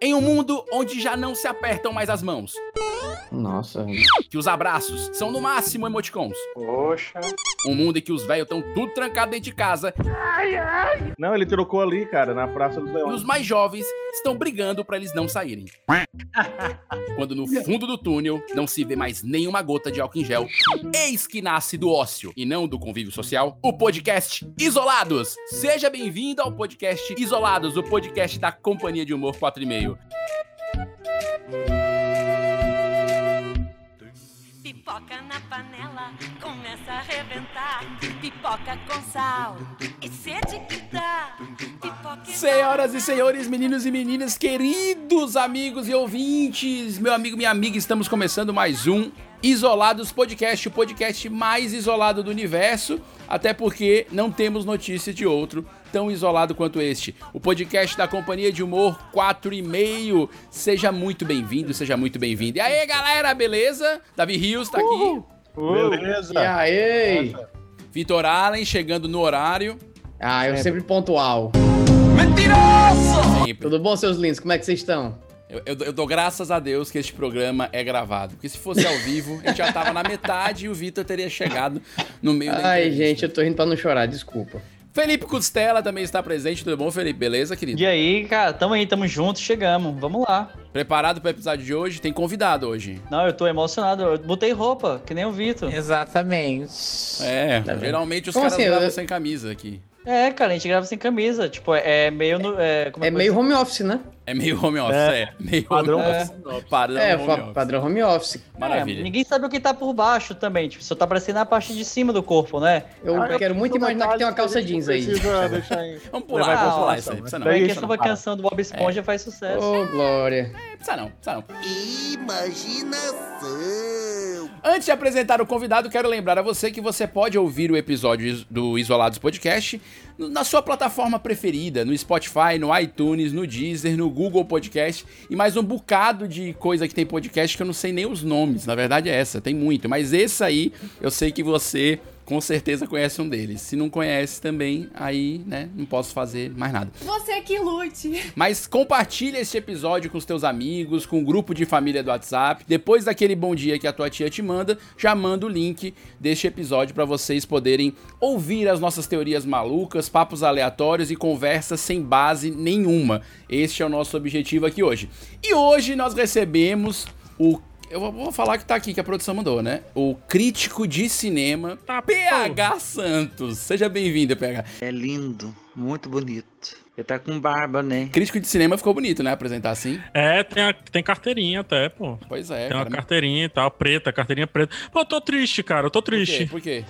Em um mundo onde já não se apertam mais as mãos, Nossa. que os abraços são no máximo emoticons, Poxa. um mundo em que os velhos estão tudo trancado dentro de casa Não, ele trocou ali, cara, na Praça dos e Leões. os mais jovens estão brigando pra eles não saírem. Quando no fundo do túnel não se vê mais nenhuma gota de álcool em gel, eis que nasce do ócio e não do convívio social, o podcast Isolados. Seja bem-vindo ao podcast Isolados, o podcast da Companhia de Humor 4,5. Pipoca na panela, começa a arrebentar. Pipoca com sal, e sede que dá. Pipoca e Senhoras sal. e senhores, meninos e meninas, queridos amigos e ouvintes, meu amigo, minha amiga, estamos começando mais um Isolados Podcast, o podcast mais isolado do universo, até porque não temos notícia de outro tão isolado quanto este. O podcast da Companhia de Humor 4 e meio. Seja muito bem-vindo, seja muito bem-vindo. E aí, galera, beleza? Davi Rios tá aqui, E Beleza. aí? Vitor Allen chegando no horário, Ah, eu sempre pontual. sempre. Tudo bom, seus lindos? Como é que vocês estão? Eu, eu dou- eu dou graças a Deus que este programa é gravado. Porque se fosse ao vivo, a gente já tava na metade e o Vitor teria chegado no meio da Ai, entrevista. gente, eu tô rindo pra não chorar, desculpa. Felipe Costela também está presente. Tudo bom, Felipe? Beleza, querido? E aí, cara, tamo aí, tamo junto, chegamos, vamos lá. Preparado para o episódio de hoje? Tem convidado hoje. Não, eu tô emocionado, eu botei roupa, que nem o Vitor. Exatamente. É, geralmente os Como caras assim? gravam Eu- sem camisa aqui. É, cara, a gente grava sem camisa, tipo, é meio... no- É, como É que meio eu- home office, né? É meio home office, é. É. Meio Padrão home é. office. Padrão é, home fa- office. padrão home office. Maravilha. É, ninguém sabe o que tá por baixo também, tipo, só tá aparecendo a parte de cima do corpo, né? Eu Ah, quero muito um imaginar que tem uma detalhe calça a gente jeans aí. Precisa deixar em... Vamos pular, Vai, vai, vamos pular vai, isso aí. vai. Precisa não. É. Daí- Daí É isso, que a sua cara. canção do Bob Esponja faz Ô, sucesso. Glória. Precisa não, precisa não. Imaginação. Antes de apresentar o convidado, quero lembrar a você que você pode ouvir o episódio is- do Isolados Podcast no- na sua plataforma preferida, no Spotify, no iTunes, no Deezer, no Google Podcast e mais um bocado de coisa que tem podcast que eu não sei nem os nomes. Na verdade é essa, tem muito, mas esse aí eu sei que você com certeza conhece um deles. Se não conhece também, aí, né, não posso fazer mais nada. Você é que lute. Mas compartilha este episódio com os teus amigos, com o grupo de família do WhatsApp. Depois daquele bom dia que a tua tia te manda, já manda o link deste episódio para vocês poderem ouvir as nossas teorias malucas, papos aleatórios e conversas sem base nenhuma. Este é o nosso objetivo aqui hoje. E hoje nós recebemos o eu vou- vou falar que tá aqui, que a produção mandou, né? O crítico de cinema, PH Santos. Seja bem-vindo, PH. É lindo, muito bonito. Ele tá com barba, né? Crítico de cinema ficou bonito, né? Apresentar assim. É, tem, a- tem carteirinha até, pô. Pois é, tem uma cara. carteirinha e tal, preta, carteirinha preta. Pô, eu tô triste, cara, eu tô Por quê? triste. Por quê?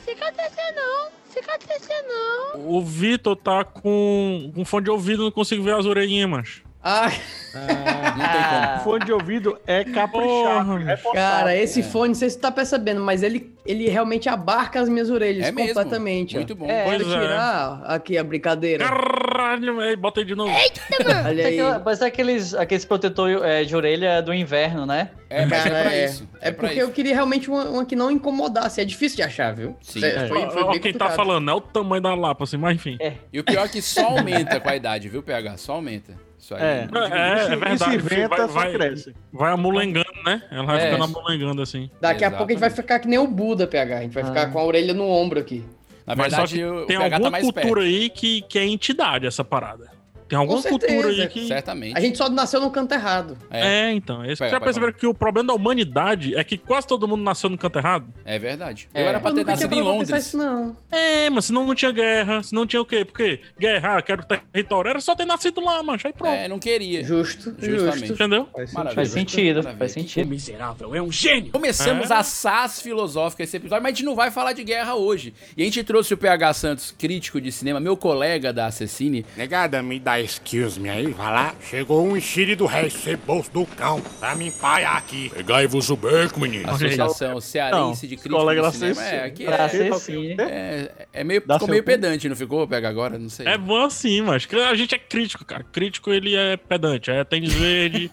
O Vitor tá com, com fone de ouvido, não consigo ver as orelhinhas, mas. Ah, Não tem Ah, como. Fone de ouvido é caprichado. Porra, É forçado. cara, esse fone, não sei se tu tá percebendo, mas ele, ele realmente abarca as minhas orelhas É mesmo. completamente. ó. Muito né? bom. É, quero Pois é. tirar aqui a brincadeira. Caralho, velho, bota aí de novo. Olha aí. Parece aquela- Parece aqueles, aqueles protetor é, de orelha do inverno, né? É, mas Cara, é pra é. isso. É pra porque eu queria realmente uma, uma que não incomodasse. É difícil de achar, viu? Sim. É, Ó, ó, bem quem tá complicado. falando, é o tamanho da lapa, assim, mas enfim. E o pior é que só aumenta com a idade, viu, PH? Só aumenta. Isso aí. É. É, é, é E se verdade. filho, inventa, tá Vai, só vai, cresce. vai amolengando, né? Ela vai É. ficando amolengando assim. Daqui a pouco a gente vai ficar que nem o Buda, PH. A gente vai ficar com a orelha no ombro aqui. Na Mas só verdade, que o tem PH tá alguma mais cultura perto. aí que, que é entidade essa parada. Tem alguma certeza, cultura aí que. Certamente. A gente só nasceu no canto errado. É, É, então. É isso. Pega, Já pega, perceberam que o problema da humanidade é que quase todo mundo nasceu no canto errado? é verdade. É. Eu era pra Eu ter nunca tinha nascido em parado pra pensar Londres. isso, não. É, mas senão não tinha guerra, senão tinha o quê? Porque guerra, ah, quero território, era só ter nascido lá, mancha, aí pronto. É, não queria. Justo, Justamente. justo. Entendeu? Maravilha. Faz sentido, Maravilha. faz sentido. miserável é um gênio. Começamos a SAS filosófica esse episódio, mas a gente não vai falar de guerra hoje. E a gente trouxe o PH Santos, crítico de cinema, meu colega da Assassine, Negada, me dá excuse me aí, vai lá. Chegou um enxire do rei, ceboso do cão, pra me empaiar aqui. Pegai-vos o beco, menino. Associação Cearense de Crítico colega de da Cinema. Assassine. É, aqui Pra é, ser sim. É, é meio, Dá ficou seu meio cu. pedante, não ficou? Pega agora, não sei. É bom assim, mas a gente é crítico, cara. Crítico, ele é pedante, é tênis verde,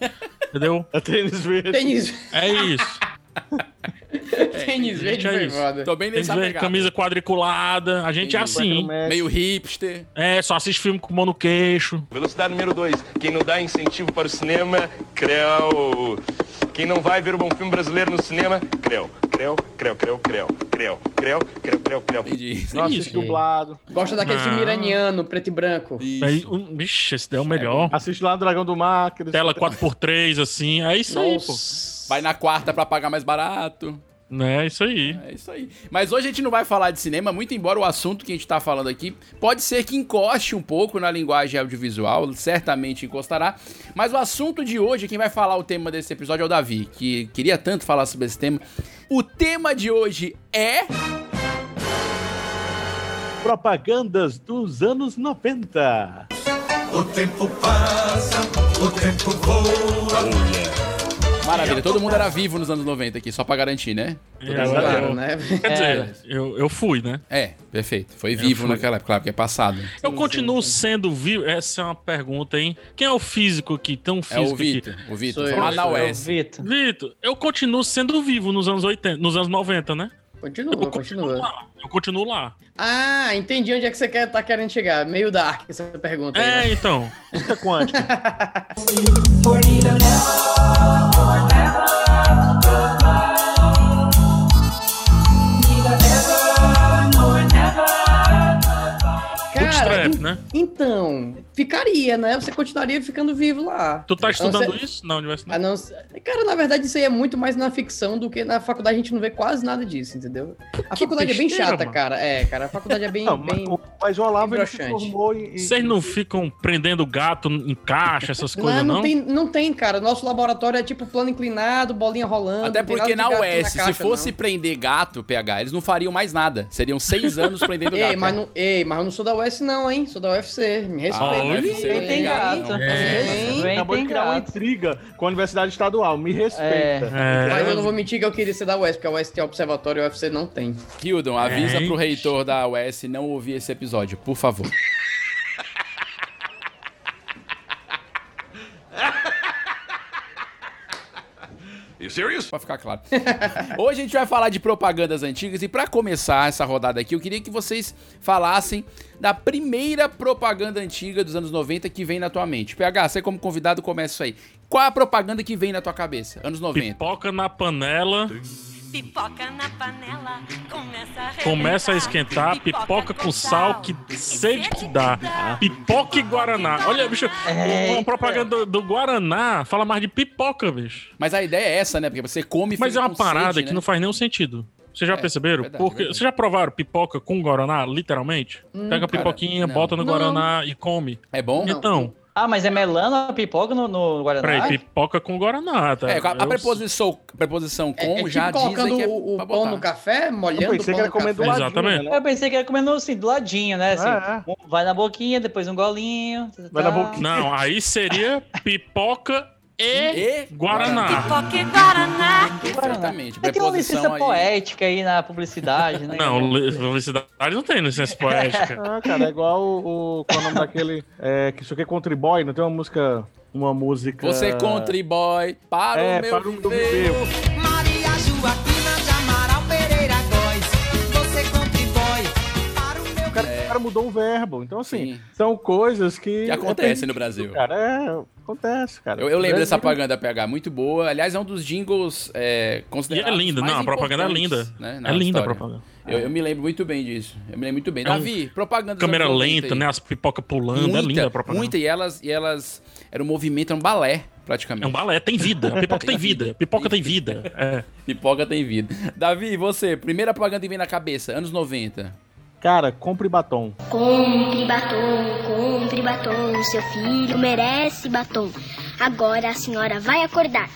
entendeu? É tênis verde. Tem isso. É isso. Tênis verde é foi isso. foda. Tô bem Tem nessa ver, pegada. camisa quadriculada. A gente é assim. Meio hipster. É, só assiste filme com mão no queixo. Velocidade número 2. Quem não dá incentivo para o cinema, creu. Quem não vai ver um bom filme brasileiro no cinema, creu. Creu, creu, creu, creu, creu, creu, creu, creu, creu. Não Entendi. Isso, assiste gente. dublado. Gosta daquele Ah. filme iraniano, preto e branco. Aí, Isso. um- Vixe, esse daí é o melhor. Assiste lá no Dragão do Mar. aqueles- Tela 4x3, assim. É isso aí, pô. Vai na quarta pra pagar mais barato. É isso aí. É isso aí. Mas hoje a gente não vai falar de cinema, muito embora o assunto que a gente tá falando aqui pode ser que encoste um pouco na linguagem audiovisual, certamente encostará. Mas o assunto de hoje, quem vai falar o tema desse episódio é o Davi, que queria tanto falar sobre esse tema. O tema de hoje é. Propagandas dos anos 90. Maravilha, todo mundo era vivo nos anos 90 aqui, só pra garantir, né? Eu- eu- Claro, né? Quer dizer, eu, eu fui, né? É, perfeito. Foi vivo naquela época, claro, porque é passado. eu continuo sendo vivo. Essa é uma pergunta, hein? Quem é o físico aqui? Tão É o físico aqui. Vitor. O Vitor. Sou eu. Lá na É o UES. Vitor. Vitor, eu continuo sendo vivo nos anos 80, nos anos 90, né? Continua, continua. lá. Eu continuo lá. Ah, entendi onde é que você quer, tá querendo chegar. Meio dark essa pergunta aí, né? É, então. Fita quântica. Cara, Bootstrap, en- né? então, ficaria, né? Você continuaria ficando vivo lá. Tu tá estudando Você- isso na A universidade? não ser- Cara, na verdade, isso aí é muito mais na ficção do que na faculdade. A gente não vê quase nada disso, entendeu? A Que faculdade é bem besteira, chata, mano. cara. É, cara, a faculdade é bem. Não, mas, bem... mas o Olavo ele se Broxante. formou em. em- Vocês não ficam prendendo gato em caixa, essas Lá coisas, não, não? Tem, não tem, cara. Nosso laboratório é tipo plano inclinado, bolinha rolando. Até não tem porque nada na de gato UES, se caixa, fosse não. prender gato, PH, eles não fariam mais nada. Seriam seis anos prendendo gato. é. Ei, mas não, ei, mas eu não sou da UES, não, hein? Sou da UFC. Ah, Me respeita. tá Olha, Ei, você tem é gato. gato. Ei, Vem, Acabou de tem criar um uma gato. intriga com a Universidade Estadual. Me respeita. Mas eu não É, vou mentir que eu queria ser da UES, porque a UES tem observatório e a UFC não tem. Hildon, avisa Gente. pro reitor da UES não ouvir esse episódio, por favor. You serious? Pra ficar claro. Hoje a gente vai falar de propagandas antigas e pra começar essa rodada aqui, eu queria que vocês falassem da primeira propaganda antiga dos anos 90 que vem na tua mente. PH, você como convidado começa isso aí. Qual a propaganda que vem na tua cabeça? Anos 90. pipoca na panela. Pipoca na panela, começa a Começa a arrebentar. esquentar, pipoca com sal, que é é sede que dá. Pipoca e Guaraná. Olha, bicho, uma propaganda do, do Guaraná fala mais de pipoca, bicho. Mas a ideia é essa, né? Porque você come e Tipo- Mas é fica uma com parada sede, que né? não faz nenhum sentido. Vocês já É, perceberam? verdade, Porque verdade. Vocês já provaram pipoca com Guaraná, literalmente? Pega a cara, pipoquinha, não. bota no Não. Guaraná e come. É bom? Então, Ah, mas é melana a pipoca no, no peraí, Guaraná? pipoca com Guaraná, tá? É, a, a Eu- preposição, preposição com É, é tipo já colocando dizem que é o, o pra pão botar. no café, molhando Eu o pensei pão que era no café. comer É, do ladinho, Exatamente. né? Eu pensei que era comendo assim, do ladinho, né? Assim, É, Ah, um- Vai na boquinha, depois um golinho. Vai na boquinha. Não, aí seria pipoca e E Guaraná. Pipoca e Guaraná, Perfeitamente. É tipo, Aí tem uma licença Preposição aí. poética aí na publicidade, né? Não, li- publicidade não tem licença poética. Ah, cara, é igual o. o qual é o nome daquele. É, que isso aqui é Contriboy, não tem uma música. Uma música. Você contribui para É, o meu para o meu viver. viver. Maria Joaquina de Amaral Pereira Góes. Você contribui para o meu O cara, o cara mudou o verbo. Então, assim, Sim. são coisas que. Que acontece no Brasil. Cara, é. Acontece, cara. Eu, eu lembro dessa Brasil- propaganda PH, muito boa. Aliás, é um dos jingles é, considerados. E é linda, mais não, a propaganda é importantes, linda. né, na É linda a história. propaganda. Eu, eu me lembro muito bem disso. Eu me lembro muito bem. É um- Davi, propaganda. dos Câmera anos 90 lenta, aí. né? As pipoca pulando. Muita, é linda a propaganda. muita. E elas, e elas. Era um movimento, era um balé, praticamente. É um balé, tem vida. A pipoca tem vida. A pipoca tem vida. É. Pipoca tem vida. Davi, você, primeira propaganda que vem na cabeça, anos 90. Cara, compre batom. Compre batom, compre batom, seu filho merece batom. Agora a senhora vai acordar,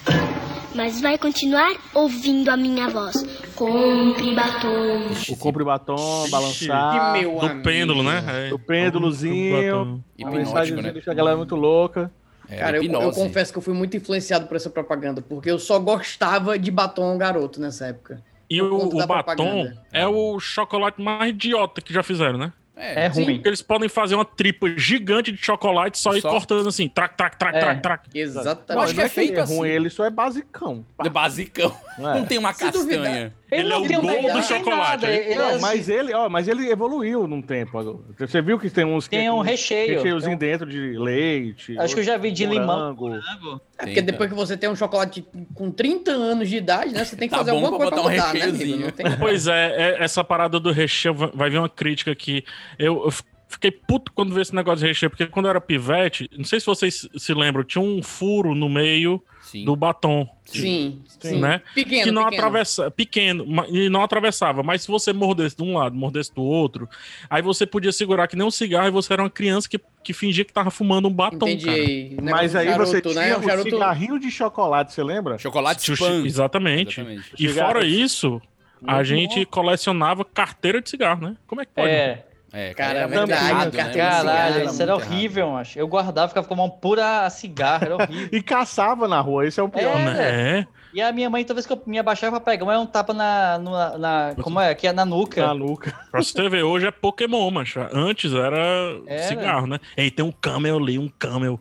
mas vai continuar ouvindo a minha voz. Compre batom. O compre batom, Ixi. balançar. Que meu Do amigo. pêndulo, né? É. Do pêndulozinho. Batom. Uma Hipnótico, né? mensagenzinha deixa a galera muito louca. É, Cara, eu, eu hipnose. confesso que eu fui muito influenciado por essa propaganda, porque eu só gostava de batom garoto nessa época. E Por o, conta o da batom propaganda. é o chocolate mais idiota que já fizeram, né? É, ruim. Eles podem fazer uma tripa gigante de chocolate só, ir cortando assim, trac, trac, É. trac, trac, trac. Exatamente. Eu acho que é feito assim. ruim, ele só é basicão. é? É basicão. Não tem uma castanha. Ele é o um gol do chocolate. Ele Não, é mas ele, ó, mas ele evoluiu num tempo. agora. Você viu que tem uns que Tem um recheio. recheiozinho dentro de leite. Acho que eu já vi de limão. morango. É porque depois que você tem um chocolate com 30 anos de idade, né? Você tem que Tá fazer bom alguma pra coisa botar pra um mudar, né? amigo? recheiozinho. Não tem- Pois é, é, essa parada do recheio va- vai vir uma crítica aqui. Eu, eu f- fiquei puto quando vi esse negócio de recheio, porque quando eu era pivete, não sei se vocês se lembram, tinha um furo no meio Sim. do batom. Sim, sim. Né? Pequeno, que não pequeno. atravessa pequeno ma- e não atravessava, mas se você mordesse de um lado, mordesse do outro, aí você podia segurar que nem um cigarro e você era uma criança que, que fingia que tava fumando um batom, cara. Entendi. Né? Mas Um aí você charuto, tinha né? um Um charuto- cigarrinho de chocolate, você lembra? Chocolate Tio- spam. Exatamente. Exatamente. E Cigarro. fora isso, a Muito gente colecionava carteira de cigarro, né? Como é que pode? É. É, cara, Cara, era muito verdade, errado, né? cara, um Caralho, cigarro, isso era muito errado. horrível, macho. Eu guardava, ficava com uma pura cigarra, era horrível. E caçava na rua, esse é o pior. É. Né? E a minha mãe, toda vez que eu me abaixava pra pegar, mas um tapa na, na, na- Como é? Que é na nuca. Maluca. Pra você ver, hoje é Pokémon, mancha. Antes era, Era. cigarro, né? Ei, tem um camel ali, um camel.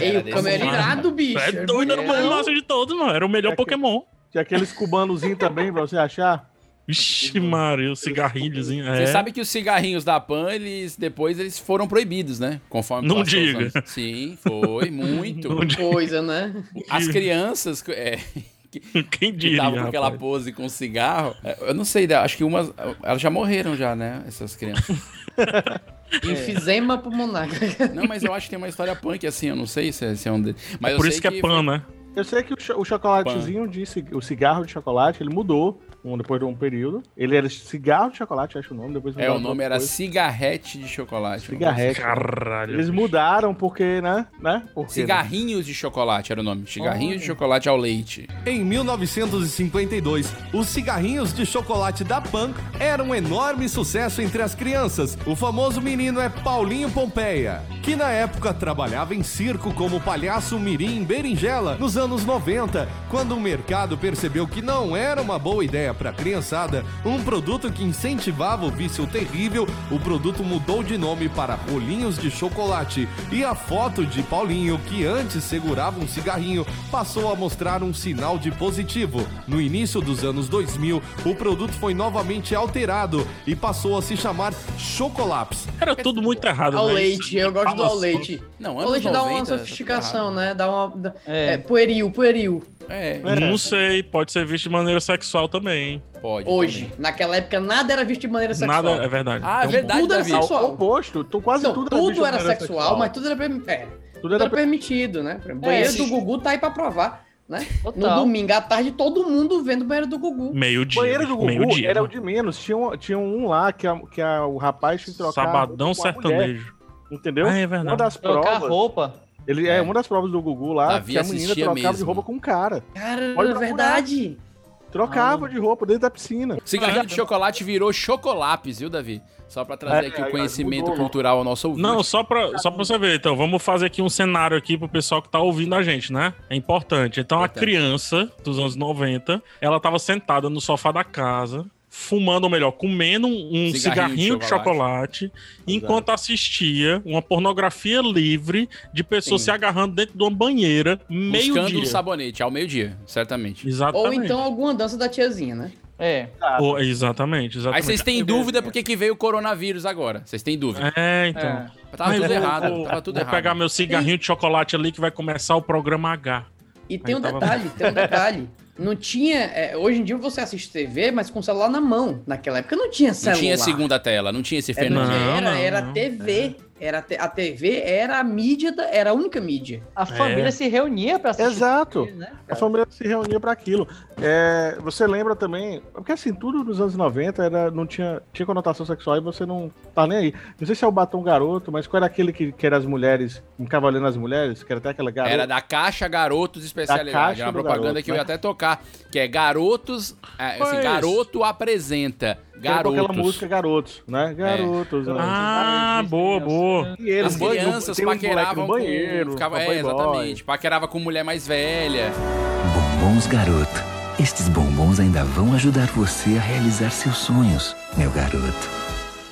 Ei, Era o É, desse câmera era jeito. irado, bicho. É doido, era o mais massa de todos, mano. Era o melhor É que- Pokémon. Tinha aqueles cubanozinhos também pra você achar. Vixe, Maria, o cigarrilhozinho. É. Você sabe que os cigarrinhos da Pan, eles depois eles foram proibidos, né? Conforme Não passou os diga. anos. Sim, foi muito. Não diga. Coisa, né? As crianças é, Quem que diria, estavam com rapaz? aquela pose com cigarro, é, eu não sei, acho que umas elas já morreram já, né? Essas crianças. É. Enfisema pulmonar. Não, mas eu acho que tem uma história punk assim, eu não sei se é, se é um deles. Mas eu Por sei isso que é pan, né? Eu sei que o, cho- o chocolatezinho de ci- o cigarro de chocolate, ele mudou um- depois de um período. Ele era cigarro de chocolate, acho o nome. Depois É, o né? mudaram pra nome outra era coisa. cigarrete de chocolate. cigarrete. Caralho. É, Eles mudaram porque, né? né? Por quê, né? Cigarrinhos de chocolate era o nome. Cigarrinhos de chocolate ao leite. Em 1952, os cigarrinhos de chocolate da Pan eram um enorme sucesso entre as crianças. O famoso menino é Paulinho Pompeia, que na época trabalhava em circo como palhaço mirim berinjela nos anos 90, quando o mercado percebeu que não era uma boa ideia para a criançada um produto que incentivava o vício terrível. O produto mudou de nome para rolinhos de chocolate e a foto de Paulinho, que antes segurava um cigarrinho, passou a mostrar um sinal de positivo. No início dos anos 2000, o produto foi novamente alterado e passou a se chamar Chocolaps. Era tudo muito Ah, errado, Ao né? leite, eu gosto do ao Fala- leite. Não, anos Ao leite dá um uma 90, tá sofisticação, né? Dá uma. dá- É. É, pueril, pueril. É, Não sei, pode ser visto de maneira sexual também, hein? pode. Hoje. também. Naquela época, nada era visto de maneira sexual. Nada, é verdade. Ah, é Então, verdade, tudo era Davi. Ao sexual. oposto, tu- quase Não, tudo tudo, era, bicho, era sexual, mas tudo era, permi- é, tudo tudo era era permitido, né? Por exemplo, É, Banheiro do esses- Gugu tá aí pra provar, né? Total. No domingo à tarde, todo mundo vendo o banheiro do Gugu. Meio-dia. banheiro do Gugu meio-dia, né? era o mano. de menos. Tinha um, tinha um lá que, a- que a- o rapaz tinha que trocar. Sabadão com a mulher, sertanejo. entendeu? Ah, é Uma verdade. das Trocar provas. roupa. Ele, é. uma das provas do Gugu lá, Davi que a menina assistia trocava de mesmo. roupa com um cara. Cara, Pode é procurar. verdade. Trocava de roupa dentro da piscina. Cigarrinho de chocolate virou chocolapes, viu, Davi? Só pra trazer É, aqui o aí, conhecimento mudou, né? cultural ao nosso ouvinte. Não, só pra, só pra você ver, então, vamos fazer aqui um cenário aqui pro pessoal que tá ouvindo a gente, né? É importante. Então, Importante. a criança dos anos 90, ela tava sentada no sofá da casa, fumando, ou melhor, comendo um um Cigarrinho cigarrinho de de chocolate, enquanto assistia uma pornografia livre de pessoas se agarrando dentro de uma banheira, Buscando um meio-dia. sabonete, ao meio-dia, certamente. Exatamente. Ou então alguma dança da tiazinha, né? É. Ou- exatamente, Aí exatamente. vocês têm dúvida porque que veio o coronavírus agora. Vocês têm dúvida. É, então. É. Tava Mas tudo eu vou- errado, vou- tava tudo vou errado. pegar meu cigarrinho de chocolate ali que vai começar o programa H. E tem Aí um tava- detalhe, tem um detalhe. Não tinha. é, hoje em dia você assiste TV, mas com o celular na mão. Naquela época não tinha Não celular. tinha segunda tela, não tinha esse É, não fenômeno. tinha, Não, era, não, era não. TV. Era te- a TV era a mídia, da- era a única mídia. A família se reunia pra assistir. Exato. né, A cara? família se reunia pra aquilo. É, você lembra também. Porque assim, tudo nos anos 90 era, não tinha, tinha conotação sexual e você não tá nem aí. Não sei se é o batom garoto, mas qual era aquele que, que era as mulheres, encavalhando as mulheres, que era até aquela garota. Era da Caixa Garotos Especialidade. Caixa era uma do propaganda Garoto, que eu ia né? até tocar, que é Garotos. é, assim, Pois. garoto apresenta. que era com aquela Garotos. É. música Garotos, né? Garotos. né? Ah, boa, boa. E eles, As banho- crianças tem uns um moleque paqueravam no banheiro, com. Ficava, é, papai boy. exatamente. Paquerava com mulher mais velha. Bombons Garoto. Estes bombons ainda vão ajudar você a realizar seus sonhos, meu garoto.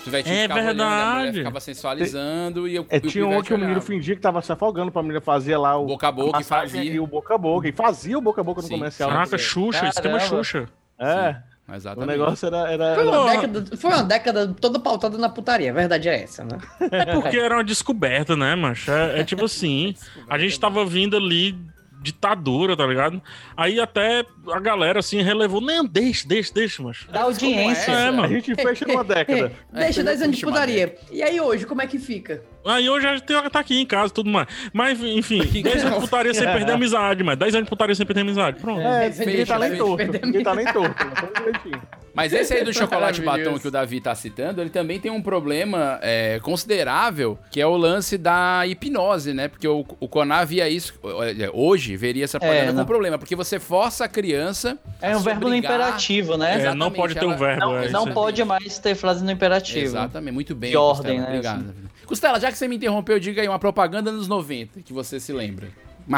Pivetinho É ficava olhando, a mulher verdade. ficava sensualizando e, eu, É, e o tinha um pivete que o menino olhava. fingia que tava se afogando pra menina fazer lá o. Boca a boca e massagem fazia. E o boca a boca. E fazia o boca a boca no Sim. comercial. Caraca, É. Xuxa, esquema Caramba. Xuxa. É. O Exatamente. negócio era. era, Foi uma, era- década, foi uma década toda pautada na putaria, a verdade é essa, né? É porque era uma descoberta, né, mancho? É, é tipo assim, a gente tava vindo ali ditadura, tá ligado? Aí até a galera assim relevou, não, deixa, deixa, deixa, mancho. Da audiência. É, A mano. gente fecha numa década. É, Deixa 10 anos de Deixa uma putaria. E aí hoje, como é que fica? Aí hoje a gente tem- tá aqui em casa e tudo mais. Mas, enfim, 10 anos de putaria sem perder a amizade, mas 10 anos de putaria sem perder a amizade. Pronto. É, Fecha, ninguém tá nem fecha. torto. Ninguém tá nem torto. mas tudo direitinho. Mas esse aí do chocolate Maravilhoso. batom que o Davi tá citando, ele também tem um problema é, considerável, que é o lance da hipnose, né? Porque o, o Conar via isso, olha, hoje veria essa parada não. como problema, porque você força a criança. É um se verbo no obrigar- É, imperativo, né? Exatamente, não pode um ter o verbo, Não, é, não isso aí. pode mais ter frase no imperativo. Exatamente, muito bem. De ordem, Costela, né, Obrigado. Costela, já que você me interrompeu, diga aí uma propaganda nos 90 que você se lembra.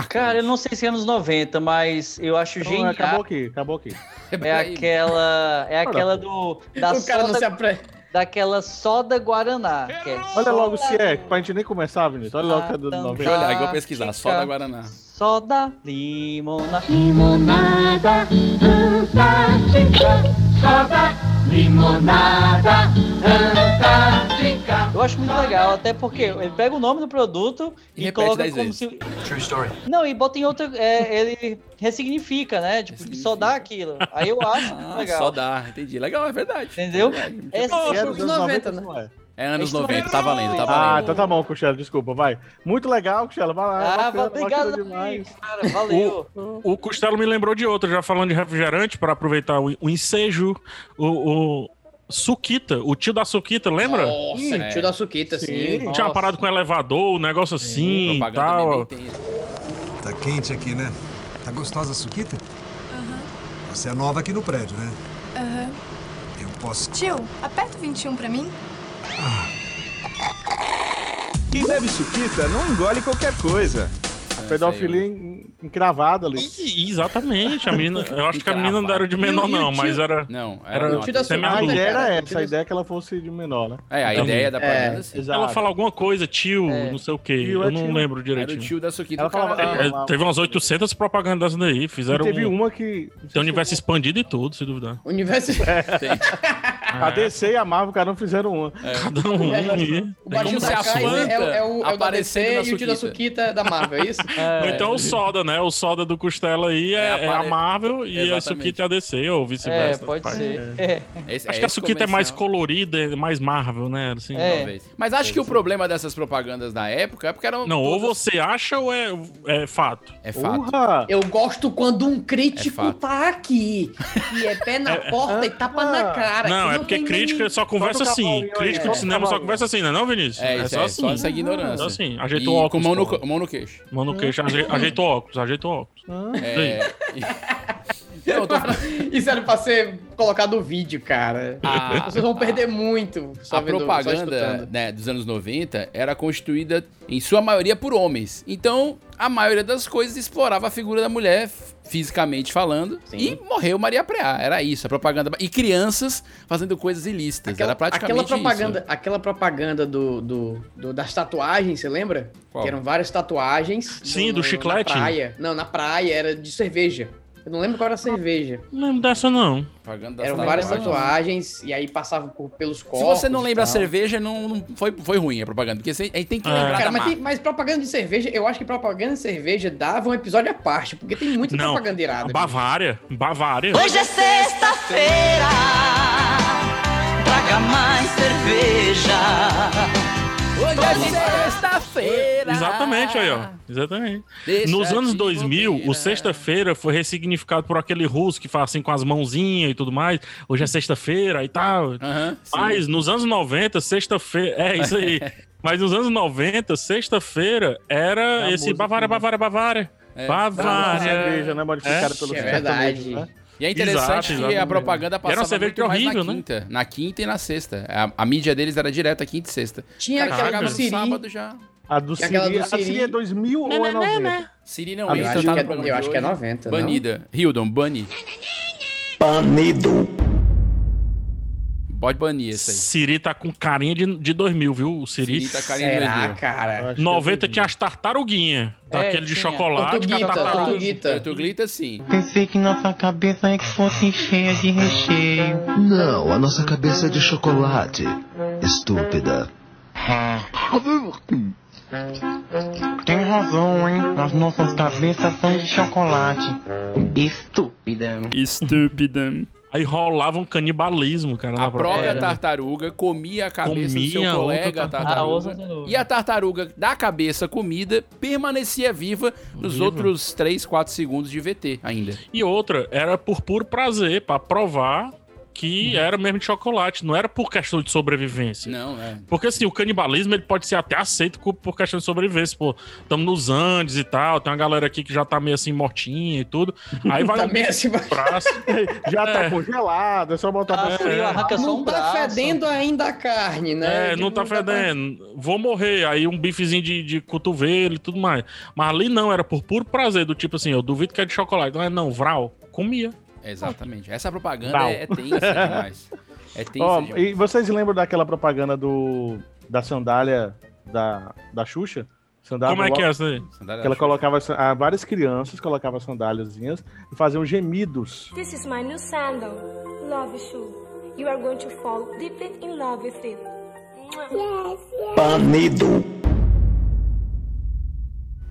Cara, eu não sei se é anos 90, mas eu acho Então, genial. acabou aqui, acabou aqui. É tá aquela. É Ora, aquela pô. do. Da o cara não se soda, apre... daquela soda Guaraná. que é Olha soda- logo se é, pra gente nem começar, Vinícius. Olha logo que é do Fantástica. 90. Deixa eu olhar, eu vou pesquisar. Só da Guaraná. Soda limona. Limonada fantástica, soda limonada fantástica. Eu acho muito legal, até porque ele pega o nome do produto E e, repete coloca 10 como vezes. se. Não, e bota em outra. é, ele ressignifica, né? Tipo, que só dá aquilo. Aí eu acho Ah, legal. Só dá, entendi. Legal, é verdade. Entendeu? É, Se é dos anos Os 90, 90, né? não é. É anos Isso não é 90, tá valendo, tá Ah, valendo. então tá bom, Cuxela, desculpa, vai. Muito legal, Cuxela, vai lá. Ah, bacana, obrigado, bacana demais. cara. Valeu. Uh, O Costelo me lembrou de outro, já falando de refrigerante, pra aproveitar o, o ensejo, o, o Suquita, o tio da Suquita, lembra? Nossa, né? tio da suquita, assim. Sim. Tinha uma parada com elevador, um negócio assim e Propaganda tal. também bem tensa. Tá quente aqui, né? Tá gostosa a suquita? Você é nova aqui no prédio, né? Aham. Eu posso. Tio, aperta o 21 pra mim. Quem bebe suquita não engole qualquer coisa. É, Pedofilia en- encravada ali. Ih, Exatamente, a menina. Eu acho que a menina não era de menor, não, mas era. Não, era. Era não, tio da até- Suquita. A Ah, Não, ideia cara, Ah, era eu essa, a ideia é que ela fosse de menor, né? É, a Então, ideia da propaganda, sim. Ela Exato. fala alguma coisa, tio, não sei o quê. Tio é eu não tio. lembro Era o direitinho. tio da Suquita. Ela falava- cara, É, teve umas 800 propagandas daí, E fizeram teve um, uma que. tem universo expandido e tudo, se duvidar. Universo. é A DC e a Marvel, cara, não fizeram uma. Cada um. O Tem baixinho Como como se da a Kai planta é, é o- é o, é o da DC aparecendo na e o tio da suquita da Marvel, é isso? Ou então o Soda, né? O Soda do Costela aí é, É, é a apare- Marvel e a Exatamente. Suquita é a DC, ou É, vice-versa. pode Pai. ser. É. Esse- Acho que a esse Suquita é mais comercial, colorida, é mais Marvel, né? Assim, É. talvez. Mas acho que o problema dessas propagandas da época é porque eram. Não, ou todas- você acha ou é, é fato. É fato. Porra! Eu gosto quando um crítico É fato. tá aqui. E é pé na porta e tapa na cara. não, é que porque tem crítica nem- só conversa Solta o assim. cavalinho aí, Crítico é. de cinema só Cavalinho. conversa assim, né? Não, Vinícius? É, isso é, só essa ignorância. assim. Só assim. E Ajeita o óculos. Com mão no, pô. co- mão no queixo. Mão no queixo, aje- ajeita o óculos, ajeita o óculos. É. Não, eu tô falando- Isso era pra ser colocado o vídeo, cara. Ah. As pessoas vão perder muito. só A vendo- só propaganda escutando. né, dos anos 90 era constituída, em sua maioria, por homens. Então, a maioria das coisas explorava a figura da mulher, f- fisicamente falando, e morreu Maria Preá. Era isso, a propaganda. E crianças fazendo coisas ilícitas. Aquela, é era praticamente aquela propaganda, aquela propaganda do, do- do- das tatuagens, você lembra? Qual? Que eram várias tatuagens. Sim, do chiclete. Na praia. Não, na praia era de cerveja. Eu não lembro qual era a cerveja. Não lembro dessa, não. isso. Propaganda das Eram várias tatuagens. tatuagens e aí passavam por- pelos corpos. Ah. Se você não e lembra a tal. cerveja, não, não foi, foi ruim a propaganda. Porque você, aí tem que É. lembrar Cara, da mas, marca. tem- mas propaganda de cerveja, eu acho que propaganda de cerveja dava um episódio à parte, porque tem muita Não. propaganda irada. Bavária. Bavária. Hoje é sexta-feira, traga mais cerveja. Hoje é sexta-feira. Exatamente aí, ó. Exatamente. Deixa Nos anos de 2000, bobeira. o sexta-feira foi ressignificado por aquele russo que faz assim com as mãozinhas e tudo mais. Hoje é sexta-feira e tal. Aham, sim. Mas nos anos 90, sexta-feira. É isso aí. Mas nos anos 90, sexta-feira era Famoso esse Bavária, Bavária, Bavária. É. Tá Bavária. cerveja, né? Modificada É. pelo É sertanejo, verdade. né? E é interessante Exato, que a exatamente. E propaganda era uma passava cerveja muito mais horrível, na né? quinta. Na quinta e na sexta. A, a mídia deles era direta quinta e sexta. Tinha Cara, aquela chegava do no Siri. sábado já. A do E aquela Siri. A do Siri. Siri é 2000 ou é 90? Siri não Eu entra, acho tá que é- no programa eu de acho que é hoje. 90, não? Banida. Hildon, bane. Panido. Pode banir esse aí. Siri tá com carinha de, de 2000, viu? O Siri. Siri tá carinha de Será, 2000. cara? Eu acho que 90 tinha as tartaruguinhas. Daquele de tinha. chocolate. com a Tortuguita, tartaruga. tortuguita. Tortuguita, sim. Pensei que nossa cabeça é que fosse cheia de recheio. Não, a nossa cabeça é de chocolate. Estúpida. Tem razão, hein? As nossas cabeças são de chocolate. Estúpida. Estúpida. Aí rolava um canibalismo, cara. A própria tartaruga comia a cabeça do Comia a seu colega, outra a tartaruga. Ah, outra tartaruga. tartaruga. e a tartaruga da cabeça comida permanecia viva nos Viva. outros 3, 4 segundos de VT ainda. E outra, era por puro prazer, pra provar Uhum. que era mesmo de chocolate. Não era por questão de sobrevivência. Não, é. Porque assim, o canibalismo ele pode ser até aceito co- por questão de sobrevivência. Pô, estamos nos Andes e tal, tem uma galera aqui que já tá meio assim mortinha e tudo. Aí vai Tá um meio assim, braço. Já tá É. congelado, é só botar Ah, pra frio, arranca um só Não tá fedendo ainda a carne, né? É, não tá fedendo. Vou morrer. Aí um bifezinho de, de cotovelo e tudo mais. Mas ali não, era por puro prazer. Do tipo assim, eu duvido que é de chocolate. Não, é não, Vral, comia. Exatamente. Essa propaganda Não. é, é tensa demais. É tensa Ó, demais. e vocês lembram daquela propaganda do da sandália da, da Xuxa? Sandália Como é que é lo- essa aí? Sandália Que da ela Xuxa. colocava sa- ah, várias crianças colocavam sandáliazinhas e faziam gemidos. This is my new sandal, love shoe. You are going to fall deeply in love with it. Yes, Panido.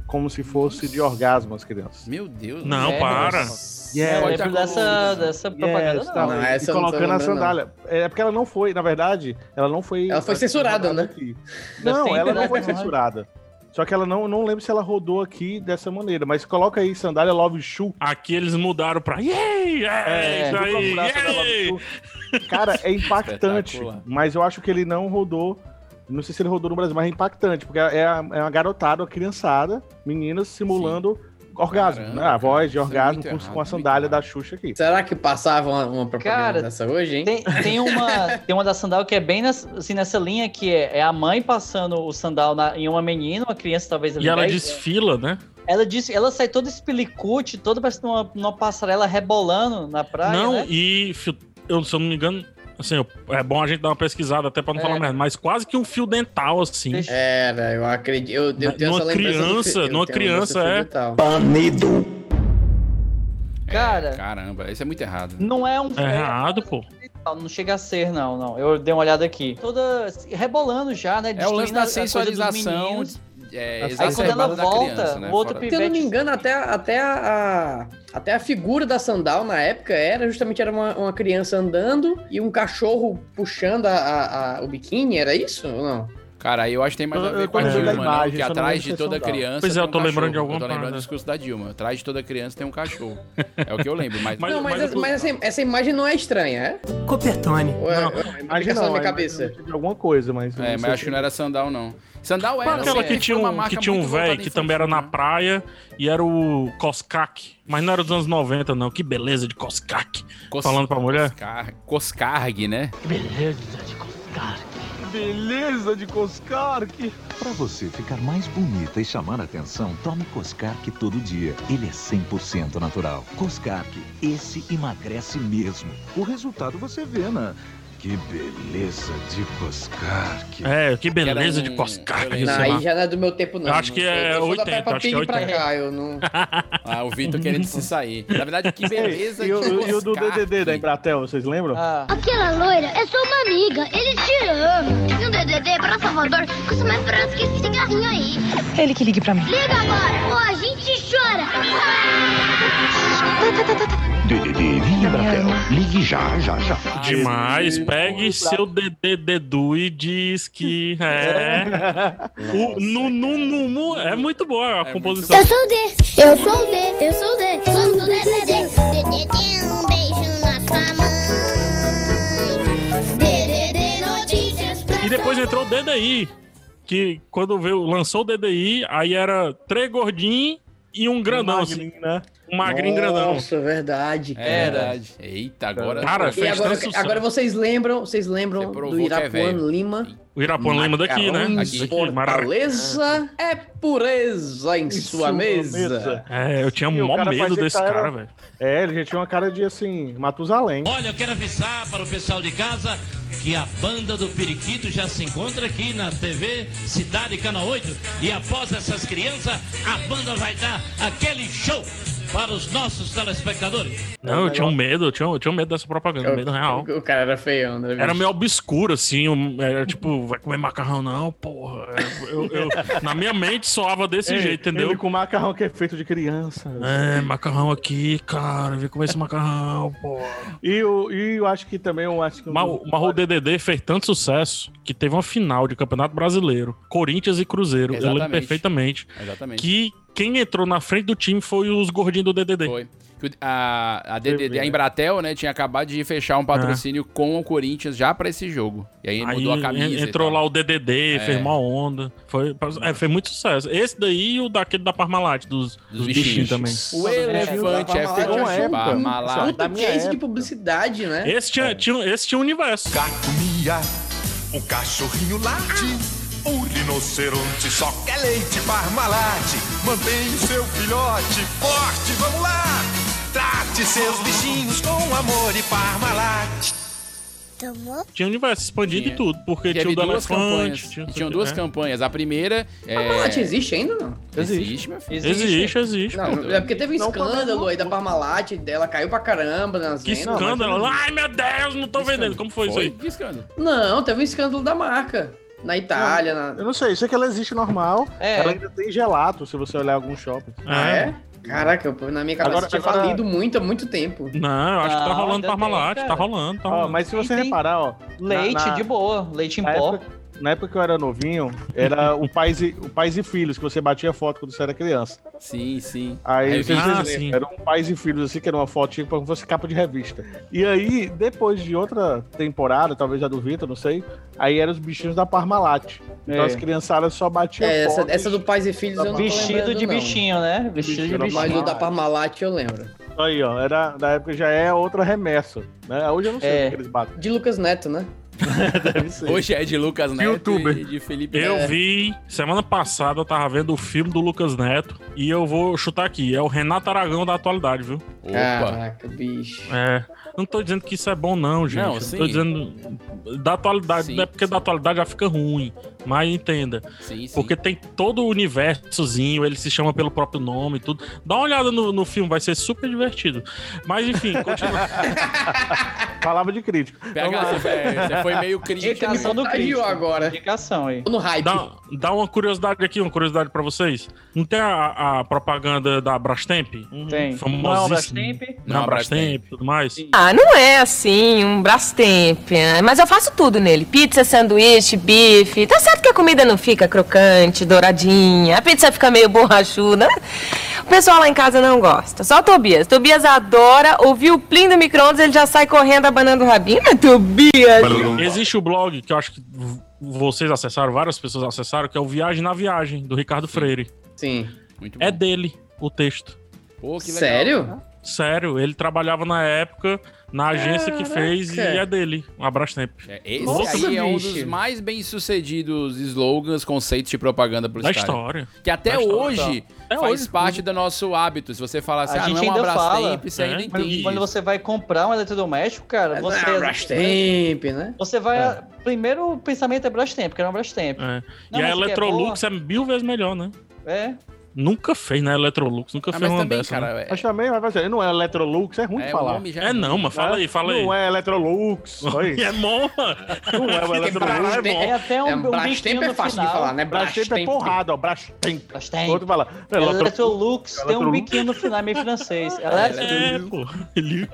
Como se fosse de orgasmo as crianças. Meu Deus. né? Não, É, para. nossa. Eu Yeah, É, tá lembro dessa, dessa propaganda, Yes, É, não. tá, e colocando a sandália. É porque ela não foi, na verdade, ela não foi. Ela foi censurada, né? aqui. Mas Não, sempre, ela né, não foi tem uma- censurada. Só que ela não, não lembro se ela rodou aqui dessa maneira, mas coloca aí sandália Love Shoe. Aqui eles mudaram pra. Yay! É, É, isso aí, dupla frase da yay! Cara, é impactante, Espetacular. mas eu acho que ele não rodou. Não sei se ele rodou no Brasil, mas é impactante, porque é, a- é uma garotada, uma criançada, meninas simulando orgasmo, né? A voz é de orgasmo com, com a sandália da Xuxa aqui. Será que passava uma, uma propaganda Cara, dessa hoje, hein? Tem, tem uma, tem uma da sandália que é bem nessa, assim, nessa linha, que é, é a mãe passando o sandal na- em uma menina, uma criança talvez ali. E ela é. 10. desfila, né? Ela disse, ela sai toda espilicute, toda parecendo uma, uma passarela rebolando na praia. não, né? e fio- eu, se eu não me engano, assim, eu- é bom a gente dar uma pesquisada até pra não É. falar merda, mas quase que um fio dental, assim. É, velho, eu acredito. Eu, eu tenho Numa essa lembrança do criança, fi- eu numa tenho a lembrança criança, do é. Natal. Cara. É, Caramba, isso é muito errado. Não é um. É errado, pô. Não chega a ser, não, não. Eu dei uma olhada aqui. Toda assim, rebolando já, né? É o lance Destruindo da a- a coisa dos sensualização. meninos. É, Aí quando ela exacerbada da volta, criança, né? o outro Fora- Se eu não me engano, até, até, a, a- até a figura da sandal na época era justamente era uma, uma criança andando e um cachorro puxando a- a- a- o biquíni, era isso ou não? Cara, aí eu acho que tem mais a Eu- ver eu com a tô lembrando Dilma, da não? imagem, Que só não atrás lembro de se toda é sandal. criança. Pois é, tem eu tô um lembrando cachorro. de alguma Eu tô lembrando parada. do discurso da Dilma. Atrás de toda criança tem um cachorro. É o que eu lembro, mas. não, mas, é- mas, essa, essa imagem não é estranha, é? Copertone. Ou é, é uma Imagina implicação na minha cabeça. De alguma coisa, mas. É, mas sei acho que não era sandal, não. Sandal Qual era. aquela né? que tinha Foi uma um, que marca tinha um muito voltada velho que em também era na praia e era o Coscac. Mas não era dos anos 90, não. Que beleza de Coscac. Cos- Falando pra mulher. Coscar- Coscarg, né? Beleza de Beleza de Coscarque. Para você ficar mais bonita e chamar atenção, tome Coscarque todo dia. Ele é 100% natural. Coscarque, esse emagrece mesmo. O resultado você vê na... Que beleza de Coscarque. É, que beleza um- de Coscac. sei Não, aí lá. já não é do meu tempo, não. Eu acho que Eu- é eu sou da 80, Peppa acho que é Pig pra 80. cá, eu não... Ah, o Vitor querendo se sair. Na verdade, É, que beleza E de o, e o do é Coscar. DDD né? da Embratel, vocês lembram? Ah, Aquela loira é só uma amiga, ele te ama. No DDD pra Salvador, custa mais barato que esse cigarrinho aí. Ele que ligue pra mim. Liga agora, ou a gente chora. DDD, Vila Bratel. Ligue já, já, já. Demais, pegue seu DD Dedu e diz que é. o nu, nu, nu, nu, é muito boa a composição. Eu sou o D, eu sou o D, eu sou o D, sou do DDD. DDD, um beijo na sua mãe. DDD, notícias pra E depois entrou o DDI, que quando veio, lançou o DDI, aí era três gordinhos e um grandão. magrinho, assim. Um magrinho grandão. Nossa, verdade. É cara. verdade. Eita, agora. Cara, E fez agora, tanto sucesso. agora vocês lembram, vocês lembram provou do que é Irapuan velho. Lima? O Irapuan lembra daqui, né? Macarrões Aqui, Fortaleza é pureza em sua mesa. É, eu tinha E o mó medo parecia que desse era- cara, velho. É, ele já tinha uma cara de assim, Matusalém. Olha, eu quero avisar para o pessoal de casa que a banda do Periquito já se encontra aqui na TV Cidade Cana 8. E após essas crianças, a banda vai dar aquele show para os nossos telespectadores. Não, eu tinha um medo, eu tinha, eu tinha um medo dessa propaganda, medo real. O cara era feião, né? Era meio obscuro, assim, um- era tipo, vai comer macarrão não, porra. É, Eu- eu- na minha mente soava desse Ei, jeito, entendeu? ele com macarrão que é feito de criança. É, macarrão aqui, cara, vem comer esse macarrão, pô. E, o, e eu acho que também eu acho que. Então, Mas o- mas o DDD fez tanto sucesso que teve uma final de Campeonato Brasileiro, Corinthians e Cruzeiro, eu lembro Exatamente. perfeitamente. Exatamente. Que quem entrou na frente do time foi os gordinhos do DDD. Foi. Que o- A, a, DDD, a né? Embratel, né, tinha acabado de fechar um patrocínio É. com o Corinthians já pra esse jogo. E aí, mudou a camisa. e Entrou tal. lá o DDD, É. fez uma onda. Foi, é, fez muito sucesso. Esse daí e o daquele da Parmalat, dos, dos bichinhos. também. O elefante é feito Uma de época. Parmalat. Puta case é de publicidade, é. né? Esse tinha, tinha, esse tinha um universo. Gatomia, o cachorrinho late, o rinoceronte só quer leite parmalate. Mantém o seu filhote forte, vamos lá! Trate seus bichinhos com amor e parmalate. Tomou? Tinha um universo expandido e tudo. Porque Teve tinha o do duas campanhas. elefante. Tinha, Tinham duas é. campanhas. A primeira. É... Parmalat existe ainda, não? Existe, meu filho. Existe, existe. Não, pô. É porque teve um Não, escândalo aí da Parmalat, dela caiu pra caramba nas Que vendas. escândalo. Ai, meu Deus, não tô vendendo. Como foi, Foi? isso aí? Que escândalo? Não, teve um escândalo da marca. Na Itália, na... Eu não sei, eu sei que ela existe normal. É. Ela ainda tem gelato, se você olhar algum shopping. Ah, é? Caraca, eu- na minha cabeça Agora- tinha agora- falido muito há muito tempo. Não, eu acho Ah, que tá Não, rolando ainda Parmalat, tem, tá cara. rolando, tá Ó, rolando. Ah, mas se você reparar, ó. Leite de boa, leite em na pó. época- na época que eu era novinho, era o pais, e, o pais e filhos, que você batia foto quando você era criança. Sim, sim. Aí Revista. Ah, vocês sim. lembram, eram pais e filhos, assim, que era uma fotinha como se fosse capa de revista. E aí, depois de outra temporada, talvez a do Vitor, não sei, aí eram os bichinhos da Parmalat. Então É. as criançadas só batiam É, essa, foto. essa do Pais e Filhos eu não tô Vestido lembrando, de não. bichinho, né? Vestido de Mas bichinho. o da Parmalat eu lembro. Aí, ó, era, na época já é outra remessa. Né? Hoje eu não sei É. o que eles batem. De Lucas Neto, né? Hoje é de Lucas Neto Youtuber. e de Felipe Eu Neto. vi, semana passada eu tava vendo o filme do Lucas Neto e eu vou chutar aqui, é o Renato Aragão da atualidade, viu? Caraca, bicho. É, não tô dizendo que isso é bom não, gente. Não, Não, sim. Tô dizendo da atualidade, Sim, não é porque da atualidade já fica ruim, mas entenda. Sim, sim. Porque tem todo o universozinho, ele se chama pelo próprio nome e tudo. Dá uma olhada no, no filme, vai ser super divertido. Mas enfim, continua. Palavra de Então, crítico. PH, você foi- é, você foi meio crítico. Indicação do crítico. agora. Indicação aí. No hype. Dá, um, dá uma curiosidade aqui, uma curiosidade pra vocês. Não tem a, a propaganda da Brastemp? Tem. Famosíssima. Não é o Brastemp? Não, é o Brastemp e tudo mais? Ah, não é assim, um Brastemp, né? mas eu faço tudo nele. Pizza, sanduíche, bife. Tá certo que a comida não fica crocante, douradinha. A pizza fica meio borrachuda. né? O pessoal lá em casa não gosta. Só o Tobias. Tobias adora ouvir o plim do micro-ondas, ele já sai correndo abanando o rabinho. Mas, Tobias! Existe o blog que eu acho que v- vocês acessaram, várias pessoas acessaram, que é o Viagem na Viagem, do Ricardo Freire. Sim. Muito É dele o texto. Pô, que legal. Sério? Sério, ele trabalhava na época na agência que fez e Caraca. é dele. Um abraço tempo. É, Esse aí é um dos mais bem sucedidos slogans, conceitos de propaganda Da publicitária. história. Que até Da história. hoje Até faz hoje. parte do nosso hábito. Se você falar assim, A ah, gente não é um ainda fala. Abrastemp, você É. ainda Quando- entende. Quando você vai comprar um eletrodoméstico, cara, você. É, né? Não, Brastemp, né? Você vai. Primeiro o pensamento é Brastemp, porque era um Brastemp. É. Não, e a mas o que é Electrolux é, mil vezes melhor, né? É. Nunca fez, né? Electrolux, nunca Ah, fez mas uma também, dessa. cara, né? Mas também, mas vai ser, não é Electrolux, é ruim um de falar. É não, mas fala aí, fala aí. Não é Electrolux. Olha aí. É bom, mano. Não é o Electrolux. Brastemp- É até um, É, um Brastemp biquinho é no fácil de final. falar, né? Brastemp é Brastemp. porrada, ó. Brastemp. Brastemp. O outro fala, é Electrolux Electrolux. tem um Electrolux. biquinho no final meio francês. assim, É, Electrolux. pô.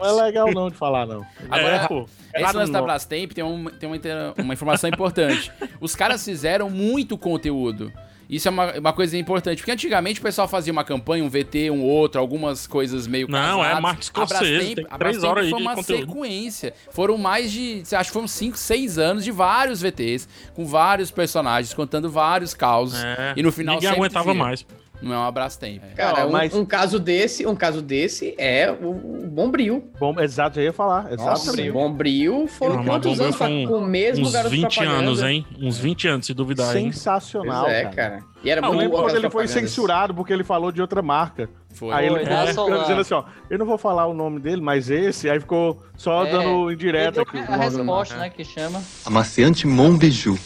Não é legal não de falar, não. Agora, É, pô. esse lance da Não. Brastemp tem, um, tem uma, inter- uma informação importante. Os caras fizeram muito conteúdo. Isso é uma, uma coisa importante, porque antigamente o pessoal fazia uma campanha, um VT, um outro, algumas coisas meio Não, é casadas. Martin Scorsese, A tem a três Brastemp horas aí foi de uma conteúdo. sequência. Foram mais de, acho que foram 5, 6 anos de vários VTs, com vários personagens, contando vários causos. É, E no final ninguém sempre aguentava dizia, mais. Não é um Brastemp. É. Cara, Ó, um, mas- um caso desse, um caso desse é o, o Bombril. Bom, exato, eu ia falar. Nossa, exatamente. Bombril foi Não, mas quantos Bombril anos pra, foi um- com o mesmo uns garoto 20 propaganda? anos, hein? Uns 20 anos, se duvidar, hein? Sensacional. Pois é, cara. E era Ah, eu lembro muito boa quando aquelas ele foi propagandas. censurado porque ele falou de outra marca. Foi. Aí ele Foi, ficou da Solar. dizendo assim, ó, eu não vou falar o nome dele, mas esse, aí ficou só É, dando um indireta. perdeu A resposta, né, que chama. Amaciante Monbiju.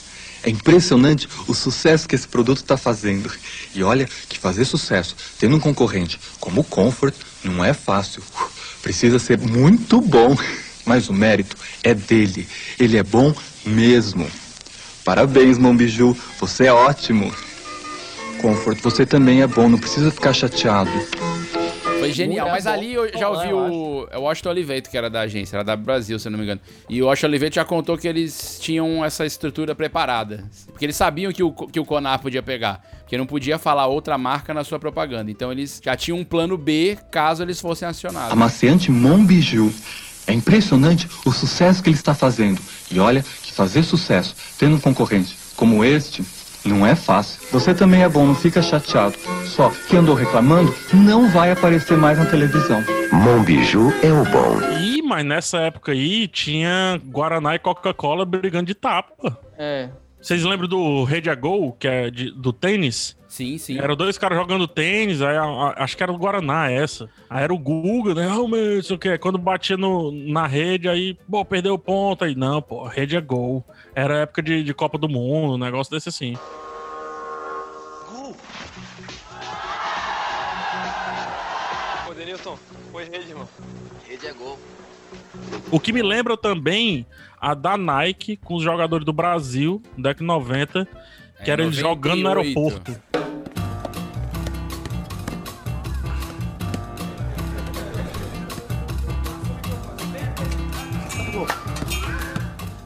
É impressionante o sucesso que esse produto está fazendo. E olha que fazer sucesso tendo um concorrente como o Comfort não é fácil. Precisa ser muito bom. Mas o mérito é dele. Ele é bom mesmo. Parabéns, Monbiju. Você é ótimo. Comfort, você também é bom. Não precisa ficar chateado. Foi genial. Muito Mas bom. ali eu já Bom, ouvi eu o, é o Washington Oliveto, que era da agência, era da Brasil, se eu não me engano. E o Washington Oliveto já contou que eles tinham essa estrutura preparada. Porque eles sabiam que o, co- que o Conar podia pegar. Porque não podia falar outra marca na sua propaganda. Então eles já tinham um plano B caso eles fossem acionados. Amaciante Monbiju. É impressionante o sucesso que ele está fazendo. E olha que fazer sucesso tendo um concorrente como este não é fácil. Você também é bom, não fica chateado. Só que andou reclamando, não vai aparecer mais na televisão. Monbiju é o bom. Ih, mas nessa época aí tinha Guaraná e Coca-Cola brigando de tapa. É. Vocês lembram do Rede a Gol, que é de- do tênis? Sim, sim. Eram dois caras jogando tênis, aí a- a- acho que era o Guaraná essa. Aí era o Guga, né? Ah, meu, isso que é. Quando batia no, na rede, aí, pô, perdeu o ponto. Aí, não, pô, rede é gol. Era época de, de Copa do Mundo, um negócio desse assim. Ô, Denilson, foi rede, irmão. Rede é gol. O que me lembra também a da Nike com os jogadores do Brasil, década de 90, que É, era eles jogando no 98. aeroporto.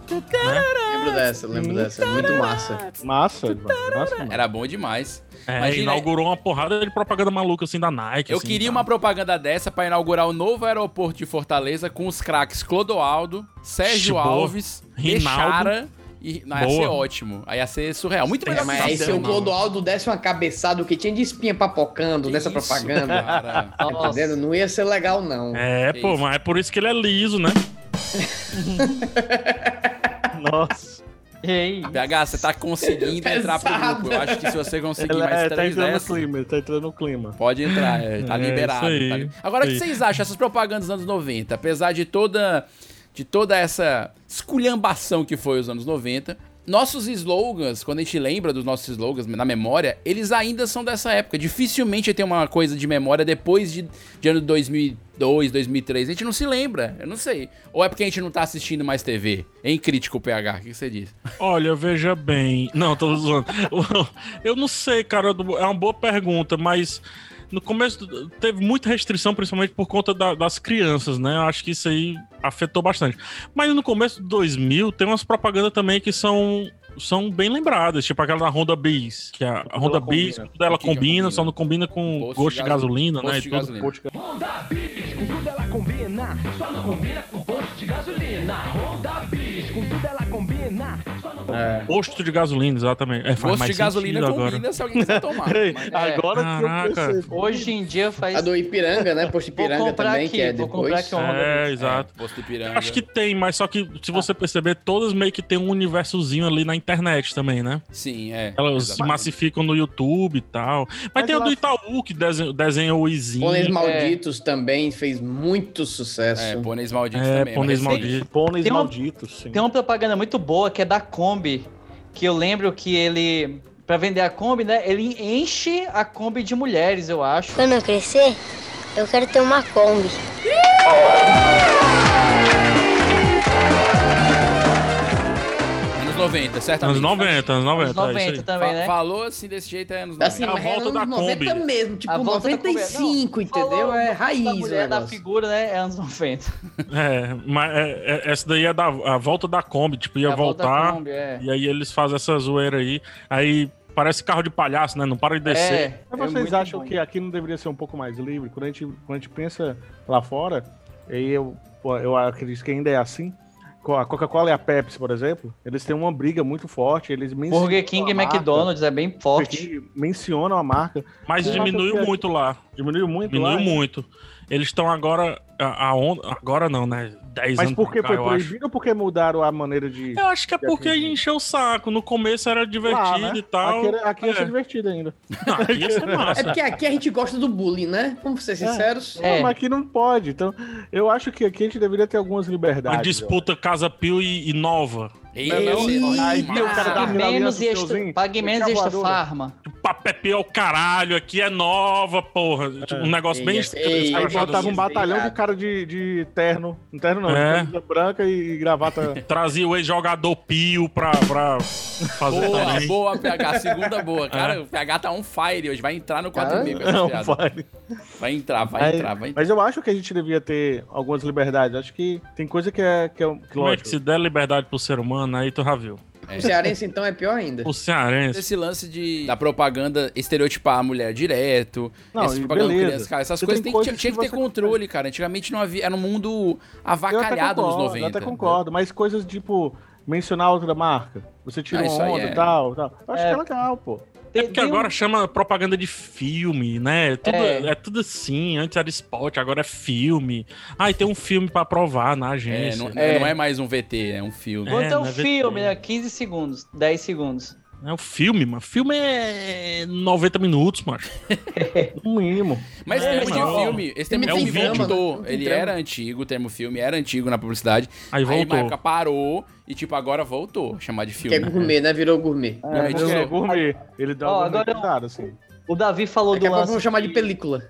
Lembro dessa, lembro dessa. Muito massa. Massa, massa. Era bom demais. É, Imagina- inaugurou uma porrada de propaganda maluca assim da Nike. Eu assim, queria tá? uma propaganda dessa pra inaugurar o novo aeroporto de Fortaleza com os craques Clodoaldo, Sérgio Boa. Alves, Rinaldo. Bechara e não, ia Boa. ser ótimo. Aí ia ser surreal. Muito melhor Mas, que aí isso, se o mano. Clodoaldo desse uma cabeçada, o que tinha de espinha papocando nessa propaganda, cara. tá entendendo? Não ia ser legal, não. É, pô, mas é por isso que ele é liso, né? Nossa. Ei. BH, você tá conseguindo entrar pro Pesado. grupo. Eu acho que se você conseguir Ele- mais é, tá três entrando no dessas, clima, ele tá entrando no clima. Pode entrar, é, tá É, liberado. isso aí, tá li- Agora, o que isso aí. vocês acham dessas propagandas dos anos 90? Apesar de toda, de toda essa esculhambação que foi os anos 90, nossos slogans, quando a gente lembra dos nossos slogans na memória, eles ainda são dessa época. Dificilmente tem uma coisa de memória depois de, de ano 2002, 2003. A gente não se lembra, eu não sei. Ou é porque a gente não tá assistindo mais TV? Em crítico, PH, o que que você diz? Olha, veja bem. Não, tô zoando. Eu não sei, cara. É uma boa pergunta, mas no começo teve muita restrição, principalmente por conta da- das crianças, né? Eu acho que isso aí afetou bastante. Mas no começo de 2000 tem umas propagandas também que são. São bem lembradas, tipo aquela da Honda Bis, que é a, a Honda Bis, combina. tudo ela O que que combina, só não combina com Posto de gosto Um de gaso- gasolina, posto né? e de tudo. gasolina. Posto de Honda Bis, com tudo ela combina, só não combina com posto de gasolina. Honda Bis, com tudo ela combina, só não É. Posto de gasolina, exatamente. É, faz Gosto mais de gasolina sentido agora. combina se alguém quiser tomar. É. Mas- Ah, Hoje em dia faz. A do Ipiranga, né? Posto Ipiranga Vou comprar também, que é aqui, vou depois. comprar aqui uma Honda É, exato. Posto Ipiranga. Acho que tem, mas só que se você perceber, todas meio que tem um universozinho ali na internet também, né? Sim, é. Elas se exatamente. massificam no YouTube e tal. Mas, tem a do Itaú que desen- desenha o Izinho. Pôneis Malditos também fez muito sucesso. É, Pôneis Malditos É, também, Pôneis mas- Malditos. Pôneis Tem uma- malditos, sim. Tem uma propaganda muito boa que é da Kombi, que eu lembro que ele, Pra vender a Kombi, né, ele enche a Kombi de mulheres, eu acho. Tá Quando eu crescer, eu quero ter uma Kombi. Anos 90, certamente. Anos 90, anos 90. tá Anos 90 é isso aí. também, né? Falou assim desse jeito é anos 90. Assim, mas era anos 90 mesmo, tipo A volta da Kombi. 95, Não, entendeu? falou é da raiz, mulher, né? da figura, né, é anos 90. É, mas é- é- essa daí é da, a volta da Kombi, tipo, ia É a volta da voltar. Kombi, é. E aí eles fazem essa zoeira aí. Aí parece carro de palhaço, né? Não para de É. descer. Mas vocês acham que aqui não deveria ser um pouco mais livre? Quando a gente, quando a gente pensa lá fora, e eu, pô, eu acredito que ainda é assim, co- a Coca-Cola e a Pepsi, por exemplo, eles têm uma briga muito forte. Eles mencionam Burger King a e marca, McDonald's é bem forte. Burger King mencionam a marca. Mas Tem diminuiu marcas que- muito lá. Diminuiu muito Diminuiu lá, é. hein? muito. Eles estão agora. A, a onda, agora não, né? 10 Mas anos por que pra cá, foi eu acho. proibido ou porque mudaram a maneira de. Eu acho que é de porque atender? encheu o saco. No começo era divertido Lá, né? e tal. Aqui, era- aqui ia É. ser divertido ainda. aqui ia ser massa. É porque aqui a gente gosta do bullying, né? Vamos ser sinceros. É. Não, mas aqui não pode. Então, eu acho que aqui a gente deveria ter algumas Uma liberdades. ó. disputa né? Casa Pio e, e Nova. Aí o cara dá Pague aquela menos aliança e pro extra, tiozinho, pague menos mete e a extra voadora. farma. Papé Pio é o caralho, aqui é nova, porra. Tipo, um negócio bem É. Ei, estranho. ei, Aí escrachado botava um assim. batalhão de cara de, de terno. Um terno não, É. de camisa branca e gravata. Trazia o ex-jogador Pio pra, pra fazer Boa, Tá também. boa, PH. Segunda boa. Cara, o PH tá on fire hoje. Vai entrar no 4 meio com essa É. Não, piada. vale. Vai entrar, vai Mas- entrar, vai entrar. Mas eu acho que a gente devia ter algumas liberdades. Acho que tem coisa que é. Que é que Como é lógico, que se der liberdade pro ser humano, aí tu já viu. O cearense, então, é pior ainda. O cearense. Esse lance de da propaganda estereotipar a mulher direto, Não, essa e propaganda beleza. criança, cara, essas Você coisas tem tem que- coisas tinha que que ter você- controle, cara. Antigamente não havia, era um mundo avacalhado eu até nos concordo, 90. Eu até concordo, mas coisas tipo mencionar outra marca. Você tira Ah, uma isso aí onda é. e tal, tal. Eu acho É. que é legal, pô. É um- porque agora chama propaganda de filme, né? É tudo, É. é. tudo assim. Antes era esporte, agora é filme. Ah, e tem um filme pra aprovar na É, agência. não, né? não é mais um VT, é um filme. Quanto é o né, filme, né? 15 segundos, 10 segundos. É o filme, mano. Filme é 90 minutos, macho. No mínimo. Mas É, termo de mano. filme, esse Filme termo É de um tem filme drama, né? voltou. Tem Ele drama. era antigo, o termo filme era antigo na publicidade. Aí voltou. na época parou e, tipo, agora voltou. Chamar de Que é filme. tipo, gourmet, né? Virou gourmet. Não, É, mas porque eu- é gourmet. Ele dá Ó, uma agora eu- cuidado, assim. O Davi falou Daqui a do pouco lance. vamos chamar de que- película.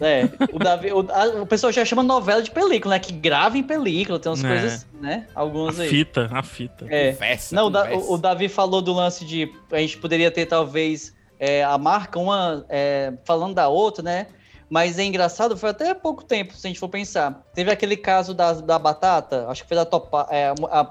É, o Davi. O, a- o pessoal já chama novela de película, né? Que grava em película, tem umas É. coisas, né? A Algumas aí. fita, a fita. É. Confessa, Não, o, Da- confessa. o- o Davi falou do lance de a gente poderia ter talvez é, a marca uma é, falando da outra, né? Mas é engraçado, foi até pouco tempo, se a gente for pensar. Teve aquele caso da, da batata, acho que foi da Topa, é, a, a-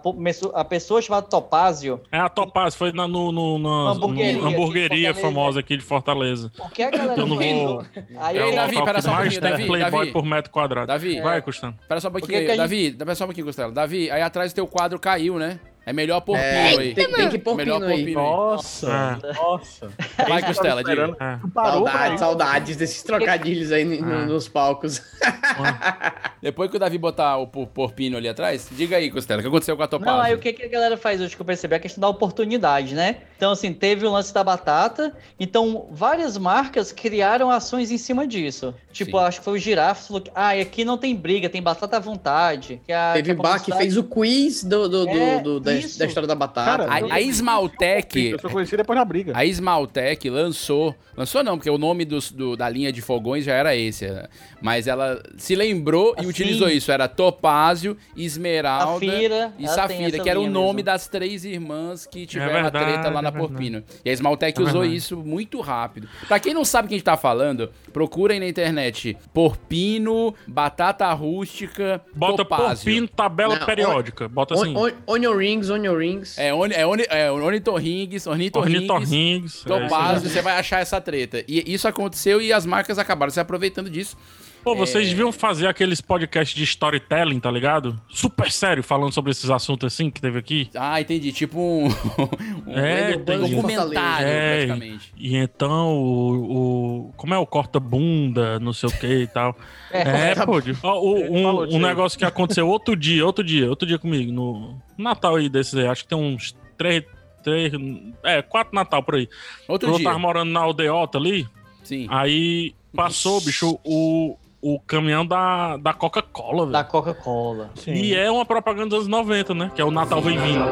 a pessoa chamada Topázio. É a Topaz, foi na, no, no, na Uma hamburgueria no- hamburgueria aqui de Fortaleza. famosa aqui de Fortaleza. Porque a galera Eu não vou. Aí Ei, eu- Davi, local pera que só um mais pouquinho, tem Davi, Playboy Davi. por metro quadrado. Davi. Vai, Custando. Pera só um É. Por que pouquinho, que a Davi, pera só um pouquinho, Costela. Davi, aí atrás do teu quadro caiu, né? É melhor porpino aí. Tem, tem que pôr melhor pino aí. Nossa, É. nossa. Vai, tá Costela, diga. É. Parou, Saudades, cara. saudades desses trocadilhos aí no- Ah. nos palcos. Depois que o Davi botar o por- porpino ali atrás, diga aí, Costela, o que aconteceu com a Não, aí o Topaz? que, que a galera faz hoje que eu percebi? É a questão da oportunidade, né? Então, assim, teve o lance da batata. Então, várias marcas criaram ações em cima disso. Tipo, Sim. acho que foi o Giraffe falou que, ah, e aqui não tem briga, tem batata à vontade. Que a, Teve que a Bach que fez o quiz do, do- do- É, do- da, isso. da história da batata. Cara, né? A, a Esmaltec, Eu só conheci depois da briga. A Esmaltec lançou. Lançou não, porque o nome dos- do- da linha de fogões já era esse. né? Mas ela se lembrou e Assim. utilizou isso. Era Topázio, Esmeralda Safira, e ela tem Safira, essa que era o linha nome mesmo. das três irmãs que tiveram a verdade, treta lá é na verdade. Porpino. E a Esmaltec É usou verdade. isso muito rápido. Pra quem não sabe o que a gente tá falando, procurem na internet Porpino, Batata Rústica, Bota Topázio. Pompino, tabela Não, periódica. Bota On- assim, on- onion rings, onion rings. É, oni, é, oni, é Ornitorringues, Ornitorringues, Ornitorringues. é isso aí. Topazio, Então, você vai achar essa treta. E isso aconteceu e as marcas acabaram se aproveitando disso. Pô, vocês deviam fazer aqueles podcasts de storytelling, tá ligado? Super sério, falando sobre esses assuntos assim que teve aqui. Ah, entendi. Tipo um, um É, um tem- documentário, É, praticamente. E então o, o- Como é o corta-bunda, não sei o que e tal. É, pô, de- ó, o- um, falou disso um aí. negócio que aconteceu outro dia, outro dia, outro dia comigo, no Natal aí desses aí, acho que tem uns três. três é, quatro Natal por aí. Outro Quando eu dia. tava morando na aldeota ali, Sim. Ah, aí passou, bicho, o, o caminhão da, da Coca-Cola, Da velho. Coca-Cola. E é uma propaganda dos anos 90, né? Que é o Natal Vem Vindo.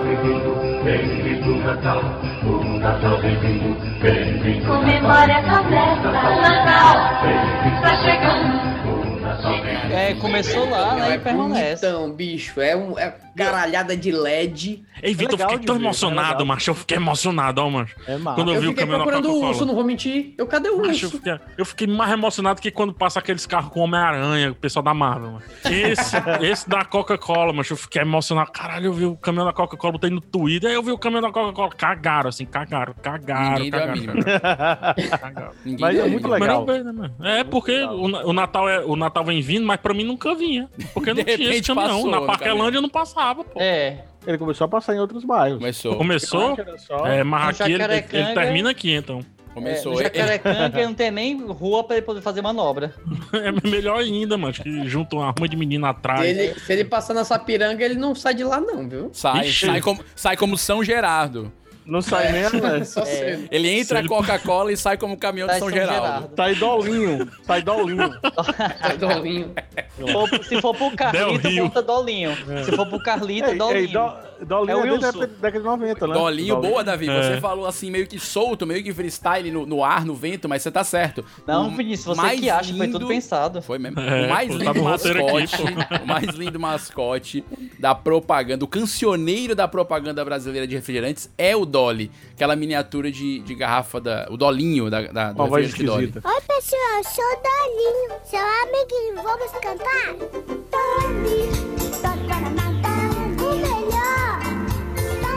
Comemora essa festa, Natal tá chegando. É, começou lá, Não, né? é E permanece. bonitão, bicho. É, um, é caralhada de LED. Ei, Vitor, eu legal fiquei de tão ver, é emocionado, legal. macho. Eu fiquei emocionado, ó, macho. É massa. Quando eu, Eu, vi o fiquei caminhão da procurando o urso, Coca-Cola. não vou mentir. Eu, cadê o Macho, eu, urso? fiquei, eu fiquei mais emocionado que quando passa aqueles carros com Homem-Aranha, o pessoal da Marvel, mano. Esse, esse da Coca-Cola, macho, eu fiquei emocionado. Caralho, eu vi o caminhão da Coca-Cola, botei no Twitter, aí eu vi o caminhão da Coca-Cola. Cagaram, assim, cagaram, cagaram, Ninguém deu a cagaram. mínima. cagaram. Ninguém Mas deu é a muito tá, mínima. Mas legal. não, né, mano? É porque o, na- o Natal é, o Natal vem vindo, mas pra mim mim nunca vinha. Porque não De tinha esse repente caminhão. passou né? Na no Parquelândia caminho. não passava, pô. É. Ele começou a passar em outros bairros. Começou. Começou? um É, mas aqui ele, ele termina aqui, então. Começou. É, no Jacarecanga não tem nem rua pra ele poder fazer manobra. É melhor ainda, mano. Acho que juntam uma arma de menina atrás. Se ele, se ele passar na Sapiranga, ele não sai de lá, não, viu? Sai, Ixi. sai, como, sai como São Gerardo. Não É. É, sai mesmo, né? Só cedo. Ele Se entra ele- a Coca-Cola e sai como caminhão de São, Geraldo. Tá idolinho. Tá idolinho. tá idolinho. Se for- Se for pro Carlito, Del Rio. volta Dolinho. Se for pro Carlito, é Dolinho. Ei, do, dolinho É é, desde o a Wilson. década- década de 90, né? Dolinho, boa, Davi. É. Você falou assim, meio que solto, meio que freestyle no, no ar, no vento, mas você tá certo. Não, O Vinícius, você mais que acha, foi tudo pensado. Foi mesmo. É, o mais pô, lindo tava o roteiro aqui, mascote, o mais lindo mascote da propaganda, o cancioneiro da propaganda brasileira de refrigerantes é o Dolly. Aquela miniatura de, de garrafa, da, o Dolinho da, da, do Uma voz refrigerante Dolly. esquisita. Oi, pessoal, eu sou o Dolinho, seu amiguinho. Vamos cantar? Doli, toca na mata, o melhor.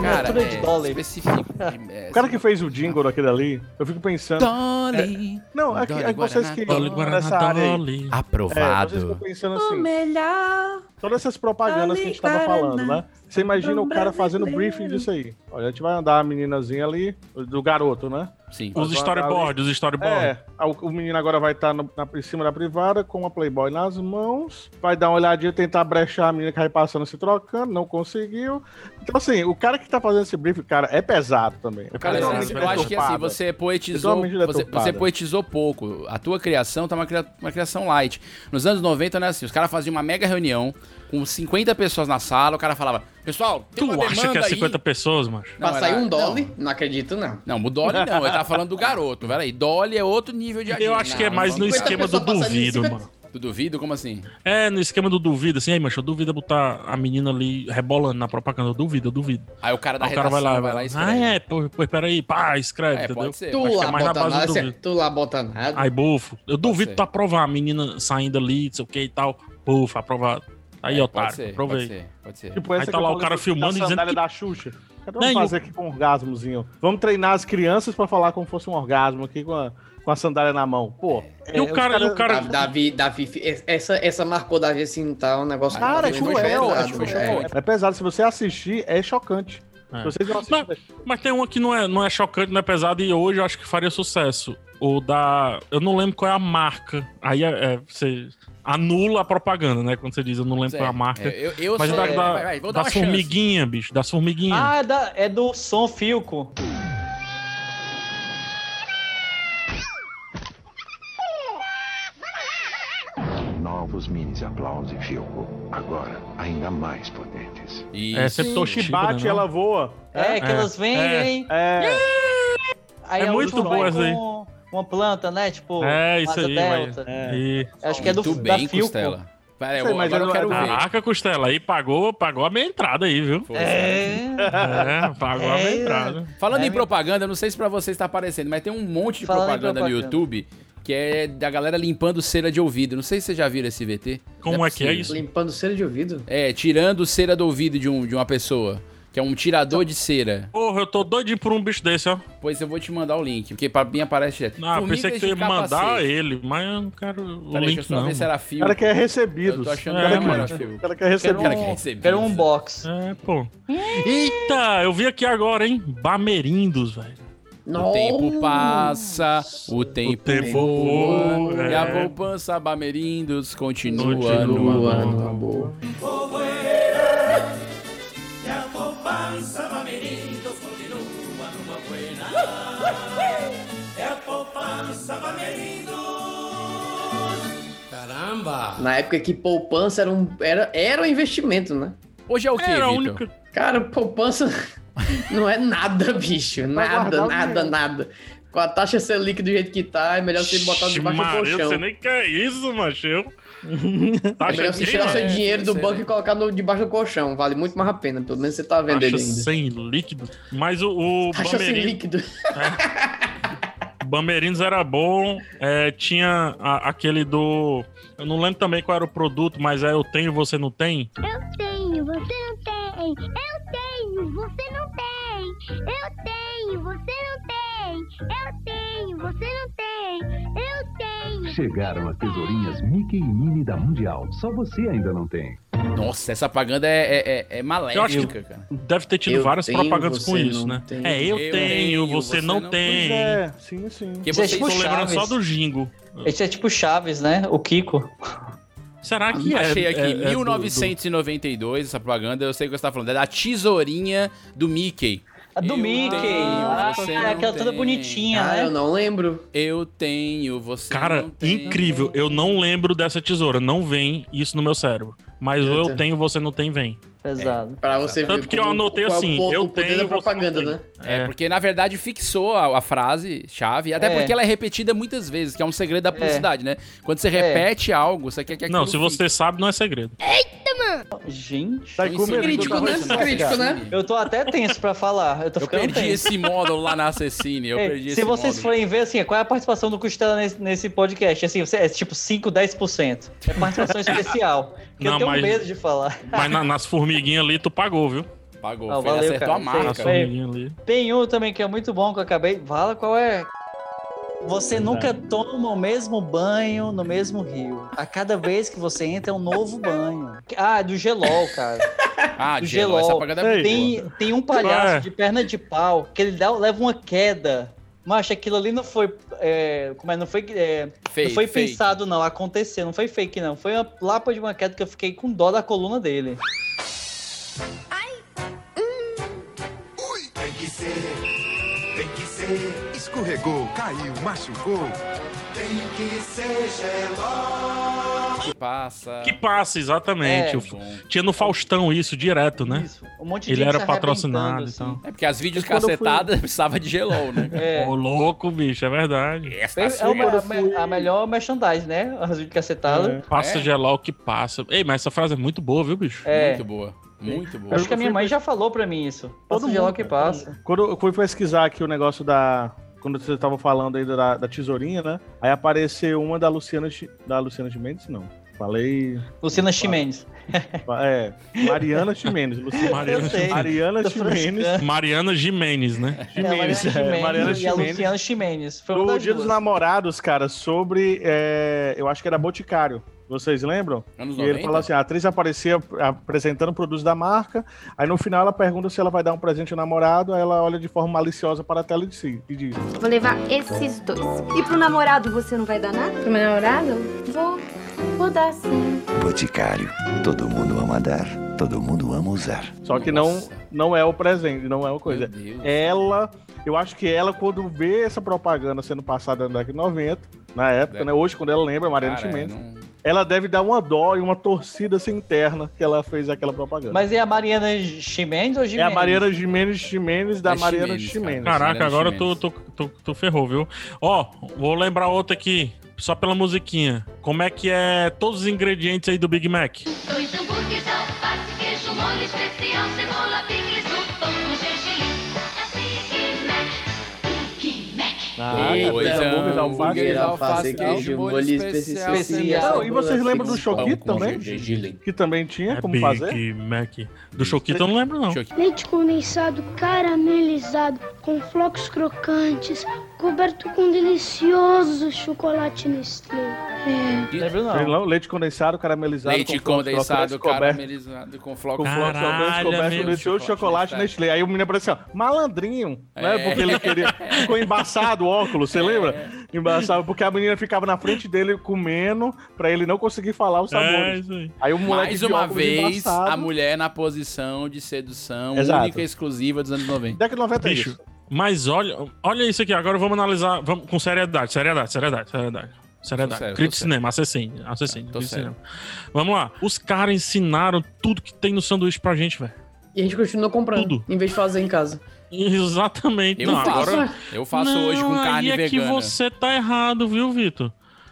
Cara, Miniatura de é, específico. é, O cara que fez o jingle daquele ali, eu fico pensando. Dolly. É, não, aqui, Dolly é que vocês que. Guaraná, Dolly nessa Guaraná, área aí. Dolly. É, vocês Aprovado. ficam pensando assim. melhor. Todas essas propagandas que a gente tava Guaraná, falando, né? Você imagina o cara fazendo briefing disso aí. Olha, a gente vai andar a meninazinha ali, do garoto, né? Sim. Os storyboards, os storyboards. É, a- o menino agora vai estar em cima da privada com uma Playboy nas mãos, vai dar uma olhadinha, tentar brechar a menina que vai passando, se trocando, não conseguiu. Então, assim, o cara que tá fazendo esse briefing, cara, é pesado também. O cara Cara, é uma eu- mente eu acho que assim, deturpada. você Ele é poetizou, uma mente você, deturpada. você poetizou pouco. A tua criação tá uma, cria- uma criação light. Nos anos 90, né, assim, os caras faziam uma mega reunião com 50 pessoas na sala, o cara falava, pessoal, tem Tu uma acha que é demanda aí." 50 pessoas, mano? Não, Passar era- um Dolly, não. acredito, não. Não, o Dolly não, eu tava falando do garoto, peraí. Dolly é outro nível de Eu acho que é mais no esquema do duvido, mano. Do duvido? Como assim? É, no esquema do duvido, assim, aí, mancha, eu duvido é botar a menina ali rebolando na propaganda, eu duvido, eu duvido. Aí o cara da Aí Ah, o cara vai redação lá, vai lá e escreve. Ah, é, pô, pô, peraí, pá, escreve, É, pode entendeu? ser. Tu Acho que lá, é mais na bota base do nada, cê- duvido. tu lá bota nada. Aí, bofo, eu duvido ser. tu aprovar a menina saindo ali, não sei o que e tal. Bofo, aprovado. Aí, É, otário, pode ser, aprovei. pode ser, pode ser. Tipo, Aí essa tá que lá eu o cara falei filmando e da dizendo sandália que- da Xuxa. Cadê Não, vamos e fazer o- aqui com um orgasmozinho? Vamos treinar as crianças pra falar como fosse um orgasmo aqui com a, com a sandália na mão. Pô. é, os caras- Davi, Davi, Davi- essa, essa marcou Davi assim, tá um negócio Cara, é muito cruel, é pesado, cruel. velho. É pesado. Se você assistir, é chocante. É. Se vocês não assistirem, Mas, mas tem uma que não é, não é chocante, não é pesada, e hoje eu acho que faria sucesso. O da. Eu não lembro qual é a marca. Aí é, é, você anula a propaganda, né? Quando você diz, eu não lembro qual é a É, marca. é, eu- eu mas sou- da, é, da, vai, vai, vou dar das uma chance. formiguinhas, bicho. Das formiguinhas. Ah, é, da- é do som Filco. Novos minis aplausos, Filco. Agora, ainda mais potentes. E É, sempre que Toshiba, bate, né, não? ela voa. É, que É. elas vendem. É. Aí É a muito última boa vai essa aí. com Uma planta, né? Tipo, é, isso asa aí, delta. vai. E- Acho que é do Muito da bem, Filco. Costela. Pera, Sei, eu, mas eu agora eu não- quero ver. Caraca, Costela, aí pagou, pagou a minha entrada aí, viu? É, pagou a minha entrada. Falando em propaganda, eu não sei se pra você está aparecendo, mas tem um monte de Ah, Falando em propaganda, no propaganda. YouTube que é da galera limpando cera de ouvido. Não sei se vocês já viram esse VT. Como Não é que é possível. isso? Limpando cera de ouvido. É, tirando cera do ouvido de, um, de uma pessoa. Que é um tirador de cera. Porra, eu tô doidinho por um bicho desse, ó. Pois eu vou te mandar o link, porque pra mim aparece direto. Ah, Formigas pensei que tu de ia mandar capacete. ele, mas eu não quero o Peraí, deixa eu link, só não. ver se era O fio. cara quer recebidos. Eu tô achando É, que era mano. fio. O cara quer Quero recebidos. um- Cara quer quer recebidos. Quero um box. É, pô. Eita, eu vi aqui agora, hein? Bamerindos, velho. um O tempo passa, o tempo, voa, voa, e a é. poupança Bamerindos continua, Continua no amor. no Caramba! Na época que poupança era um, era, era um investimento, né? Hoje é o quê, Era a Vitor? única. Cara, poupança não é nada, bicho. Nada, guardar o nada, dinheiro. nada. Com a taxa Selic do jeito que tá, é melhor você botar debaixo do Maria, colchão. você nem quer isso, macho. Eu... Tá É melhor você tirar seu dinheiro do banco e colocar no, debaixo do colchão. Vale muito mais a pena. Pelo menos você tá vendo ele Taxa ainda. sem líquido. Mas o, o Taxa sem Bamerindos, líquido. Bamerindos era bom. é, tinha a- aquele do... Eu não lembro também qual era o produto, mas é Eu Tenho, Você Não Tem. Eu tenho, você não tem. Eu tenho, você não tem. Eu tenho, você não tem. Eu tenho, você não tem. Eu tenho, Chegaram as tesourinhas Mickey e Minnie da Mundial. Só você ainda não tem. Nossa, essa propaganda é, é, é, é maléfica, cara. Deve ter tido Eu várias tenho, propagandas você com isso, não né? tem. É, eu, tenho, Eu tenho, você, você não, não- tem. Pois é, sim, sim. Que vocês é. estão lembrando só do Jingo. Esse é tipo Chaves, né? O Kiko. Será que é- Ah, Achei aqui, é- é do- 1992, essa propaganda, eu sei o que você tá falando, é da tesourinha do Mickey. A do Mickey. Ah, é aquela toda bonitinha, Ah, né? Ah, não lembro. Eu tenho, você Cara, incrível. Eu não lembro dessa tesoura. Não vem isso no meu cérebro. Mas eu, Eita. tenho, você não tem, vem. Pesado. Pra você Tanto ver que eu como- anotei qual é o assim, po- eu o poder tenho, da propaganda, né? É, porque na verdade fixou a, a frase chave, até É. porque ela é repetida muitas vezes, que é um segredo da publicidade, né? Quando você repete algo, você quer que Não, aquilo se você sabe, não é segredo. Gente, Tá com medo de botar arroz na boca. Eu tô até tenso pra falar. Eu tô Eu ficando perdi tenso. esse módulo lá na Assassine, eu Ei, perdi se esse vocês módulo. forem ver, assim, qual é a participação do Costela nesse, nesse podcast? Assim, você- é tipo 5, 10%. É participação especial. Que eu Não, tenho mas- medo de falar. Mas na- nas formiguinhas ali, tu pagou, viu? Pagou. Não, foi, ele valeu, acertou cara. a marca. Nas Ah, Foi. formiguinhas ali. Tem um também que é muito bom que eu acabei. Fala qual é. Você é. nunca toma o mesmo banho no mesmo rio. A cada vez que você entra é um novo banho. Ah, é do Gelol, cara. Ah, do Gelol, essa Gelol. propaganda é muito Tem, boa. tem um palhaço É. de perna de pau que ele dá, leva uma queda. Mas aquilo ali não foi. é, como é? Não foi. é, Fake, não foi fake. pensado, não. Aconteceu. Não foi fake, não. Foi uma lapa de uma queda que eu fiquei com dó da coluna dele. Tem que ser, tem que ser. Escorregou, caiu, machucou. Tem que ser geló. Que passa. Que passa, exatamente. É. O- Tinha no Faustão isso direto, né? Um monte de Ele gente era se patrocinado arrebentando, assim. então. É porque as vídeos Quando eu fui- cacetadas precisava de gelol, né? É. Ô, louco, bicho, é verdade. Essa Assim, É a, me- a melhor merchandise, né? As de cacetada. É. Passa gelol que passa. Ei, mas essa frase é muito boa, viu, bicho? É. Muito boa. Muito boa. Acho que a minha mãe já falou pra mim isso. Passa gelol que passa. Quando eu fui pesquisar aqui o negócio da. Quando vocês estavam falando aí da, da tesourinha, né? Aí apareceu uma da Luciana. Chi- Da Luciana Gimenez, não. Falei. Luciana Chimenez. É, Mariana Chimenez. Luciana Mariana Chimenez. Chimenez. Mariana Tô Chimenez. Mariana Jimenez, né? É, a Mariana Chimenez Mariana e a Chimenez. Luciana Chimenez. Foi uma No das Dia dos duas. Namorados, cara, sobre. é, eu acho que era Boticário. Vocês lembram? Anos e ele 90? falou assim: a atriz aparecia apresentando produtos da marca. Aí no final ela pergunta se ela vai dar um presente ao namorado. Aí ela olha de forma maliciosa para a tela e diz: e diz Vou levar esses dois. E pro namorado você não vai dar nada? Pro meu namorado? Vou. Vou dar sim. Boticário. Todo mundo ama dar, todo mundo ama usar. Só que não, não é o presente, não é uma coisa. Ela, eu acho que ela, quando vê essa propaganda sendo passada na década de 90, na época, né? Hoje, quando ela lembra, Mariana Cara, Chimenez, não- ela deve dar uma dó e uma torcida assim, interna que ela fez aquela propaganda. Mas é a Mariana Chimenez ou é a Jimenez? Mariana Jimenez Jimenez da É Mariana Jimenez, Jimenez. é Caraca, agora tu, tu, tu, tu ferrou, viu? Ó, vou lembrar outra aqui, só pela musiquinha. Como é que é todos os ingredientes aí do Big Mac? Dois hambúrgueres, alface, queijo, molho especial, cebola, picles, um pão com gergelim. É Big Mac, Big Mac. Ah, Eita, é, é. hambúrguer, alface, alface, queijo, molho especial. Não, E vocês lembram do Choquito também? Que também tinha É, como É Big fazer? Mac. Do Choquito eu não lembro, não. Leite condensado caramelizado com flocos crocantes, coberto com delicioso chocolate Nestlé. É. Lembro não. Tem lá o Leite condensado caramelizado. Leite com flocos crocantes, condensado, coberto- caramelizado com flocos. Com flocos crocantes, coberto de chocolate, chocolate Nestlé. Aí o menino apareceu, assim, ó, malandrinho, né? É. Porque ele queria. Ficou embaçado o óculos, você lembra? Embaçado, porque a menina ficava na frente dele comendo pra ele não conseguir falar os É, sabores. isso aí. aí o moleque Mais de uma óculos vez, embaçado- a mulher na posição de sedução Exato. única e exclusiva dos anos 90. Década de é 90 Bicho, mas olha, olha isso aqui. Agora vamos analisar vamos, com seriedade, seriedade, seriedade, seriedade. Seriedade. Tô sério, Crítico de tô cinema, assassino, assassino, crítico de sério. cinema. Vamos lá. Os caras ensinaram tudo que tem no sanduíche pra gente, velho. E a gente continua comprando, em vez de fazer em casa. Exatamente. Eu não, faço. agora... Eu faço Não, hoje com carne aí é que vegana. você tá errado, viu, Vitor?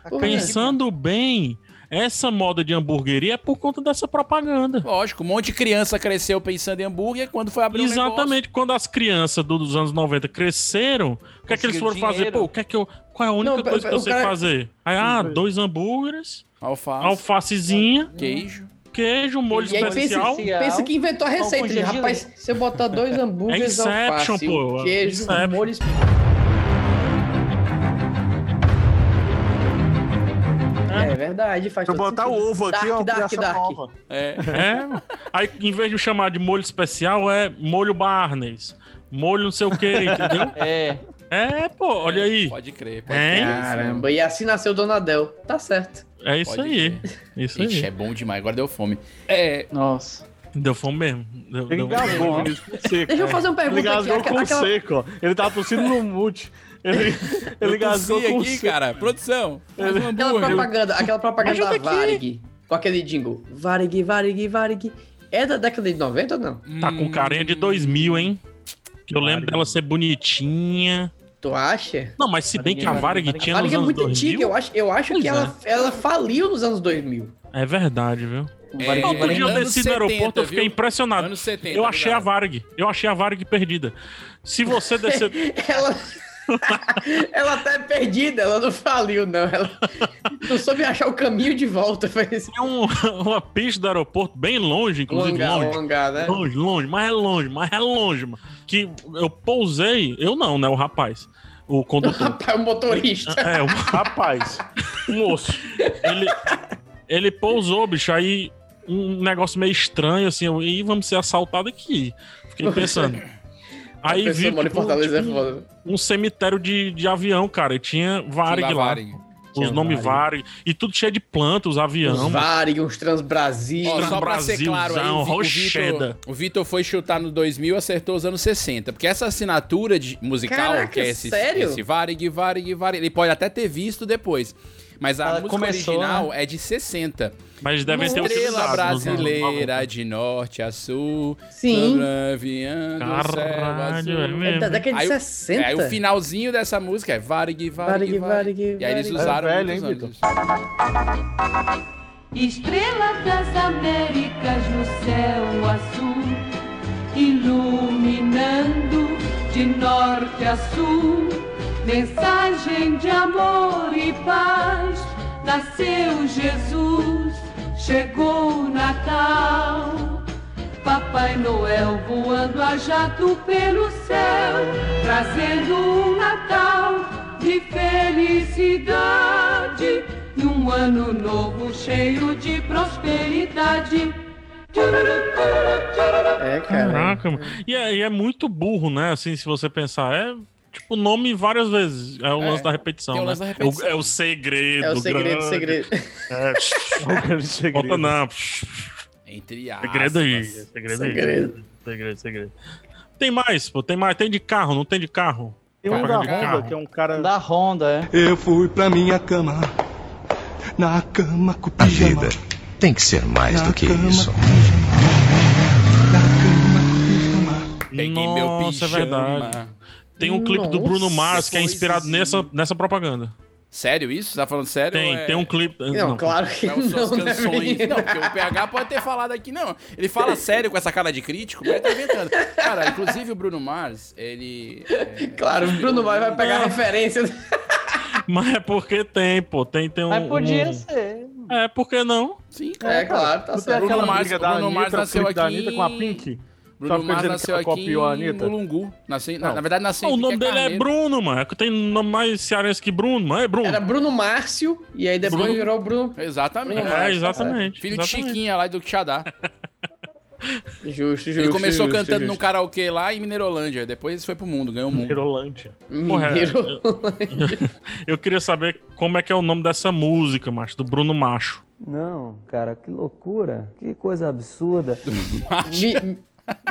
Por quê? Pensando bem, essa moda de hamburgueria é por conta dessa propaganda. Lógico, um monte de criança cresceu pensando em hambúrguer quando foi abrir um negócio. Exatamente, quando as crianças do- dos anos 90 cresceram, o que é que eles foram Conseguiu fazer? dinheiro. Pô, o que é que eu. Qual é a única Não, pe- coisa que pe- eu o sei cara- fazer? Aí, ah, Sim. dois hambúrgueres, alface, alfacezinha, queijo, queijo, molho E aí pensa, especial. assim, pensa que inventou a Pão com receita. né? gergelim. Rapaz, se eu botar dois hambúrgueres, É Inception, alface, pô, um é queijo, Inception. molho... esp- É verdade, faz Se eu todo botar sentido. o ovo aqui, Dark, ó, Dark, criação Dark. nova. É. Aí, em vez de chamar de molho especial, é molho Barnes. Molho não sei o quê, entendeu? É. É, pô, olha aí. Pode crer, pode é. Caramba, e assim nasceu Dona Del. Tá certo. É isso Pode aí. Isso aí. Ixi, é bom demais, agora deu fome. Tá É. Nossa. Deu fome mesmo. Deu, deu... Engasgou, Vinícius, com seco. Deixa eu fazer uma pergunta Ele gasgou aqui, com aquela- seco, ó. Ele tava tossindo no mute. Ele, ele Eu gasgou tossi com aqui, seco. cara. Produção. faz um Aquela hambúrguer. propaganda, aquela propaganda Ajuda da aqui. Varig. Com aquele jingle. Varig, Varig, Varig. É da década de 90 ou não? Tá com carinha de 2000, hein? Que eu lembro dela ser bonitinha. Tu acha? Não, mas se bem que a Varig tinha A nos Varig é anos muito 2000... antiga, eu acho, eu acho Pois que é. ela, ela faliu nos anos 2000. É verdade, viu? Varig- Outro dia eu Varig- desci É, anos no aeroporto, 70, eu fiquei viu? impressionado. Anos 70, eu achei a galera. Varig. Eu achei a Varig perdida. Se você descer... ela... ela tá perdida, ela não faliu, não. Ela não soube achar o caminho de volta. Mas... É um, uma pista do aeroporto bem longe, inclusive Longa, longe. longa, né? Longe, longe, mas é longe, mas é longe, mano. Que eu pousei, eu não, né? O rapaz. O condutor. Rapaz, o motorista. É, o rapaz. O moço. Ele, ele pousou, bicho, aí um negócio meio estranho, assim, eu, e vamos ser assaltados aqui. Fiquei pensando. Aí vi Pessoa mora em tipo, Fortaleza, tipo, é foda. um cemitério de, de avião, cara. E tinha Varig Tinha lá. Varig. Os Tinha nomes Varig. E tudo cheio de plantas, os aviões. Uns Varig, uns Transbrasil. Ó, só pra ser claro aí, o Vi- o Vitor, Rocheda. o Vitor foi chutar no 2000 e acertou os anos 60. Porque essa assinatura de musical, Caraca, que é esse, sério? esse Varig, Varig, Varig, ele pode até ter visto depois. Mas a Ela música começou, original né? é de 60. Mas devem ter Estrela utilizado. brasileira de norte a sul. Sim. sobre a avião do Caralho, céu é azul. mesmo. É da década de Aí o- é, 60. Aí o finalzinho dessa música é Varig, Varig, Varig, Varig. Varig, E aí eles Varig. usaram É velho, muitos hein, anos. Estrelas das Américas no céu azul, iluminando de norte a sul. Mensagem de amor e paz, nasceu Jesus, chegou o Natal. Papai Noel voando a jato pelo céu, trazendo um Natal de felicidade e um ano novo cheio de prosperidade. É, cara. Caraca, mano. E é, e é muito burro, né? Assim, se você pensar, é tipo nome várias vezes. É o lance da repetição. tem o né? lance da repetição. É, o, é o segredo. É o segredo, grande. segredo. É, Bota não. Entre aspas. Segredo aí. Segredo, Segredo. aí. Segredo, segredo. Tem mais, pô. Tem mais. Tem de carro, não tem de carro. Tem um da Propaganda de Honda, carro. que é um cara. Da Honda, é. Eu fui pra minha cama. Na cama com A vida tem que ser mais do que isso. Peguei meu Nossa, é pijama. verdade. Tem um clipe do Bruno Mars que é inspirado nessa, nessa propaganda. Sério isso? Você tá falando sério? Tem, ou é- tem um clipe. Não, claro que Não, suas não, né, canções. menino? Não, porque o PH pode ter falado aqui, não. Ele fala sério com essa cara de crítico, mas ele tá inventando. Cara, inclusive o Bruno Mars, ele. é, Claro, o Bruno vai, vai pegar a referência. Mas é porque tem, pô. Tem, tem um. Mas podia um- ser. É, por que não? Sim, cara. É, claro, tá Não tem certo. Bruno aquela Mars- briga da Bruno Mars Anitta, o nasceu clipe da aqui Anitta com a Pink? Bruno ficando Mars dizendo nasceu aqui copiou a em Anitta? Mulungu. Nasceu, na, na verdade, nasceu em o nome Pique dele é Carneiro. Bruno, mano. É que Tem nome mais cearense que Bruno, mas é Bruno. Era Bruno Márcio, e aí depois Bruno- virou Bruno. Exatamente. Bruno É, Mars, tá exatamente. né? Filho de exatamente. Chiquinha lá do Quixadá. certo. Justo, justo. Ele começou justo, cantando justo. num karaokê lá em Mineirolândia. Depois foi pro mundo, ganhou o mundo. Mirolândia. Porra, Mineiro. Eu queria saber como é que é o nome dessa música, macho, do Bruno Macho. Não, cara, que loucura. Que coisa absurda.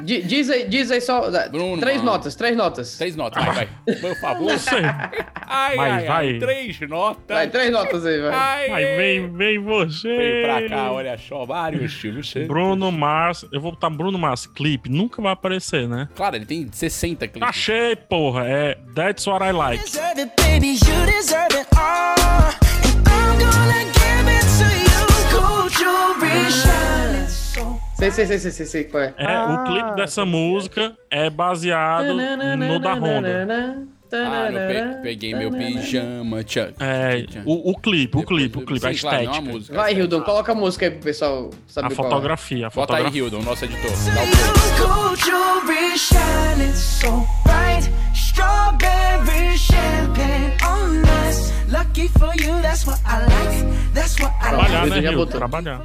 Di- di- Diz aí, diz aí só. Bruno três Mars. notas, três notas. Três notas, vai, vai. Por favor. Não sei. Ah, Ai, Vai, ai, ai. vai. Três notas. Vai, três notas aí, vai. Ai, Mas vem, vem Vem você. pra cá, Ah, olha só, vários Silvio Santos. Bruno Mars. Eu vou botar Bruno Mars clipe. Nunca vai aparecer, né? Claro, ele tem 60 clipes. Achei, porra. É That's What I Like. deserve it, baby. You deserve it all. And I'm gonna give it to you. Cool jewelry shining so Sei, sei, sei, sei, sei, sei qual é. É, O clipe dessa música é baseado no da Honda. Ah, meu pe- peguei meu pijama, tchan. É, o, o clipe, o clipe, o clipe, a Sim, claro, não é a estética. música. Vai, Hildon, coloca a música aí pro pessoal saber a qual é. fotografia, a Bota aí, fotografia. Hildon, nosso editor. you. Cool jewelry shining so bright. Sh- Strawberry champagne on us. Lucky for you, that's what I like. That's what I Trabalhar, like. né, Rio? Trabalhar.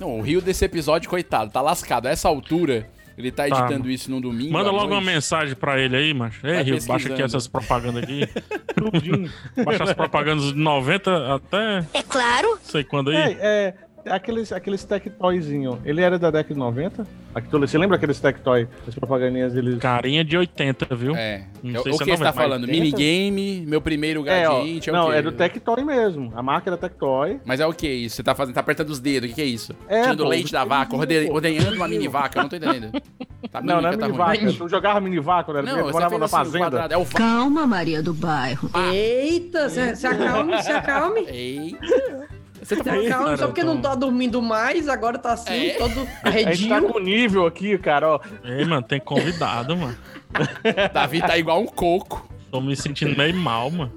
Não, o Rio desse episódio, coitado, tá lascado. A essa altura, ele tá Tá. editando isso num domingo. Manda à logo uma noite. mensagem pra ele aí, macho. Ei, Vai Rio, baixa aqui pesquisando. essas propagandas aqui. baixa as propagandas de 90 até. É claro. Sei quando aí. É, é, aqueles, aqueles Tectoyzinho. Ele era da década de 90? Aqui, tu- você lembra aqueles Tectoy? As propagandinhas deles. Carinha de 80, viu? É. Não sei o se é que você 90, tá mas falando? 80? Minigame, meu primeiro É, ó, gadget, é, o não, quê? é do Tectoy mesmo. A marca da Tectoy. Mas é o que isso? Você tá fazendo, tá apertando os dedos, o que, que é isso? É, Tirando pô, leite da vaca, orde- ordenhando uma mini vaca, eu não tô entendendo. Tá, Não, não é mímica mini ruim. vaca. Tu jogava mini vaca, né? Não, Não, você morava fez na assim, no fazenda. quadrado, é o Calma, Maria do Bairro. Eita, se, se acalme, se acalme. Você tá Ei, acalme, só Carol, porque não tá dormindo mais, agora tá assim, É? todo A gente tá arredio. com nível aqui, cara, ó. Ei, mano, tem convidado, mano. Davi tá igual um coco. Tô me sentindo meio mal, mano.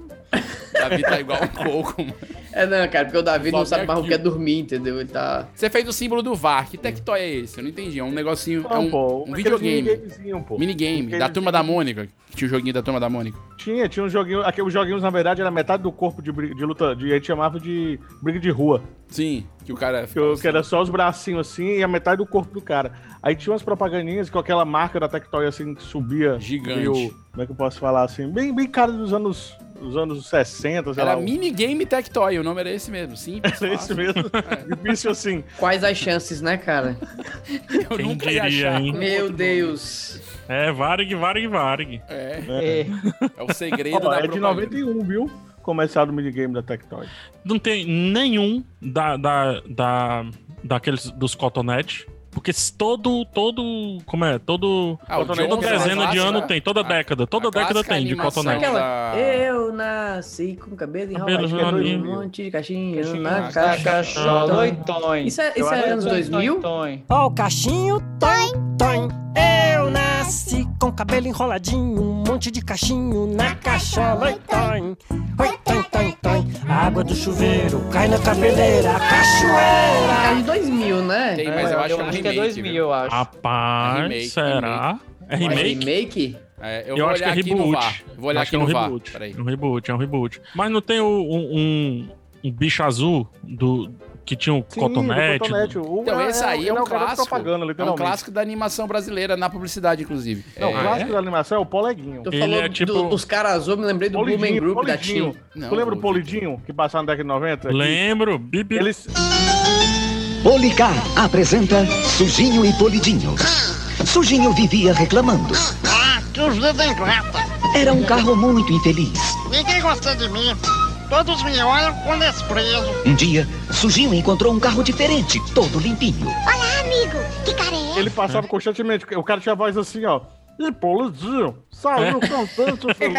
Davi tá igual um coco, mano. É, não, cara, porque o Davi não Logo sabe mais o aqui. que é dormir, entendeu? Ele tá. Você fez o símbolo do VAR. Que tectoy é esse? Eu não entendi. É um negocinho. é Não, um, pô, um aqueles videogame. minigamezinho, pô. Minigame. Da Minigamezinho. turma da Mônica. que Tinha o joguinho da turma da Mônica. Tinha, tinha uns joguinhos. Aqueles joguinhos, na verdade, era metade do corpo de, briga- de luta. De, a gente chamava de briga de rua. Sim, que o cara. Que, era só os bracinhos assim e a metade do corpo do cara. Aí tinha umas propagandinhas com aquela marca da Tectoy assim que subia. Gigante. como é que eu posso falar assim? Bem, bem cara dos anos, dos anos 60, sei Era lá. minigame tectoy. O nome era esse mesmo. Simples. Era esse fácil. mesmo. Difícil assim. Quais as chances, né, cara? Eu Quem nunca ia diria, achar. hein? Meu Deus. É, Varg, Varg, Varg. É. É. É o segredo Ó, da é de propaganda. 91, viu? Começado o minigame da Tectoy. Não tem nenhum da, da, da, daqueles dos cotonete. Porque se todo, todo, como é? Todo, Ah, o toda Johnson, dezena de clássica, ano né? tem, toda década, toda a década clássica tem de animação cotonete. Tá Aquela. da- Eu nasci com cabelo Cabelo enrolado, cabelo É um enroladinho. monte de caixinha Caixinha na na caixola, caixola. oitões. Isso é, Eu isso é adoro anos oitões, 2000? Ó, o cachinho, toim, toim. Eu nasci com cabelo enroladinho, um monte de cachinho na cachola, oi, toim. Oi, toim, toim, toim. A água do chuveiro Ah, cai na cabeleira, a cachoeira. Cara, de 2000, né? Tem, mas eu acho que é um Acho que é remake, 2000, viu? eu acho. Ah, Rapaz, Remake, será? É Mas remake? Remake? É, Eu, eu, vou acho que é olhar aqui no VAR. reboot. Eu Vou olhar Acho que aqui é um no VAR. reboot. Peraí. É um reboot, é um reboot. Mas não tem o- um, um, um bicho azul do, que tinha um Sim, do cotonete? Cotonete. O- Então, esse aí é ele um o cara da clássico. propaganda, É um literalmente. clássico da animação brasileira, na publicidade, inclusive. Não, É. o clássico da animação é o Poleguinho. Tu Ele falou é do- tipo- dos caras azul, me lembrei do Blumen Group da Tim. Não, tu lembra o o- Polidinho que passava na década de 90? Que Lembro. Bibi. Eles, Policar apresenta Sujinho e Polidinho. Sujinho vivia reclamando. Ah, que os líderes reta. Era um carro muito infeliz. Ninguém gosta de mim. Todos me olham com desprezo. Um dia, Sujinho encontrou um carro diferente, todo limpinho. Olá, amigo. Que cara é ele passava constantemente. O cara tinha a voz assim, ó. E Polidinho saiu cantando feliz.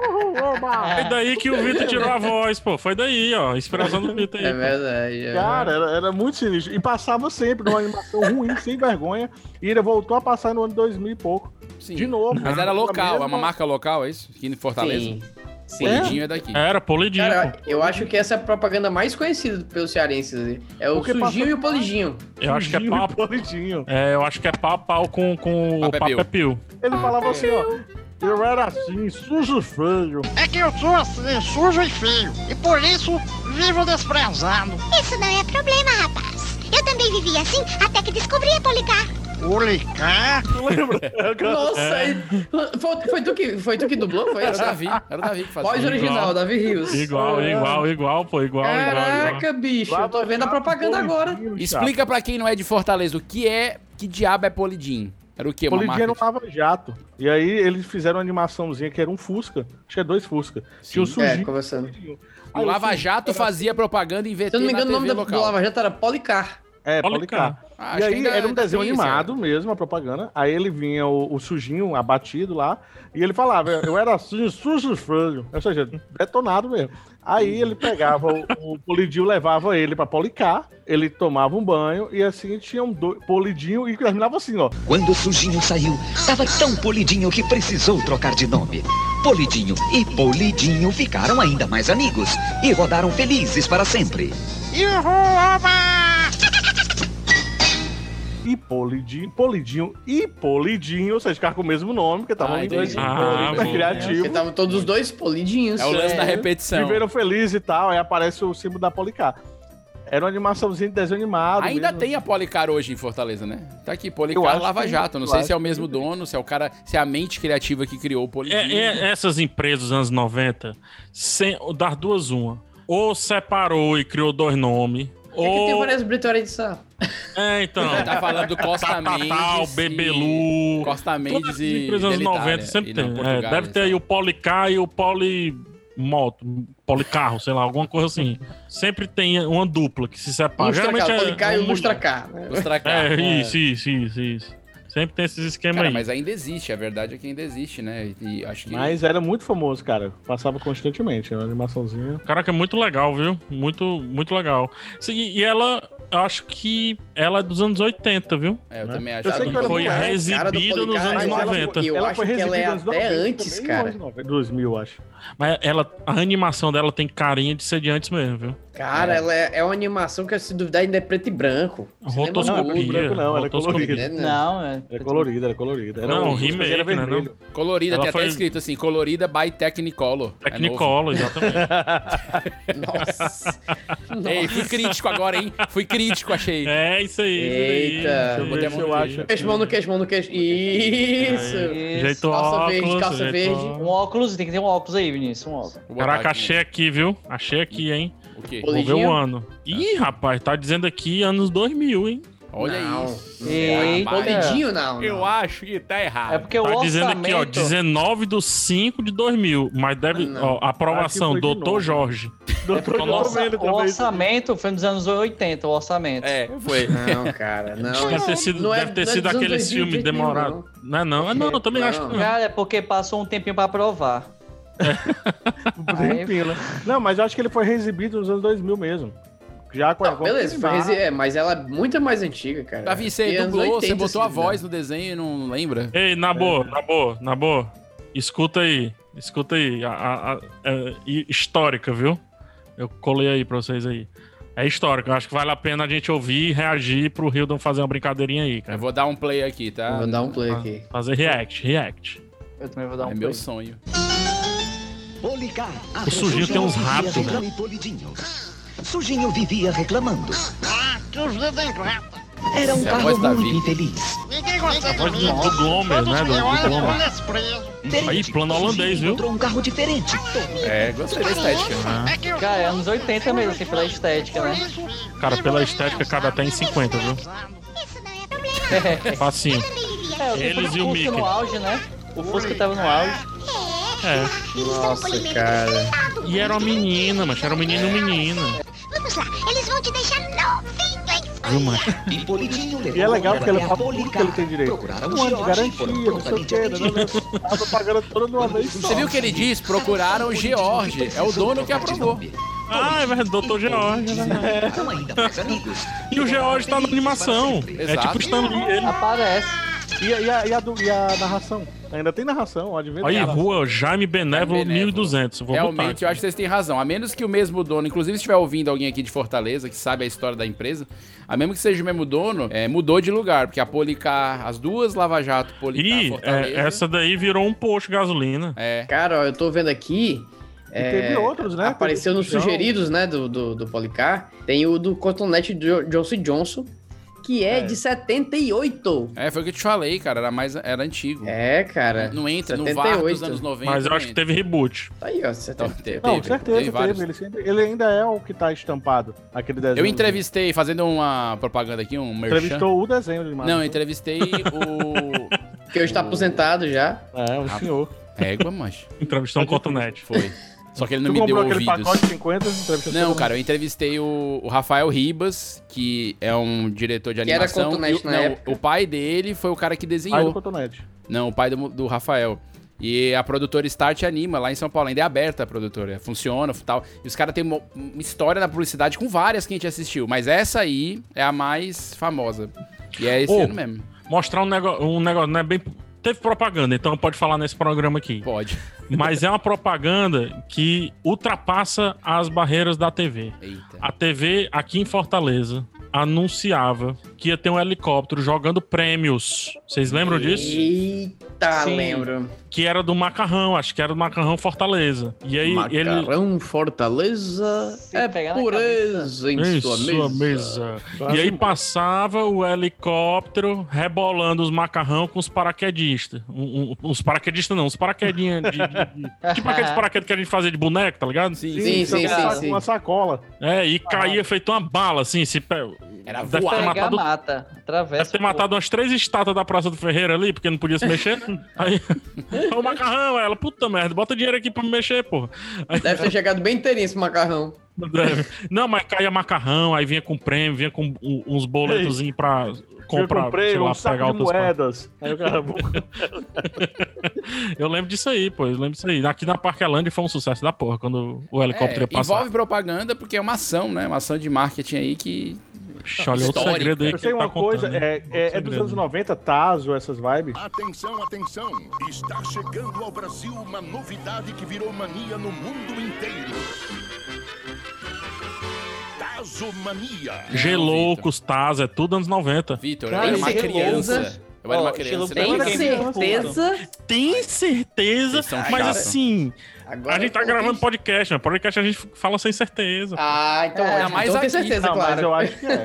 Uhul, oba! Foi daí que o Vitor tirou a voz, pô. Foi daí, ó. Inspiração do Vitor aí. É verdade. é Cara, era, era muito sinistro. E passava sempre numa animação ruim, sem vergonha. E ele voltou a passar no ano 2000 e pouco. é, Sim. De novo. Mas era a local, é mesma- uma marca local, é isso? Aqui em Fortaleza? Sim. Sim. Polidinho é daqui. Era polidinho. Cara, pô. eu acho que essa é a propaganda mais conhecida pelos cearenses. aí. É o Porque Sujinho passou- e o Polidinho. Eu acho que é Sujinho e papo. Polidinho. É, eu acho que é pau a pau com, com o Papel. papel. Ele falava assim, ó. Eu era assim, sujo e feio. É que eu sou assim, sujo e feio. E por isso vivo desprezado. Isso não é problema, rapaz. Eu também vivi assim até que descobri a Policar. Ulicar. Nossa, É. e- foi, foi tu que, foi tu que dublou? Foi Era o É. essa? Davi, era o Davi que fazia. Hum. Voz original, Igual. Davi Rios. Igual, igual, igual, pô. Igual, igual, igual. É. Caraca, bicho, eu tô vendo a propaganda agora. Explica pra quem não é de Fortaleza o que é, que diabo é Polidinho? Era o quê? Uma Polidinho marca? era um lava jato. E aí eles fizeram uma animaçãozinha que era um Fusca. Acho que é dois Fusca. Tinha o É, sujinho. conversando. E O assim. Lava Jato fazia propaganda em VT Se eu não me engano, o na nome TV da, do local. Lava Jato era Policar. É, Policar. Policar. e Ah, acho que aí ainda- era um ainda desenho tem isso, animado mesmo, a propaganda. Aí ele vinha o, o sujinho abatido lá, e ele falava, eu era assim, sujo e feio. Ou seja, detonado mesmo. Aí ele pegava o, o Polidinho, levava ele pra Policar, ele tomava um banho, e assim tinha um do- Polidinho, e terminava assim, ó. Quando Sujinho saiu, estava tão polidinho que precisou trocar de nome. Polidinho e Polidinho ficaram ainda mais amigos e rodaram felizes para sempre. Yuhu, oba! e Polidinho, Polidinho e Polidinho, ou seja, ficar com o mesmo nome, porque estavam Ah, em dois entendi. Polidinho, Ah, bom. É, criativo. porque estavam todos os dois Polidinhos. É o lance da repetição. Viveram feliz e tal, aí aparece o símbolo da Policar. Era uma animaçãozinha de desenho animado. Ainda mesmo. assim. tem a Policar hoje em Fortaleza, né? Tá aqui, Eu Policar acho Lava que- Jato. Não eu sei acho se é o que- mesmo dono, se é o cara, se é a mente criativa que criou o Policar. É, é, essas empresas dos anos 90, sem, das duas, uma. Ou separou e criou dois nomes. É que tem Ou. várias britórias de sapo. É, então. Tá falando do Costa Tatal, Mendes. Bebelu. Costa Mendes e. Empresas dos anos Delitária, 90 sempre e não tem. Portugal, É, deve né? ter aí o Policar e o Poli. Moto, policarro, sei lá, alguma coisa assim. Sempre tem uma dupla que se separa. Um Geralmente Lustracar, é- Policar é e uma mulher. Lustracar. né? É, isso, isso, isso, isso. Sempre tem esses esquemas né? Cara, aí. mas ainda existe, a verdade é que ainda existe, né? E acho que. Mas era muito famoso, cara. Passava constantemente, era uma animaçãozinha. Caraca, é muito legal, viu? Muito, muito legal. Sim, e e ela, eu acho que ela é dos anos 80, viu? É, eu né? também acho. Eu sei que Ela ela foi é cara do exibida nos Policarpo, anos mas ela foi- 90. eu acho que ela é até antes, cara. 2000, acho. Mas ela, a animação dela tem carinha de ser de antes mesmo, viu? Cara, ela é, é uma animação que, se duvidar, ainda é preto e branco. Cinema Rotoscopia. Não, é mudo. branco não, ela é Rotoscopia. colorida. Não, é. Era colorida, era colorida. Era Não, um- remake, era né, não? vermelho. Colorida, Ela tem foi- até escrito assim, colorida by Technicolor. É Technicolor, novo. Nossa. Ei, fui crítico agora, hein? Fui crítico, achei. É, isso aí. Eita. Eu botei a mão no queixo. Queixo, mão no queixo, mão no queixo. Isso. Aí, jeito calça óculos, verde, calça jeito verde. óculos. Um óculos, tem que ter um óculos aí, Vinícius. Um óculos. Caraca, achei aqui, viu? Achei aqui, hein? O quê? Vou ver o ano. Ih, rapaz, tá dizendo aqui anos 2000, hein? Olha isso. Ei, Polidinho, não, não. Eu acho que tá errado. É porque tá o dizendo aqui, ó, orçamento- 19 de 5 de 2000. Mas deve. Ó, aprovação, Acho Ah, que foi de doutor novo. Jorge. Doutor O orça- tá o orçamento foi nos anos 80, o orçamento. É, foi. Não, cara, não. deve ter sido, não é- deve ter não é sido dos anos aqueles 2000 filmes de jeito nenhum, demorados. Não é não? É não, eu também acho que não. Cara, é porque passou um tempinho pra aprovar. é Tranquilo. um né? Não, mas eu acho que ele foi reexibido nos anos 2000 mesmo. Já com a Não, beleza, foi resi- é, mas ela é muito mais antiga, cara. É. Davi, você E anos dublou, 80, você botou se a voz no desenho e não lembra? Ei, É. na boa, na boa, na boa. Escuta aí, escuta aí. A, a- a- é histórica, viu? Eu colei aí pra vocês aí. É histórica, eu acho que vale a pena a gente ouvir e reagir pro Hildon fazer uma brincadeirinha aí, cara. Eu vou dar um play aqui, tá? Vou dar um play aqui. Fazer react, react. Eu também vou dar um É meu sonho. Policar, O sujinho é um tem uns ratos, né? Polidinho. Sujinho vivia reclamando. Ah, que os dedos ingratos. Era um Essa é a carro voz da muito infeliz. Ninguém gosta Voz de do- mim. do Glomer, Todos né, do- me do olham com Glomer. desprezo. Aí, plano holandês, viu? Encontrou um carro diferente. É, gostei da estética. Cara, é anos 80 mesmo, assim, pela estética, né? Cara, pela estética, cabe até em 50, viu? Ah, Facinho. É, o tempo Eles do e o Fusca Mickey. no auge, né? O Fusca tava no auge. É. Nossa, cara. E era uma menina, mas era um menino e uma menina. Vamos lá, eles vão te deixar novinho, hein? Viu, mano? E Polidinho levou E é legal porque ele até a fala tudo que ele tem direito. Procuraram Um ano de Jorge, garantia, foram não sei o prontamente que. né? Tava pagando toda de uma vez só. Você viu o que ele diz? Procuraram o George. É o dono que aprovou. Ah, é verdade, Dr. George, né? São ainda mais amigos. E o George tá na animação. É Exato. tipo Stan Lee. Ele... Aparece. E, a- e a, e a do- e a narração? Ainda tem narração, ó, de ver. Aí, rua Jaime Benévolo, 1200. Vou botar. Realmente, aqui. eu acho que vocês têm razão. A menos que o mesmo dono, inclusive se estiver ouvindo alguém aqui de Fortaleza que sabe a história da empresa, a mesmo que seja o mesmo dono, é, mudou de lugar, porque a Policar, as duas Lava Jato Policar Ih, é, tá Fortaleza. essa daí virou um posto de gasolina. É. Cara, ó, eu tô vendo aqui. é, teve outros, né? Apareceu nos Teve o João. sugeridos, né, do, do, do Policar. Tem o do Cotonete Jo- Johnson Johnson, que é, É. de 78. É, foi o que eu te falei, cara. Era mais era antigo. É, cara. Não entra no VAR 78. dos anos 90. Mas eu acho que teve reboot. Tá aí, ó, 78. Não, certeza, teve. Ele, sempre- ele ainda é o que tá estampado, aquele desenho. Eu entrevistei, fazendo uma propaganda aqui, um merchan. Entrevistou o desenho de animação. Não, eu entrevistei o... Que hoje tá aposentado já. É, Ah, o senhor. Égua, mancha. Entrevistou um cotonete. Foi. Só que ele não tu me deu comprou aquele ouvidos. pacote de 50, entrevistou Não, todo cara, eu entrevistei o, o Rafael Ribas, que é um diretor de Que era animação. Cotonete e o- na não, época. o pai dele foi o cara que mundo. Aí do desenhou. cotonete. Não, o pai do, do Rafael. E a produtora Start Anima, lá em São Paulo. Ainda é aberta a produtora. Funciona e tal. E os caras têm uma, uma história na publicidade com várias que a gente assistiu. Mas essa aí é a mais famosa. E é esse Ô, ano mesmo. Mostrar um negócio, um negócio, não é bem. Teve propaganda, então pode falar nesse programa aqui. Pode. Mas é uma propaganda que ultrapassa as barreiras da TV. Eita. A TV aqui em Fortaleza anunciava franquia tem um helicóptero jogando prêmios. Vocês lembram disso? Eita, lembro. Que era do Macarrão, acho que era do Macarrão Fortaleza. E aí ele. Macarrão Fortaleza é pureza em Em sua mesa. um- sua E aí passava o helicóptero rebolando os macarrão com os paraquedistas. Um- um- os paraquedistas não, os paraquedinhas de, de, de- Tipo aqueles paraquedas que a gente fazia de boneco, tá ligado? Sim, sim, sim, Uma sim, sim. uma sacola. É, e caía feito uma bala, assim. Se pe... É, Era Deve pegar a mata. Atravessa. Deve ter matado umas três estátuas da Praça do Ferreira ali, porque não podia se mexer. né? Aí, Aí o macarrão, ela, puta merda, bota dinheiro aqui pra me mexer, porra. Deve ter chegado bem inteirinho esse macarrão. Deve. Não, mas caía macarrão, aí vinha com prêmio, vinha com um- uns boletozinhos pra comprar, eu comprei sei lá, um saco pegar de outras coisas. moedas. Aí o cara... Eu lembro disso aí, pô, eu lembro disso aí. Aqui na Parquelândia foi um sucesso da porra, quando o helicóptero ia É, passar. envolve propaganda porque é uma ação, né? Uma ação de marketing aí que. olha outro Histórica. segredo aí tá Eu sei uma coisa, é, é- é dos segredo. anos 90, Tazo, essas vibes. Atenção, atenção! Está chegando ao Brasil uma novidade que virou mania no mundo inteiro. Tazomania. é, Geloucos, Taz, é tudo anos 90. Vitor, eu era uma criança. Eu era uma criança. né? assim. Tem certeza, são mas chatos. assim, a gente tá gravando podcast, né? Podcast a gente fala sem certeza. Ah, então. É, mas então tem aqui- certeza, Não, mas claro. eu acho que é.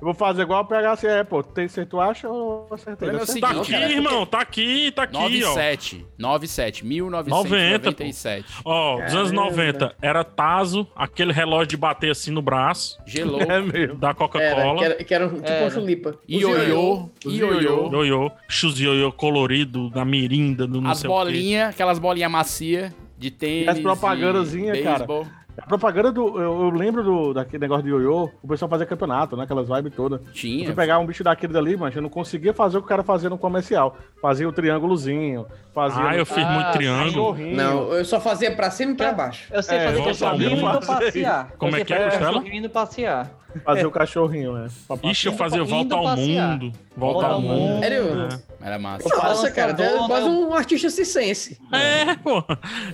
Eu vou fazer igual o PH, assim, é, pô, tem certeza, tu acha ou acertei? Olha, é o Acertei. seguinte, Tá aqui, cara, irmão, tá aqui, tá aqui, ó. 97, 97, 1997. Ó, dos anos 90, era Tazo, aquele relógio de bater assim no braço. Gelou. É Da Era, Coca-Cola. que era, que era um- tipo Era. um chulipa. Ioiô, ioiô. Ioiô. Chus ioiô colorido, da mirinda, do não As sei o quê. bolinhas, aquelas bolinhas macias de tênis. As propagandazinhas, e cara. beisebol. A propaganda do. Eu, eu lembro do, daquele negócio de ioiô, o pessoal fazia campeonato, né? Aquelas vibes todas. Tinha. Eu fui pegar um bicho daquele dali, mas eu não conseguia fazer o que o cara fazia no comercial. Fazia o triângulozinho, fazia. Ah, eu fiz muito triângulo. Não, eu só fazia pra cima e pra baixo. Eu sei É, fazer vamos cachorrinho saber indo fazer. passear. Eu Como sei é que é, fazer Costela? cachorrinho indo passear. Fazer o cachorrinho, né? Pra- Ixi, eu tá fazia Indo Volta ao passear. Mundo. Volta ao Mundo. Sério? Era massa. Nossa, cara, tu é Lançador, quase um artista circense. É, pô.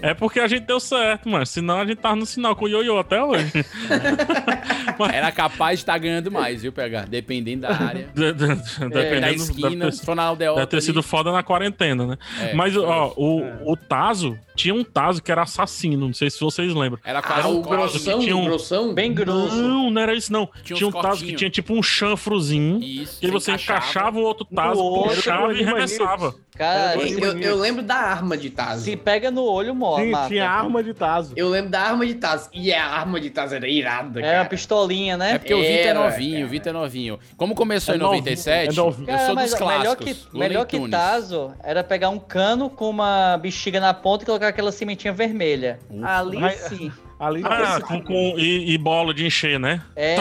É porque a gente deu certo, mano. Senão a gente tava no sinal com o ioiô até hoje. Era capaz de estar ganhando mais, viu, PH? Dependendo da área. De- de- dependendo- da deve É, esquina, ter- se for na aldeota Deve ter ali. sido foda na quarentena, né? É, Mas, ó, o, o Tazo, tinha um Tazo que era assassino, não sei se vocês lembram. Era com Ah, Era a- um com a- Tazo que tinha um... grossão? Bem grosso. Não, não era isso, não. Tinha, Tinha um uns Tazo que cortinhos. tinha tipo um chanfrozinho. Isso. Que você encaixava, o outro Tazo, outro, puxava e Animaniacs. arremessava. Cara, eu, eu- eu lembro da arma de Tazo. Se pega no olho, morre. Sim, mata. tinha arma de Tazo. Eu lembro da arma de Tazo. E a arma de Tazo era irada, É a cara. pistolinha, né? É porque o Vitor é Era, novinho, o Vitor é novinho. Como começou É em novinho, 97, é novinho. eu Cara, sou mas dos o melhor que- clássicos. Looney Melhor que Tunes. Tazo era pegar um cano com uma bexiga na ponta e colocar aquela cimentinha vermelha. Ali Ai, sim. Ali Ah, com, com- e, e bola de encher, né? É,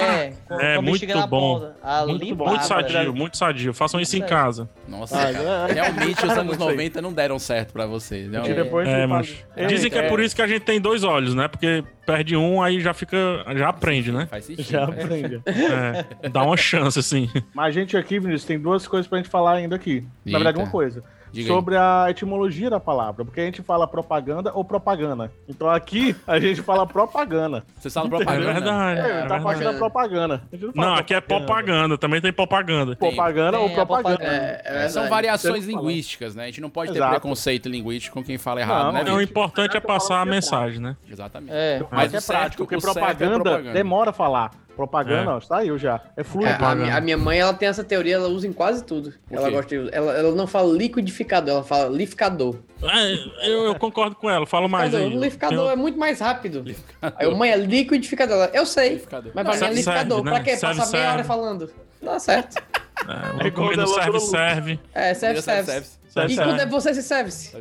com- É, com a muito bexiga na bom. ponta. Ali muito bom. mata. Muito sadio, muito sadio. Façam isso em Isso aí. casa. Nossa, Ah, cara. é. Realmente os Era anos muito isso aí. 90 não deram certo pra vocês. realmente. É, mas Dizem que é por isso que a gente tem dois olhos, né? Porque perde um, aí já fica. Já aprende, né? Faz sentido. Já aprende. É, dá uma chance, assim. Mas a gente aqui, Vinícius, tem duas coisas pra gente falar ainda aqui. Eita. Na verdade, uma coisa. Diga aí. sobre a etimologia da palavra, porque a gente fala propaganda ou propagana. Então aqui a gente fala propagana. Você fala propaganda? É verdade, É, é tá falando da verdade. propaganda. A gente fala Não, aqui é propaganda, também tem propaganda. Propaganda ou É, propaganda. É, É, São variações linguísticas, né? A gente não pode ter Exato. preconceito linguístico com quem fala errado, né? Não, o Vitor? importante é passar a mensagem, né? Exatamente. É. Mas é o certo- prático, porque o certo é propaganda, propaganda. demora a falar. Propaganda, É. ó, saiu já. É fluido. É, a, minha, a minha mãe, ela tem essa teoria, ela usa em quase tudo. Ela quê? gosta de usar. Ela, ela não fala liquidificador, ela fala lificador. É, eu, eu concordo com ela, fala mais Lificador, aí. o liquidificador Tem- é muito mais rápido. Aí eu, mãe, é liquidificador. Ela, eu sei, mas pra mim é Serve, liquidificador. serve, Pra né? quê? Serve, Passar meia hora serve. falando. Dá certo. É, É o igual comendo da serve, Lula. serve. É, serve, Comida serve, serve. serve. E Serve, quando é serve. você, se serve-se.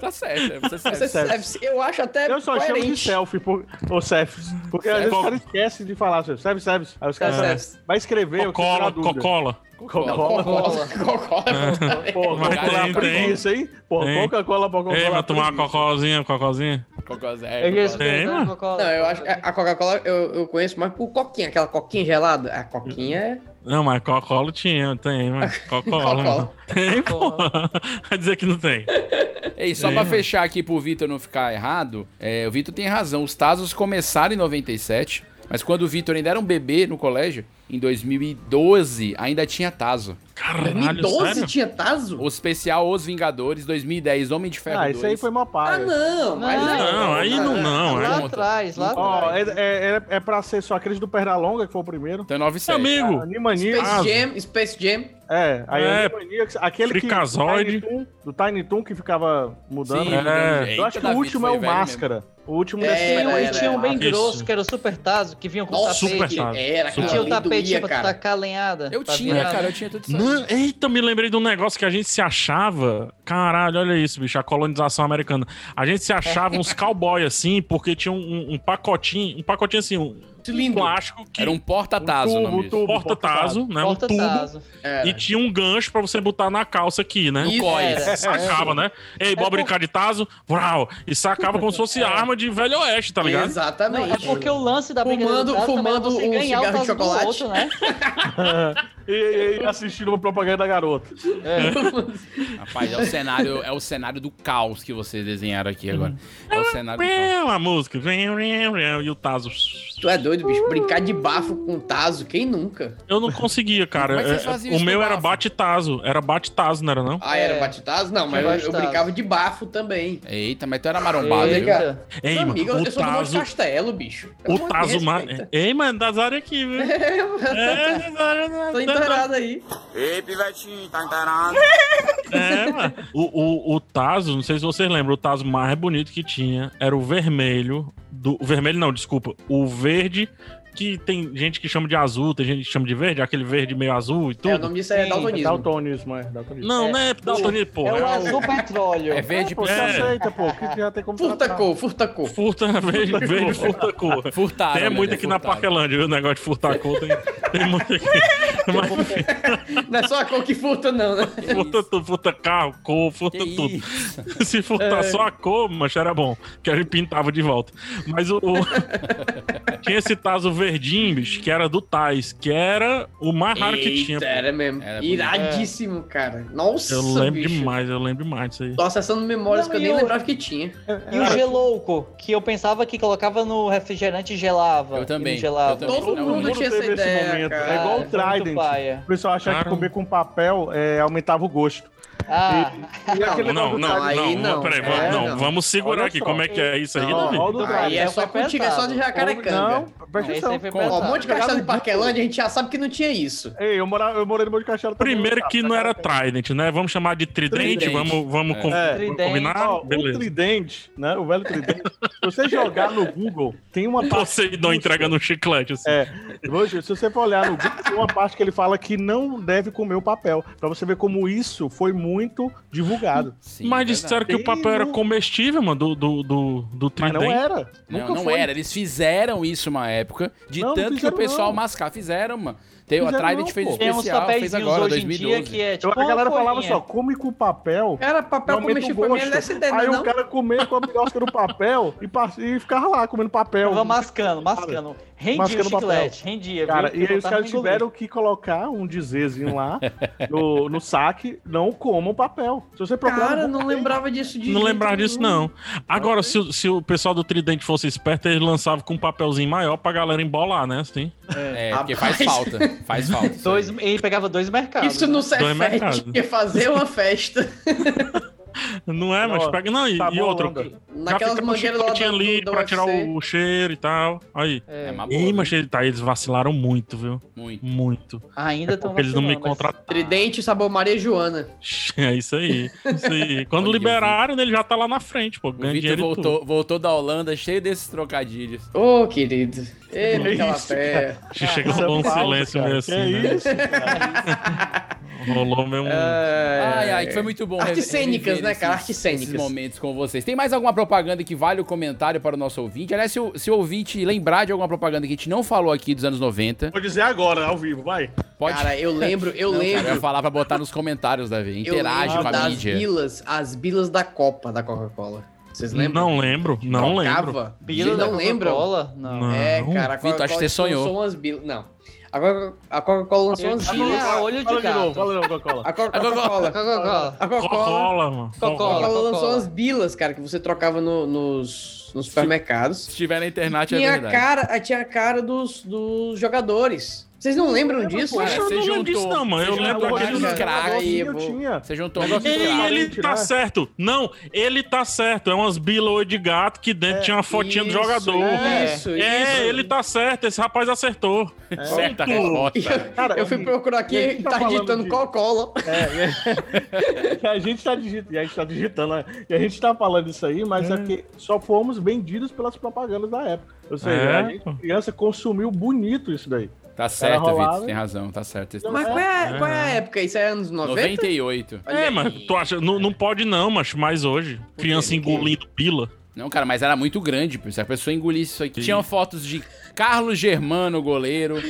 Tá certo, é, você serve. Você serve-se. Eu acho até Eu só chamo de selfie, por, ou selfie. Porque às vezes o cara esquece de falar, selfie, selfie, selfie. Aí os caras É. "Selfie". vai escrever. eu quero tirar Cocola, a dúvida. cocola. Coca-Cola. Coca-Cola. É. Porra, Mas Coca-Cola tem, é preguiça, tem. hein? Pô, Tem. Coca-Cola, Coca-Cola. Ei, mas tomar uma cocolzinha, cocolzinha. é É Tem, mano. Não, eu acho que a Coca-Cola eu, eu conheço mais por coquinha, aquela coquinha gelada. A coquinha é. Não, mas cocola tinha, tem, mas cocola. Cocola. mano. Tem, pô. Vai dizer que não tem. Ei, É só Sim. pra fechar aqui pro Vitor não ficar errado, é, o Vitor tem razão. Os Tazos começaram em 97, mas quando o Vitor ainda era um bebê no colégio, em 2012 ainda tinha Tazo. Caralho, 2012 tinha Tazo? O especial Os Vingadores, 2010, Homem de Ferro Ah, isso aí 2. foi uma palha. Ah, não, mas Não, aí não, não, é, Lá aí- atrás, lá Ó, atrás. é, é, é- é pra ser só aqueles do Pernalonga, que foi o primeiro. Então é 9 7. Amigo. Animania. Space Jam, Space Jam. É, aí Uh, É. é, Animaniacs, aquele Fricazoide. que do Tiny Toon, do Tiny Toon que ficava mudando. Sim, é. Eita, Eu acho que o David, último é foi o velho Máscara. O último É, desse- Tinha um, era, e tinha um era. bem Isso. grosso, que era o Super Tazo, que vinha com Nossa, Super tapete. Tazo. Era, Que aquele tinha ali o doía, tapete pra tu cara. tacar lenhada. Eu Tá tinha, vendo? cara, eu tinha tudo isso. Não, eita, me lembrei de um negócio que a gente se achava. Caralho, olha isso, bicho, a colonização americana. A gente se achava uns cowboy assim, porque tinha um, um pacotinho, um pacotinho assim, um Cilindro. plástico que Era um porta-tazo, tubo, o nome disso. tubo. porta-taso, né? Porta um tubo. Tazo. Era. E tinha um gancho pra você botar na calça aqui, né? No É. Isso, COI. era. Sacava, né? Ei, bora brincar de taso? Vral! E sacava como se fosse arma de velho oeste, tá ligado? Não, Exatamente. é porque o lance da brincadeira Fumando- do Tazo também era fumando você um ganhar o cigarro de Tazo do chocolate. outro, né? e, e- e assistindo uma propaganda da garota. Rapaz, é o, cenário, é o cenário do caos que vocês desenharam aqui agora. É o cenário do caos. Pela música. Vem, vem, vem, E o taso. Tu é doido, bicho. Brincar de bafo com taso, quem nunca? Eu não conseguia, cara. Como é que vocês É, faziam o isso meu no era bafo? bate-taso. Era bate-taso, não era não? Ah, É. era batitazo? Não, Tinha mas eu- eu, batitazo. brincava de bafo também. Eita, mas tu era marombado, Ei, viu? cara. Ei, Meu mano, amigo, eu o sou do Monte taso... Castelo, bicho. Pelo O amor de taso... Deus, É. Ma... respeita. Ei, mano, das áreas aqui, viu? É, das áreas... Tô enterrado aí. Ei, pivetinho, tá encarando? É, mano. O, o, o Tazo, não sei se vocês lembram, o Tazo mais bonito que tinha era o vermelho. Do, o vermelho não, desculpa. O verde, que tem gente que chama de azul, tem gente que chama de verde, aquele verde meio azul e É, o tudo. nome disso aí é Sim, É daltonismo. daltonismo, é. Daltonismo. não, é, não é Daltoni, pô. É o É azul petróleo. É verde Pô, por você É. aceita, pô. Que já tem como Furta tratar. cor, furta cor. Furta, verde, verde, furta cor. Furtado. Tem olha, muito é aqui na furtado. Parquelândia, viu? O negócio de furtar cor tem, tem muito aqui. Mas enfim, Não é só a cor que furta, não, né? furta tudo, furta carro, cor, furta Que tudo. isso? Se É. furtar só a cor, mas era bom, que a gente pintava de volta. Mas o. o- tinha esse taso verdinho, bicho, que era do Tais, que era o mais raro que tinha. Eita, pô. era mesmo. Era bonito. Iradíssimo, cara. Nossa, Eu lembro bicho. demais, eu lembro demais disso aí. Tô acessando memórias Não, que eu e nem o- lembrava que tinha. E o gelouco, que eu pensava que colocava no refrigerante e gelava. Eu também, E não gelava. eu também. Todo Não, mundo não tinha essa teve esse ideia, momento. É cara. Cara, igual o foi muito Trident. paia. O pessoal achava Cara. que comer com papel é, aumentava o gosto. Ah, E aquele Não, não, negócio do não, aí não, não, peraí, é, vamos, não, não. vamos segurar Olha aqui. só. Como é que é isso aí, Não, Davi? olha o do Aí é Essa só foi contigo, é só de pesada. jacarecanga. Não, presta esse aí atenção. foi Como? Ó, pesado. um monte de castelo de Parquelândia, a gente já sabe que não tinha isso. Ei, eu, mora, eu morei no Monte Castelo também. Primeiro cara, que tá não era cara. Trident, né? Vamos chamar de Trident, Trident. vamos, vamos, com- É. vamos Trident. combinar? Ó, o né? Beleza. tridente, né? O velho tridente. Se você jogar no Google, tem uma Você não entrega no chiclete, assim. É, hoje, se você for olhar no Google, tem uma parte que ele fala que não deve comer o papel. Pra você ver como isso foi muito divulgado. Sim, é Mas verdade. disseram que o papel Tem era no- comestível, mano, do, do, do, do Mas não é Trident. era. Não, nunca não foi. era. Eles fizeram isso uma época, de Não, não tanto que o fizeram, pessoal não. mascar. Fizeram, mano. Tem, a Fizeram Trident não, fez pô. um Tem uns especial, fez papéis agora, hoje em dia 2012. que é Eu- tipo. a galera uma falava folhinha. só, come com papel. Era papel aumenta o com mexer pra mim, gosto. era essa ideia, Aí não? o cara comia com a minhoca no papel e, pass- e ficava lá comendo papel. Tava mascando, mascando. Rendia Mascando o chiclete, rendia. Cara, viu? e Porque aí eu os tava caras engolindo. tiveram que colocar um dizerzinho lá no, no saque, não comam papel. Se você procurar. Cara, no não Google, lembrava disso de Não jeito lembrar disso, nenhum. não. Agora, se, o- se o pessoal do Trident fosse esperto, eles lançavam com um papelzinho maior pra galera embolar, né? Assim. É, porque Rapaz. faz falta. Faz falta. isso Dois, aí. ele pegava dois mercados. né? Isso não Dois serve mercados. porque fazer uma festa Não é, mas Ó, pega. Não, e, tá e bom, outro. Landa. já naquelas fica com mangueiras lá chicletinho do, ali do, do pra tirar UFC. o, o cheiro e tal. Aí. É uma boa. Ih, mas ele- tá, eles vacilaram muito, viu? Muito. Muito. Ainda né? estão Porque eles não me contrataram. Tridente, sabor Maria Joana. É isso aí. Isso aí. Quando Olha, liberaram, ele já tá lá na frente, pô. O Ganha Vitor dinheiro e tudo. voltou, voltou da Holanda cheio desses trocadilhos. Ô, querido. Ei, Que aquela isso, fé. Chega Isso é um bom falso, silêncio cara. meio Que é assim, né? isso, cara? Rolou meio um. Ai, ai, que foi muito bom. Artes rever- cênicas, rever É. né, cara? esses- Artes cênicas. Esses momentos com vocês. Tem mais alguma propaganda que vale o comentário para o nosso ouvinte? Aliás, se o, se o ouvinte lembrar de alguma propaganda que a gente não falou aqui dos anos 90, Vou dizer agora, ao vivo, vai. pode. Cara, eu lembro, eu Não, cara, eu ia lembro. falar pra botar nos comentários, Davi. Eu Interage lembro com a das mídia. bilas, as bilas da Copa da Coca-Cola. Vocês lembram? Não lembro, não lembro. Trocava. Vocês não lembram? Cola? Não. Não. É, cara, a Vitor, Coca-Cola acho que você lançou sonhou. umas bilas. Não. A Coca- a Coca-Cola lançou tá umas Fala, bilas. olho de Fala de gato. novo, fala de novo, Coca-Cola. A Coca- a Coca-Cola. A Coca-Cola. Cola, Coca-Cola. mano. A Coca-Cola. Coca-Cola um lançou Coca-Cola. umas bilas, cara, que você trocava no- nos. nos, nos supermercados. Se tiver na internet, é tinha a verdade. cara, ah, tinha a cara dos, dos jogadores. Vocês não lembram disso? Poxa, eu não lembro disso, não, mano. Eu lembro daquele daqueles craques. negocinho Você juntou um Ei, um ele negócio tá certo. Não, ele tá certo. É umas bilhões de gato que É, dentro tinha uma fotinha isso, do jogador. É, isso, é isso. ele tá certo. Esse rapaz acertou. Certa Ponto. resposta. Cara, eu fui e procurar a aqui gente e tá tá falando digitando de- Coca-Cola. É, E a gente tá digitando, e a gente tá digitando, né? e a gente tá falando isso aí, mas é, que só fomos vendidos pelas propagandas da época. Ou seja, É. a gente, criança consumiu bonito isso daí. Tá certo, rolava- Vitor, tem razão, tá certo. Mas qual é, qual é a época? Isso é anos 90? 98. É, mas tu acha? Não, não pode não, mas mais hoje. Criança engolindo pila. Não, cara, mas era muito grande, pô, se a pessoa engolisse isso aqui. Tinham fotos de Carlos Germano, goleiro.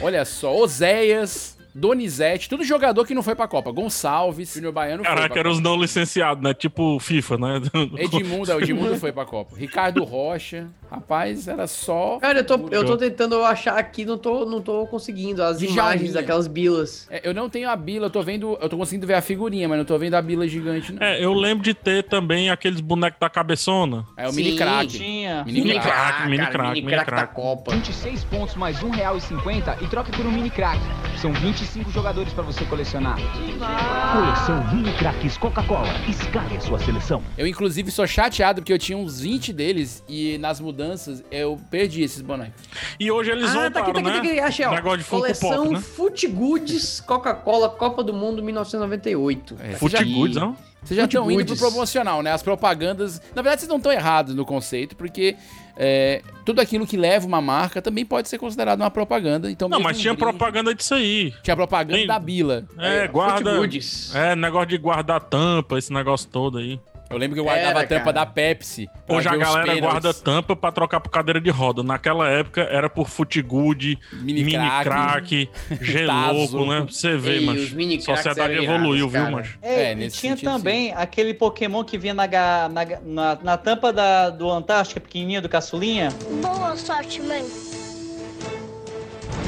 Olha só, Oséias, Donizete, tudo jogador que não foi pra Copa. Gonçalves, Júnior Baiano foi Caraca, pra eram os Copa. não licenciados, né? Tipo FIFA, né? Edmundo, é, o Edmundo foi pra Copa. Ricardo Rocha, rapaz, era só... Cara, eu tô, eu tô Jogo. tentando achar aqui, não tô, não tô conseguindo as De imagens jaulinha. daquelas bilas. É, eu não tenho a bila, eu tô vendo, eu tô conseguindo ver a figurinha, mas não tô vendo a bila gigante, não. É, eu lembro de ter também aqueles bonecos da cabeçona. É o mini crack. Mini crack, mini cara, crack, mini crack. Copa. 26 pontos mais R$1,50 e troca por um mini crack. São 25 jogadores pra você colecionar. Coleção Mini Craques Coca-Cola. Escale a sua seleção. Eu, inclusive, sou chateado porque eu tinha uns 20 deles e nas mudanças eu perdi esses bonecos. E hoje eles né? Ah, tá aqui, tá aqui, tá aqui. Achei, ó. Coleção Fute Goods Coca-Cola Copa do Mundo 1998. É, Fute Goods, não? Vocês já Fute estão indo pro Goods. promocional, né? As propagandas. Na verdade, vocês não estão errados no conceito, porque é, tudo aquilo que leva uma marca também pode ser considerado uma propaganda. Então, Não, mesmo mas um tinha brinde- propaganda disso aí. Tinha propaganda da Bila. É, Aí, ó, guarda. Footgoods. É, negócio de guardar tampa, esse negócio todo aí. Eu lembro que eu guardava a tampa da Pepsi. pra Hoje a ver os galera pênaltis. guarda tampa pra trocar por cadeira de roda. Naquela época era por futigood, mini, crack, crack, tazo. geloco, né? Pra você ver, Ei, mas os mini cracks sociedade eram evoluiu, irados, viu, cara. mas É, e tinha também aquele Pokémon que vinha na, ga- na, ga- na, na tampa da, do Antártica, pequenininha, do caçulinha. Boa sorte, mãe.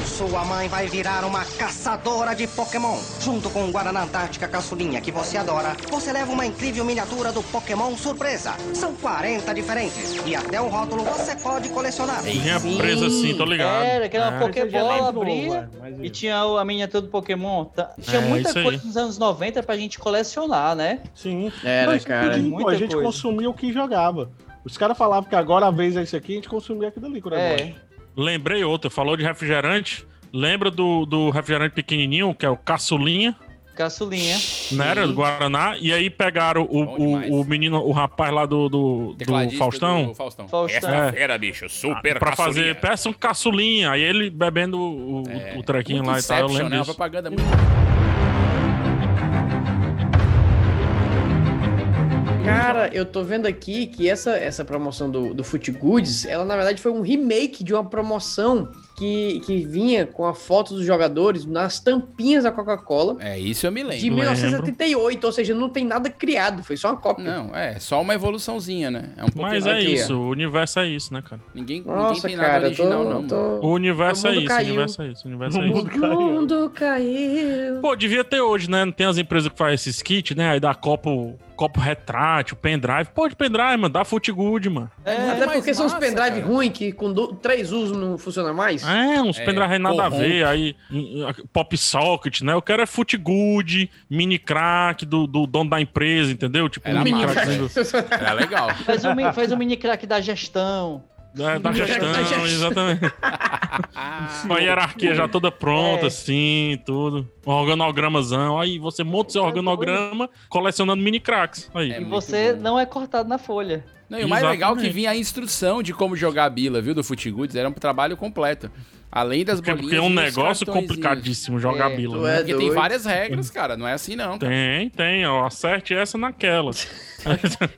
Sua mãe vai virar uma caçadora de Pokémon. Junto com o Guaraná Antártica Caçulinha, que você adora, você leva uma incrível miniatura do Pokémon Surpresa. São 40 diferentes e até o rótulo você pode colecionar. Vinha presa assim, tô ligado. Era, que era uma Ah. é Pokébola, abria e tinha o- a miniatura do Pokémon. Tá- Tinha É, muita isso aí. coisa nos anos 90 pra gente colecionar, né? Sim. Era, Mas, cara. pedindo, Muita a gente coisa. consumia o que jogava. Os caras falavam que agora a vez é isso aqui, a gente consumia aquilo ali. Quando É. Lembrei outra, falou de refrigerante. Lembra do, do refrigerante pequenininho, que é o caçulinha? Caçulinha. Né, era do Guaraná, e aí pegaram o, o, o menino, o rapaz lá do, do, do Tecladista Faustão. do Faustão. Faustão. Essa É. fera, bicho, super Pra caçulinha. É, fazer, peça um caçulinha, aí ele bebendo o, o- o trequinho Muito lá e tal, eu Inception, né? lembro Uma disso. propaganda muito... Cara, eu tô vendo aqui que essa, essa promoção do, do Foot Goods, ela na verdade foi um remake de uma promoção que, que vinha com a foto dos jogadores nas tampinhas da Coca-Cola. É, isso eu me lembro. De 1978, ou seja, não tem nada criado, foi só uma cópia. Não, é só uma evoluçãozinha, né? É um pouquinho Mas é mais que- isso, o universo é isso, né, cara? Ninguém, Nossa, ninguém tem nada cara, eu tô- original, não. tô- mano. O universo O é mundo isso, caiu. o universo é isso, o universo O é isso. mundo caiu. mundo caiu. Pô, devia ter hoje, né? Não tem as empresas que fazem esses kits, né? Aí dá copo, copo retrátil, pendrive. Pô, de pendrive, mano, dá footgood, mano. Até porque são uns É, massa, pendrive cara. ruim que com do- três usos não funciona mais. É, uns pendrive nada a corrompe. ver, aí um, um, pop socket, né? Eu quero é footgood, mini crack do, do dono da empresa, entendeu? Tipo, Era mini massa, né? crackzinho do- É legal. Faz um, mi- faz um mini crack da gestão. É, da gestão, exatamente. Ah. Uma hierarquia já toda pronta, É. assim, tudo. Um organogramazão. Aí você monta o seu organograma colecionando mini cracks. Aí. E você não é cortado na folha. Não, e o mais legal é que vinha a instrução de como jogar a bila, viu, do Futigoods, era um trabalho completo. Além das Porque- bolinhas porque é um e os negócio cartõezinhos. complicadíssimo jogar bila, tu é né? É Porque tem doido. várias regras, cara, não é assim não. Tem, tem, ó. Acerte essa naquela.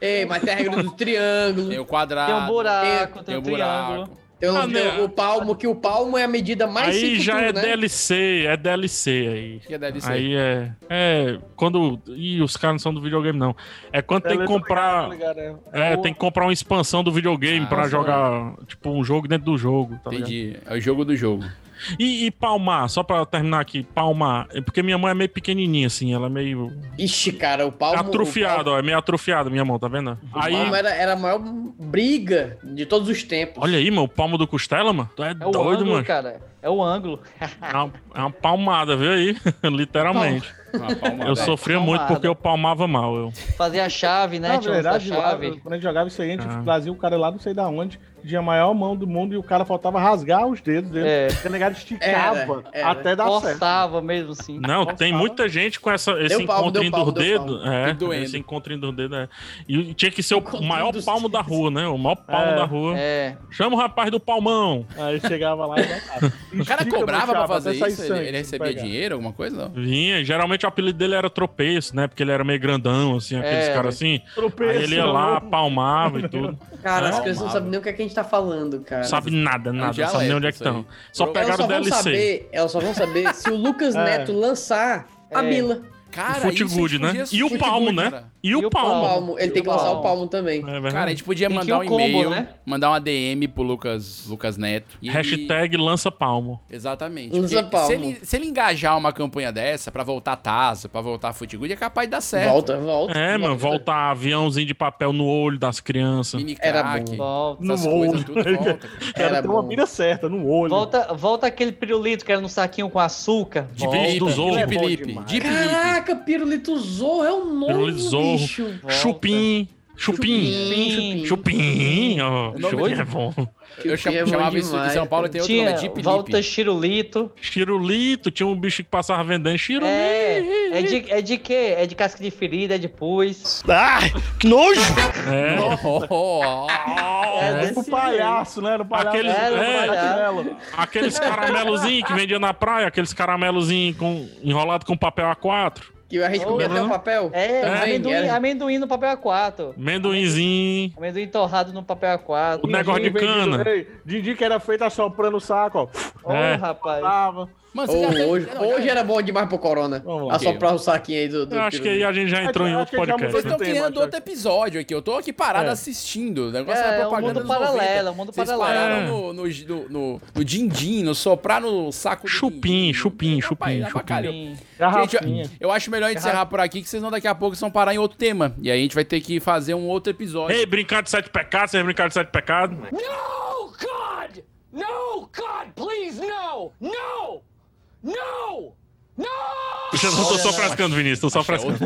Ei, É, mas tem a regra do triângulo. Tem o quadrado. Tem um buraco, tem um buraco. Tem, o- Ah, tem né? o palmo, que o palmo é a medida mais aí cinco já tudo, é né? DLC, é DLC aí. Que é DLC? Aí é. É. Quando. Ih, os caras não são do videogame, não. É quando tem que comprar. É, tem que comprar uma expansão do videogame pra só. jogar, tipo, um jogo dentro do jogo. Tá ligado? Entendi, é o jogo do jogo. E, e palmar, só pra terminar aqui, palmar. é Porque minha mão é meio pequenininha, assim, ela é meio. Ixi, cara, o palmo. atrofiada, ó, é meio atrofiada minha mão, tá vendo? O Aí, palmo é era, era a maior briga de todos os tempos. olha aí, mano, o palmo do costela, mano. Tu é, É o doido, ângulo, mano. cara. É o ângulo. É uma, é uma palmada, viu aí? Literalmente. Uma palmada. Eu sofria muito Palmada. porque eu palmava mal. Eu. Fazer a chave, né? Na Tinha uns da verdade, lá, chave. quando a gente jogava isso aí, a gente trazia o cara lá, não sei da onde, tinha a maior mão do mundo e o cara faltava rasgar os dedos dele. É. O delegado esticava Era, era. até dar Forçava mesmo assim. Não, tem muita gente com essa, esse Deu palmo, deu encontrinho palmo, dos deu dedos. palmo. É, E doendo. esse encontrinho dos dedos. É. E tinha que ser o maior palmo da rua, né? O maior palmo É, da rua. É. Chama o rapaz do palmão. Aí chegava lá e botava. O cara cobrava pra fazer é isso? Ele, ele recebia dinheiro? dinheiro, alguma coisa? Não? Vinha, geralmente o apelido dele era tropeço, né? Porque ele era meio grandão, assim, aqueles É, caras assim. tropeço, aí ele ia lá, palmava e tudo. Cara, É, as pessoas não palmava. sabem nem o que, é que a gente tá falando, cara. Sabe nada, nada, dialeto sabe nem onde é que isso aí. estão. Só Elas pegaram o vão DLC. Saber, elas só vão saber se o Lucas É. Neto lançar a É. Bila. Cara, O Footgood, isso a gente né? podia- E o Footgood, palmo, né? cara. E o palmo. É Ele E tem o que lançar palmo. o palmo também. Cara, a gente podia mandar um e-mail, né? mandar uma DM pro Lucas, Lucas Neto. E- Hashtag lança palmo. Exatamente. Lança porque palmo. Se, ele, se ele engajar uma campanha dessa pra voltar Taça, pra voltar Footgood, é capaz de dar certo. volta. É, mano, voltar aviãozinho de papel no olho das crianças. Minicrack, Volta. essas No coisas olho. tudo volta, Era bom. uma mira certa, no olho. Volta, volta aquele pirulito que era no saquinho com açúcar. De pirulito Volta. Zorro. Aquilo é bom Pirulito. demais. De pirulito. Caraca, Pirulito Zorro é o nome Pirulito do Zorro. bicho. Chupim. Chupim. Chupim. Chupim. ó. O nome Chupim de- é bom. Eu chamo- É bom chamava isso de demais, São Paulo, cara. tem outro Tinha nome, é Jeep Volta Lipe. Chirulito. Chirulito, tinha um bicho que passava vendendo chirulito. É, é de, é de quê? É de casca de ferida, é de pus. Ah, que nojo! É. É É, tipo desse palhaço, né? Era o palhaço. Aqueles, Era o é, caramelo. aqueles caramelozinhos que vendia na praia, aqueles caramelozinhos com, enrolado com papel A4. Que a gente Ou- comia até o papel. É, É. amendoim, Era- amendoim no papel A4. Amendoinzinho. Amendoim torrado no papel A4. O negócio de cana. Didi que era feito assoprando o saco, Ô, ó. É. rapaz. Mano, Ô, hoje, hoje era bom demais pro Corona. lá. Assoprar o saquinho aí do. do Eu acho que pirulito. aí a gente já entrou em outro podcast. né? Vocês estão criando outro episódio aqui. Eu tô aqui parado É. assistindo. O negócio É, é, é um propaganda mundo dos 90. paralelo, é um mundo Vocês paralelo. pararam É. no, no, no, no, no din-din, no soprar no saco do É, Chupim, chupim, chupim, Dá pra chupim. caralho. Gente, eu, eu acho melhor encerrar por aqui, que senão daqui a pouco vocês vão parar em outro tema. E aí a gente vai ter que fazer um outro episódio. Ei, brincar de sete pecados, vocês brincaram de sete pecados? No, God! No, God, please, no! No! No! Puxa, eu tô só frascando, Vinícius, tô só É frascando.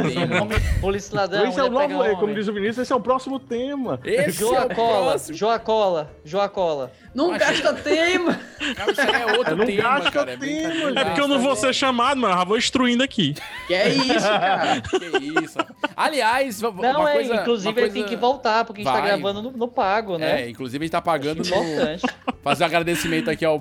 Polícia ladrão. Esse é o mulher um novo, é, pega homem. como diz o Vinícius, esse é o próximo tema. é Joacola, Joacola, Joacola. Não gasta tema! É outro Não tema, gasta cara. é bem tema, É porque eu não vou ser chamado, mas eu já vou instruindo aqui. Que é isso, cara? que isso. Aliás, v- v- Não, uma é, coisa... inclusive uma ele tem coisa- que voltar, porque a gente tá Vai. gravando no, no pago, né? É, inclusive a gente tá pagando Acho importante. no... Fazer um agradecimento aqui ao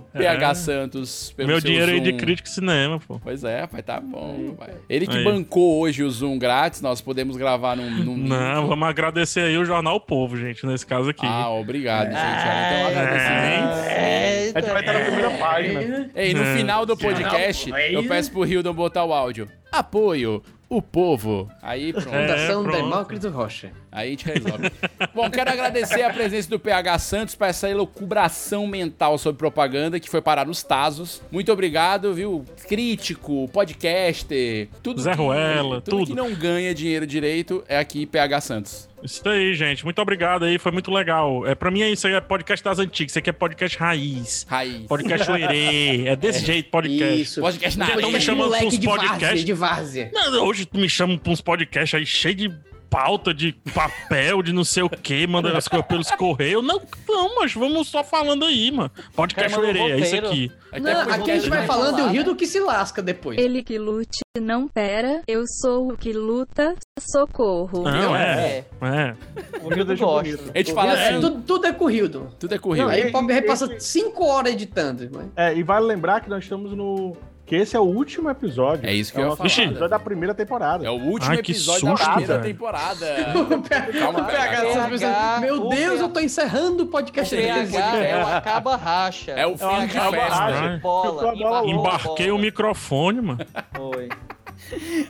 PH É. Santos pelo Meu seu dinheiro aí de Zoom. crítico e cinema, pô. Pois é, pai, tá bom. Pai. Ele que Aí. bancou hoje o Zoom grátis, nós podemos gravar num. num Não, vamos agradecer aí o Jornal O Povo, gente, nesse caso aqui. Ah, obrigado, gente. Olha, então, É, agradecimento. A gente vai estar na é. é, primeira página. Ei, no É. final do podcast, Jornal. eu peço pro Hildon botar o áudio. Apoio o povo. Aí É. pronto. Fundação Demócrito Rocha. Aí a gente resolve. Bom, quero agradecer a presença do PH Santos para essa elucubração mental sobre propaganda que foi parar nos Tazos. Muito obrigado, viu? Crítico, podcaster, tudo. Zé que- Ruela, tudo. que tudo. não ganha dinheiro direito é aqui PH Santos. Isso aí, gente. Muito obrigado aí, foi muito legal. É, pra mim é isso aí, é podcast das antigas. Isso aqui é podcast raiz. Raiz. Podcast uerê. É desse É. jeito podcast. Isso. Podcast Porque tão me Podcast chamando pra moleque uns de várzea, podcasts. de várzea. Não, hoje tu me chama pra uns podcasts aí cheio de pauta, de papel, de não sei o quê, manda as coisas pelos correios. Não, não, mas vamos só falando aí, mano. Podcast Cara, manda um uerê, é isso roteiro. aqui. Não, aqui a gente vai falando e o Rio do que se lasca depois. Ele que lute, não pera. Eu sou o que luta, Um socorro. Não, é. né? É. O Rio deixa bonito. A gente fala assim- É, tudo, tudo é com o Hildon. Tudo é com Não, aí E- pode- aí passa e- 5 horas editando. Mas... É, e vale lembrar que nós estamos no. Que esse é o último episódio. É isso que é eu o ia nosso falar. episódio da primeira temporada. É o último Ai, que episódio da susto, primeira velho. temporada. O PH, essas pessoas, Meu Deus, eu tô encerrando o podcast. O PH é o acaba racha. É É o fim de festa. Bola, Embarquei o microfone, mano. Foi.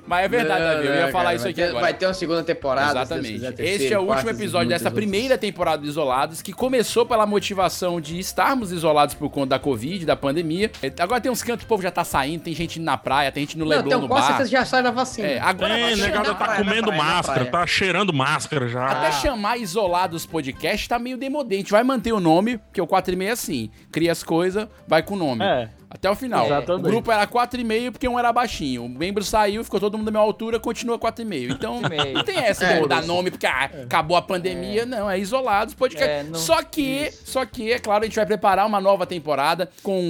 Mas é verdade, Não, Davi, eu não, ia cara, falar isso vai aqui ter- agora. vai ter uma segunda temporada, se Deus Exatamente. quiser, terceira, Este é o último quarta, episódio muitas dessa outras. primeira temporada do Isolados, que começou pela motivação de estarmos isolados por conta da Covid, da pandemia. É, Agora tem uns cantos que o povo já tá saindo, tem gente na praia, tem gente no Não, Leblon, então no quase bar. certeza já sai da vacina. É, agora É, vai chegar negada na tá praia, na comendo praia, na máscara, praia. tá cheirando máscara já. Até chamar Isolados Podcast tá meio demodente. Vai manter o nome, porque o 4,5 é assim. Cria as coisas, vai com o nome. É. Até o final. Exatamente. O grupo era 4,5 porque um era baixinho. O membro saiu, ficou todo mundo da minha altura, continua 4,5. Então, não tem essa de É. mudar nome porque ah, acabou a pandemia. Não, é Isolados Podcast. É, não- Só que, só que, é claro, a gente vai preparar uma nova temporada com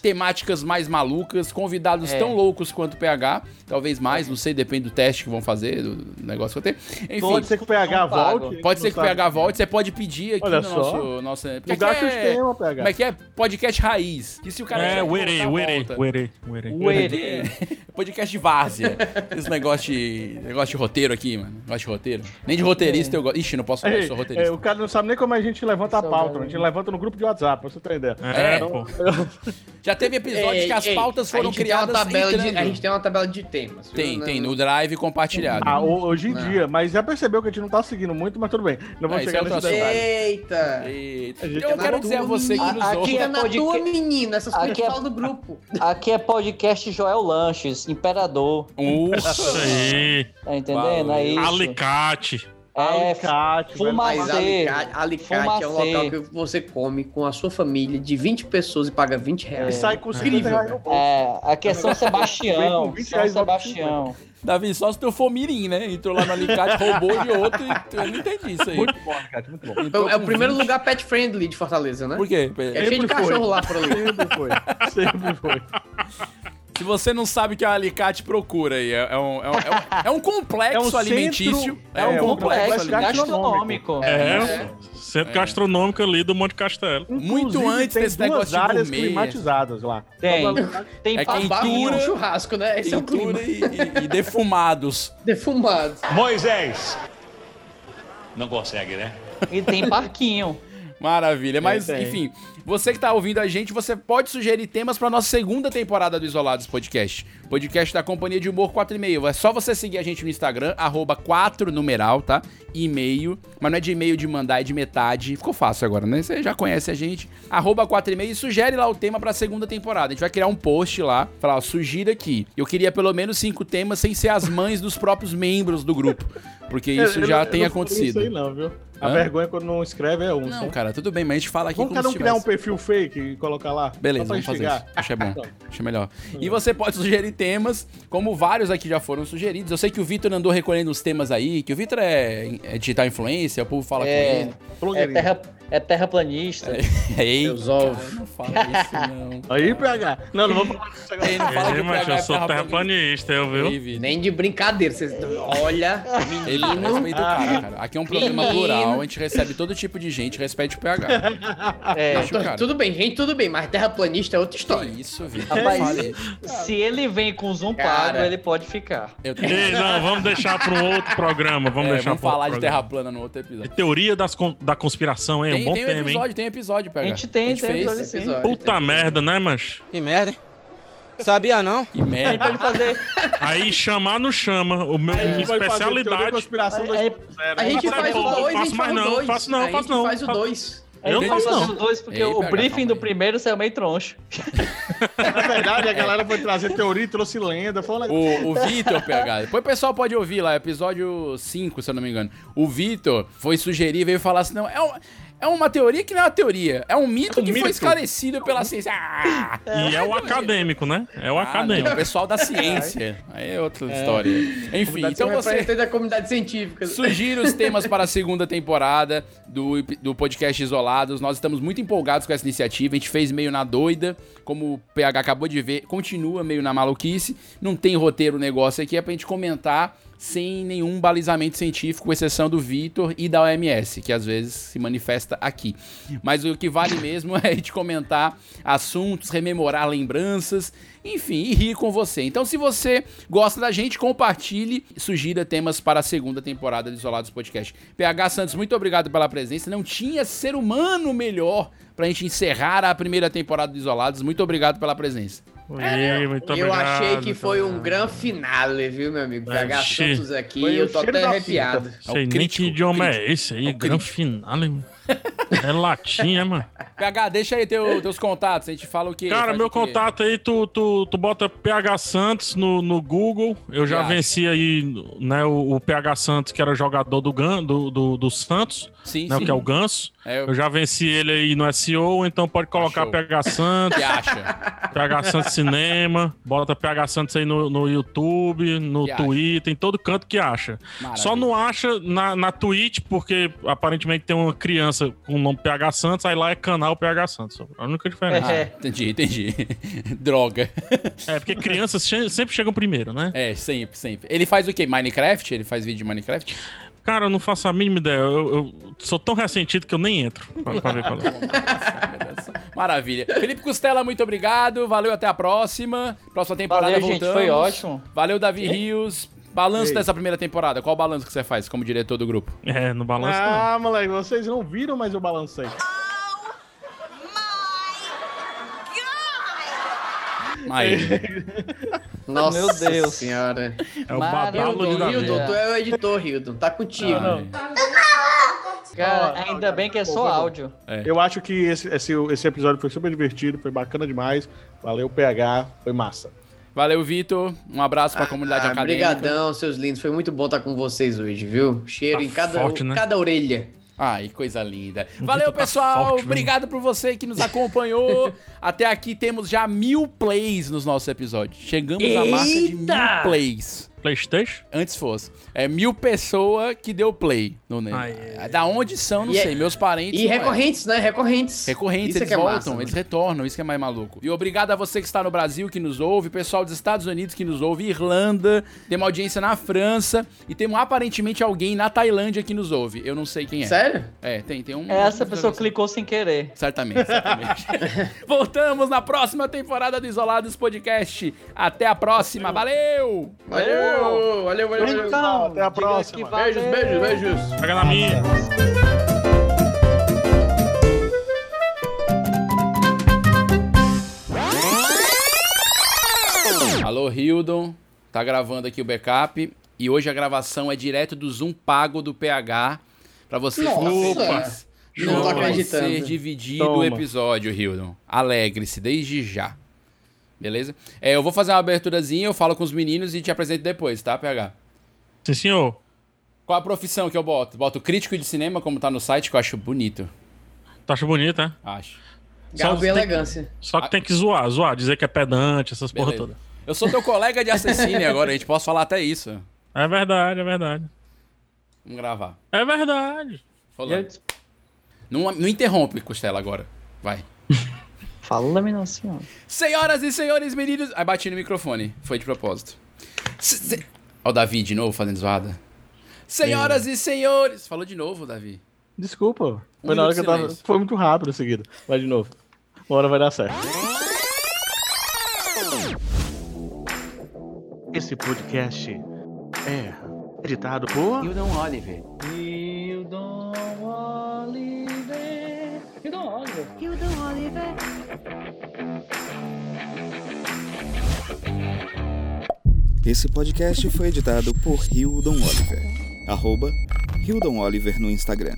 temáticas mais malucas, convidados É. tão loucos quanto o PH. Talvez mais, não sei, depende do teste que vão fazer, do do negócio que eu tenho. Enfim, Pode ser é que o PH não pago. volte, Pode não ser que o sabe. PH volte. Você pode pedir aqui Olha no só. nosso. nosso porque Mudar aqui sistema, PH. Como é que é? Podcast raiz. Que se o cara. É, quiser uerê, voltar, uerê, volta. uerê, uerê. Uerê. Podcast de várzea. Esse negócio de, negócio de roteiro aqui, mano. Negócio de roteiro. Nem de roteirista eu gosto. Ixi, não posso falar, eu É, sou é, roteirista. o cara não sabe nem como a gente levanta a pauta, a gente levanta no grupo de WhatsApp, pra você ter ideia. É, Então, pô. Já teve episódios Ei, que as ei, pautas a foram gente tem criadas uma tabela de- entrando. A gente tem uma tabela de temas. viu? Tem, Não- tem. No Drive compartilhado. Ah, ho- hoje em dia, mas já percebeu que a gente não tá seguindo muito, mas tudo bem. Não vou Ah, isso é chegar outro nesse assunto. detalhe. Eita! Eita. Então gente Eu tá quero na dizer a tua, você que nos Aqui ouve. é Fica na podca- tua, menina. Essas coisas Aqui que é- falam do grupo. Aqui é podcast Joel Lanches, Imperador. Nossa, aí. Tá entendendo? É isso. Alicate. É, Alicate, Mas fumacê. Alicate, Alicate é um Fumacê. local que você come com a sua família de 20 pessoas e paga 20 É. reais. É. E sai com 50 Incrível. reais no bolso. É, aqui é São Vem Sebastião. com 20 São reais, volta com Sebastião. Davi, só se tu for mirim, né? Entrou lá no alicate, roubou de outro e eu não entendi isso aí. Muito bom, Alicate, muito bom. É o- Entrou é o com primeiro lugar pet friendly de Fortaleza, né? Por quê? É cheio de Sempre foi. cachorro lá por ali. Sempre foi, sempre foi. Se você não sabe o que é um alicate, procura aí. É é um, é um, é um- é um complexo É um centro- alimentício. é é um um complexo Complexo alimentício. gastronômico. É, É. centro gastronômico ali do Monte Castelo. Muito Inclusive, antes tem desse duas negócio de áreas gourmet. climatizadas lá. Tem. Tem É papai. Barro Pintura. e um churrasco, né? Esse é o clima. Pintura e, e- e defumados. Defumado. Moisés! Não consegue, né? E tem parquinho. Maravilha. Mas, tem. enfim, você que tá ouvindo a gente, você pode sugerir temas pra nossa segunda temporada do Isolados Podcast. Podcast da Companhia de Humor 4 e meio. É só você seguir a gente no Instagram, arroba 4 numeral, tá? E-mail. Mas não é de e-mail de mandar, é de metade. Ficou fácil agora, né? Você já conhece a gente. Arroba 4 e meio e sugere lá o tema pra segunda temporada. A gente vai criar um post lá, falar, ó, sugira aqui. Eu queria pelo menos cinco temas sem ser as mães dos próprios membros do grupo. Porque isso Eu- eu- já eu tem não sou acontecido. Isso aí não, viu? A Hã? vergonha quando não escreve é um. Não, sabe? cara, tudo bem, mas a gente fala aqui Vamos como cada um se criar um tivesse- perfil fake e colocar lá? Beleza, Só pra Então. vamos fazer instigar. isso. Acho é bom. Acho é melhor. E você pode sugerir temas, como vários aqui já foram sugeridos. Eu sei que o Vitor andou recolhendo os temas aí, que o Vitor é, é digital influencer, o povo fala É, com é, Blogueirinho. terra, é terraplanista. ele. Ei, Deus ouve. não fala isso, não. Aí, PH. Não, não vamos falar disso agora. Ei, não fala que É, o mas PH eu é sou terraplanista, eu, Ei, viu? Vitor, Nem de brincadeira. Vocês... Olha, Ele respeita Ah. o cara, cara. Aqui é um programa Menino. plural, a gente recebe todo tipo de gente, respeite o PH. É. Deixa o cara. Então, tudo bem, gente, tudo bem. Mas terraplanista é outra Que história. isso, Vitor. Rapaz, Não fala se- isso. se ele vem com zoom Cara. pago, ele pode ficar. Eu tenho- Ei, não, vamos deixar para um outro programa. Vamos É, deixar vamos pra outro falar de programa. terra plana no outro episódio. Teoria das con- da conspiração, hein? Tem, um bom tem um tema, hein? episódio, tem um episódio, PH. A gente tem, tem fez. episódio sim. Episódio. Puta merda, né, mancho? Que merda, hein? Sabia não? Que merda. Pode fazer. Aí chamar não chama. O meu, minha Vai fazer teoria da especialidade. conspiração É, 2.0. A gente Mas é faz bom, o dois, a faço gente mais faz não, o dois. faço não, a gente faço não. faz o dois. Eu Eu não não faço faço os dois, porque Ei, o PH, briefing calma do aí. primeiro saiu meio troncho. Na verdade, a galera foi trazer teoria e trouxe lenda. Foi um negócio- O, o Vitor, PH. Depois o pessoal pode ouvir lá, episódio 5, se eu não me engano. O Vitor foi sugerir, veio falar assim: não, é, um- é uma teoria que não é uma teoria. É um mito um que foi mito. esclarecido pela ciência. Ah! E é o acadêmico, né? É o Ah, não, o acadêmico. pessoal da ciência. Aí é outra história. Enfim, então você. Representante da comunidade científica. Sugira os temas para a segunda temporada do, do podcast Isolados. Nós estamos muito empolgados com essa iniciativa. A gente fez meio na doida, como o PH acabou de ver, continua meio na maluquice. Não tem roteiro o negócio aqui, é pra gente comentar sem nenhum balizamento científico, com exceção do Vitor e da OMS, que às vezes se manifesta aqui. Mas o que vale mesmo é a gente comentar assuntos, rememorar lembranças, enfim, e rir com você. Então, se você gosta da gente, compartilhe e sugira temas para a segunda temporada do Isolados Podcast. PH Santos, muito obrigado pela presença. Não tinha ser humano melhor pra gente encerrar a primeira temporada do Isolados. Muito obrigado pela presença. É, eu achei que foi um grande finale, viu, meu amigo? É, PH che- Santos aqui, Foi eu o tô cheiro até da arrepiado. fita. Sei nem que idioma é esse um aí, gran finale. mano. É latim, é, mano. PH, deixa aí teu- teus contatos, a gente fala o que. Cara, meu contato aí, tu, tu, tu bota PH Santos no, no Google. Eu já Acha. venci aí, né, o, o PH Santos, que era jogador do, Gan, do, do, do Santos, Sim, né, sim. que é o Ganso. É, eu- eu... já venci ele aí no SEO, então pode colocar PH Santos. Que acha? PH Santos Cinema, bota PH Santos aí no, no YouTube, no Que acha? Twitter, em todo canto que acha. Maravilha. Só não acha na, na Twitch, porque aparentemente tem uma criança com o nome PH Santos, aí lá é canal PH Santos. A única diferença. É. Ah, entendi, entendi. Droga. É, porque crianças che- sempre chegam primeiro, né? É, sempre, sempre. Ele faz o quê? Minecraft? Ele faz vídeo de Minecraft? Cara, eu não faço a mínima ideia. Eu, eu sou tão ressentido que eu nem entro pra, pra ver qual é. Maravilha. Felipe Costela, muito obrigado. Valeu, até a próxima. Próxima temporada Valeu, gente, voltamos. foi ótimo. Valeu, Davi E- Rios. Balanço Ei. dessa primeira temporada. Qual o balanço que você faz como diretor do grupo? É, no balanço Ah, moleque, vocês não viram, mas eu balancei. Aí. Nossa Meu Deus. senhora. É o badalo de Hildon, Davi. Hildon, tu é o editor, Hildon. Tá contigo. Cara, ainda bem que é só áudio. Eu acho que esse, esse, esse episódio foi super divertido, foi bacana demais. Valeu, PH, foi massa. Valeu, Vitor. Um abraço pra comunidade Ah, acadêmica. brigadão, seus lindos. Foi muito bom estar com vocês hoje, viu? Cheiro Tá em cada, forte, né? cada orelha. Ai, coisa linda. tá Valeu, pessoal. Obrigado por você que nos acompanhou. Até aqui temos já mil plays nos nossos episódios. Chegamos à marca de mil Eita! plays. PlayStation? Antes fosse. É mil pessoa que deu play no Nemo. Da onde são, não E é- sei. Meus parentes. E não é. recorrentes, né? Recorrentes. Recorrentes, Isso é eles que é voltam, massa, eles retornam, isso que é mais maluco. E obrigado a você que está no Brasil, que nos ouve, pessoal dos Estados Unidos que nos ouve, Irlanda, tem uma audiência na França e tem um, aparentemente alguém na Tailândia que nos ouve. Eu não sei quem é. Sério? É, tem, tem um. Essa um- pessoa clicou sem querer. Certamente, certamente. Voltamos na próxima temporada do Isolados Podcast. Até a próxima, valeu! Valeu, valeu, valeu. valeu. Então, até a próxima. Beijos, beijos, beijos. Pega na minha. Alô, Hildon. Tá gravando aqui o backup. E hoje a gravação é direto do Zoom pago do PH. Pra você Nossa! feliz. Não tô Não vai acreditando. ser dividido o Toma. episódio, Hildon. Alegre-se desde já. Beleza? É, eu vou fazer uma aberturazinha, eu falo com os meninos e te apresento depois, tá, PH? Sim, senhor. Qual a profissão que eu boto? Boto crítico de cinema, como tá no site, que eu acho bonito. Tu acha bonito, né? Acho. Só Garbo que e tem- elegância. Só que tem que zoar, zoar, dizer que é pedante, essas porra Beleza. toda. Eu sou teu colega de assassino agora, a gente pode falar até isso. É verdade, é verdade. Vamos gravar. É verdade. Rolando. Não, não interrompe, Costela, agora. Vai. Fala, minha senhora. Senhoras e senhores, meninos. Aí bati no microfone. Foi de propósito. Se- se- Ó, o Davi de novo fazendo zoada. Senhoras e senhores. Falou de novo, Davi. Desculpa. Um Foi na hora que eu minuto de tava. silêncio. Foi muito rápido seguido. Vai de novo. Uma hora vai dar certo. Esse podcast é editado por Hildon Oliver. Hildon Oliver. Hildon Oliver. Hildon Oliver. Esse podcast foi editado por Hildon Oliver. Arroba Hildon Oliver no Instagram.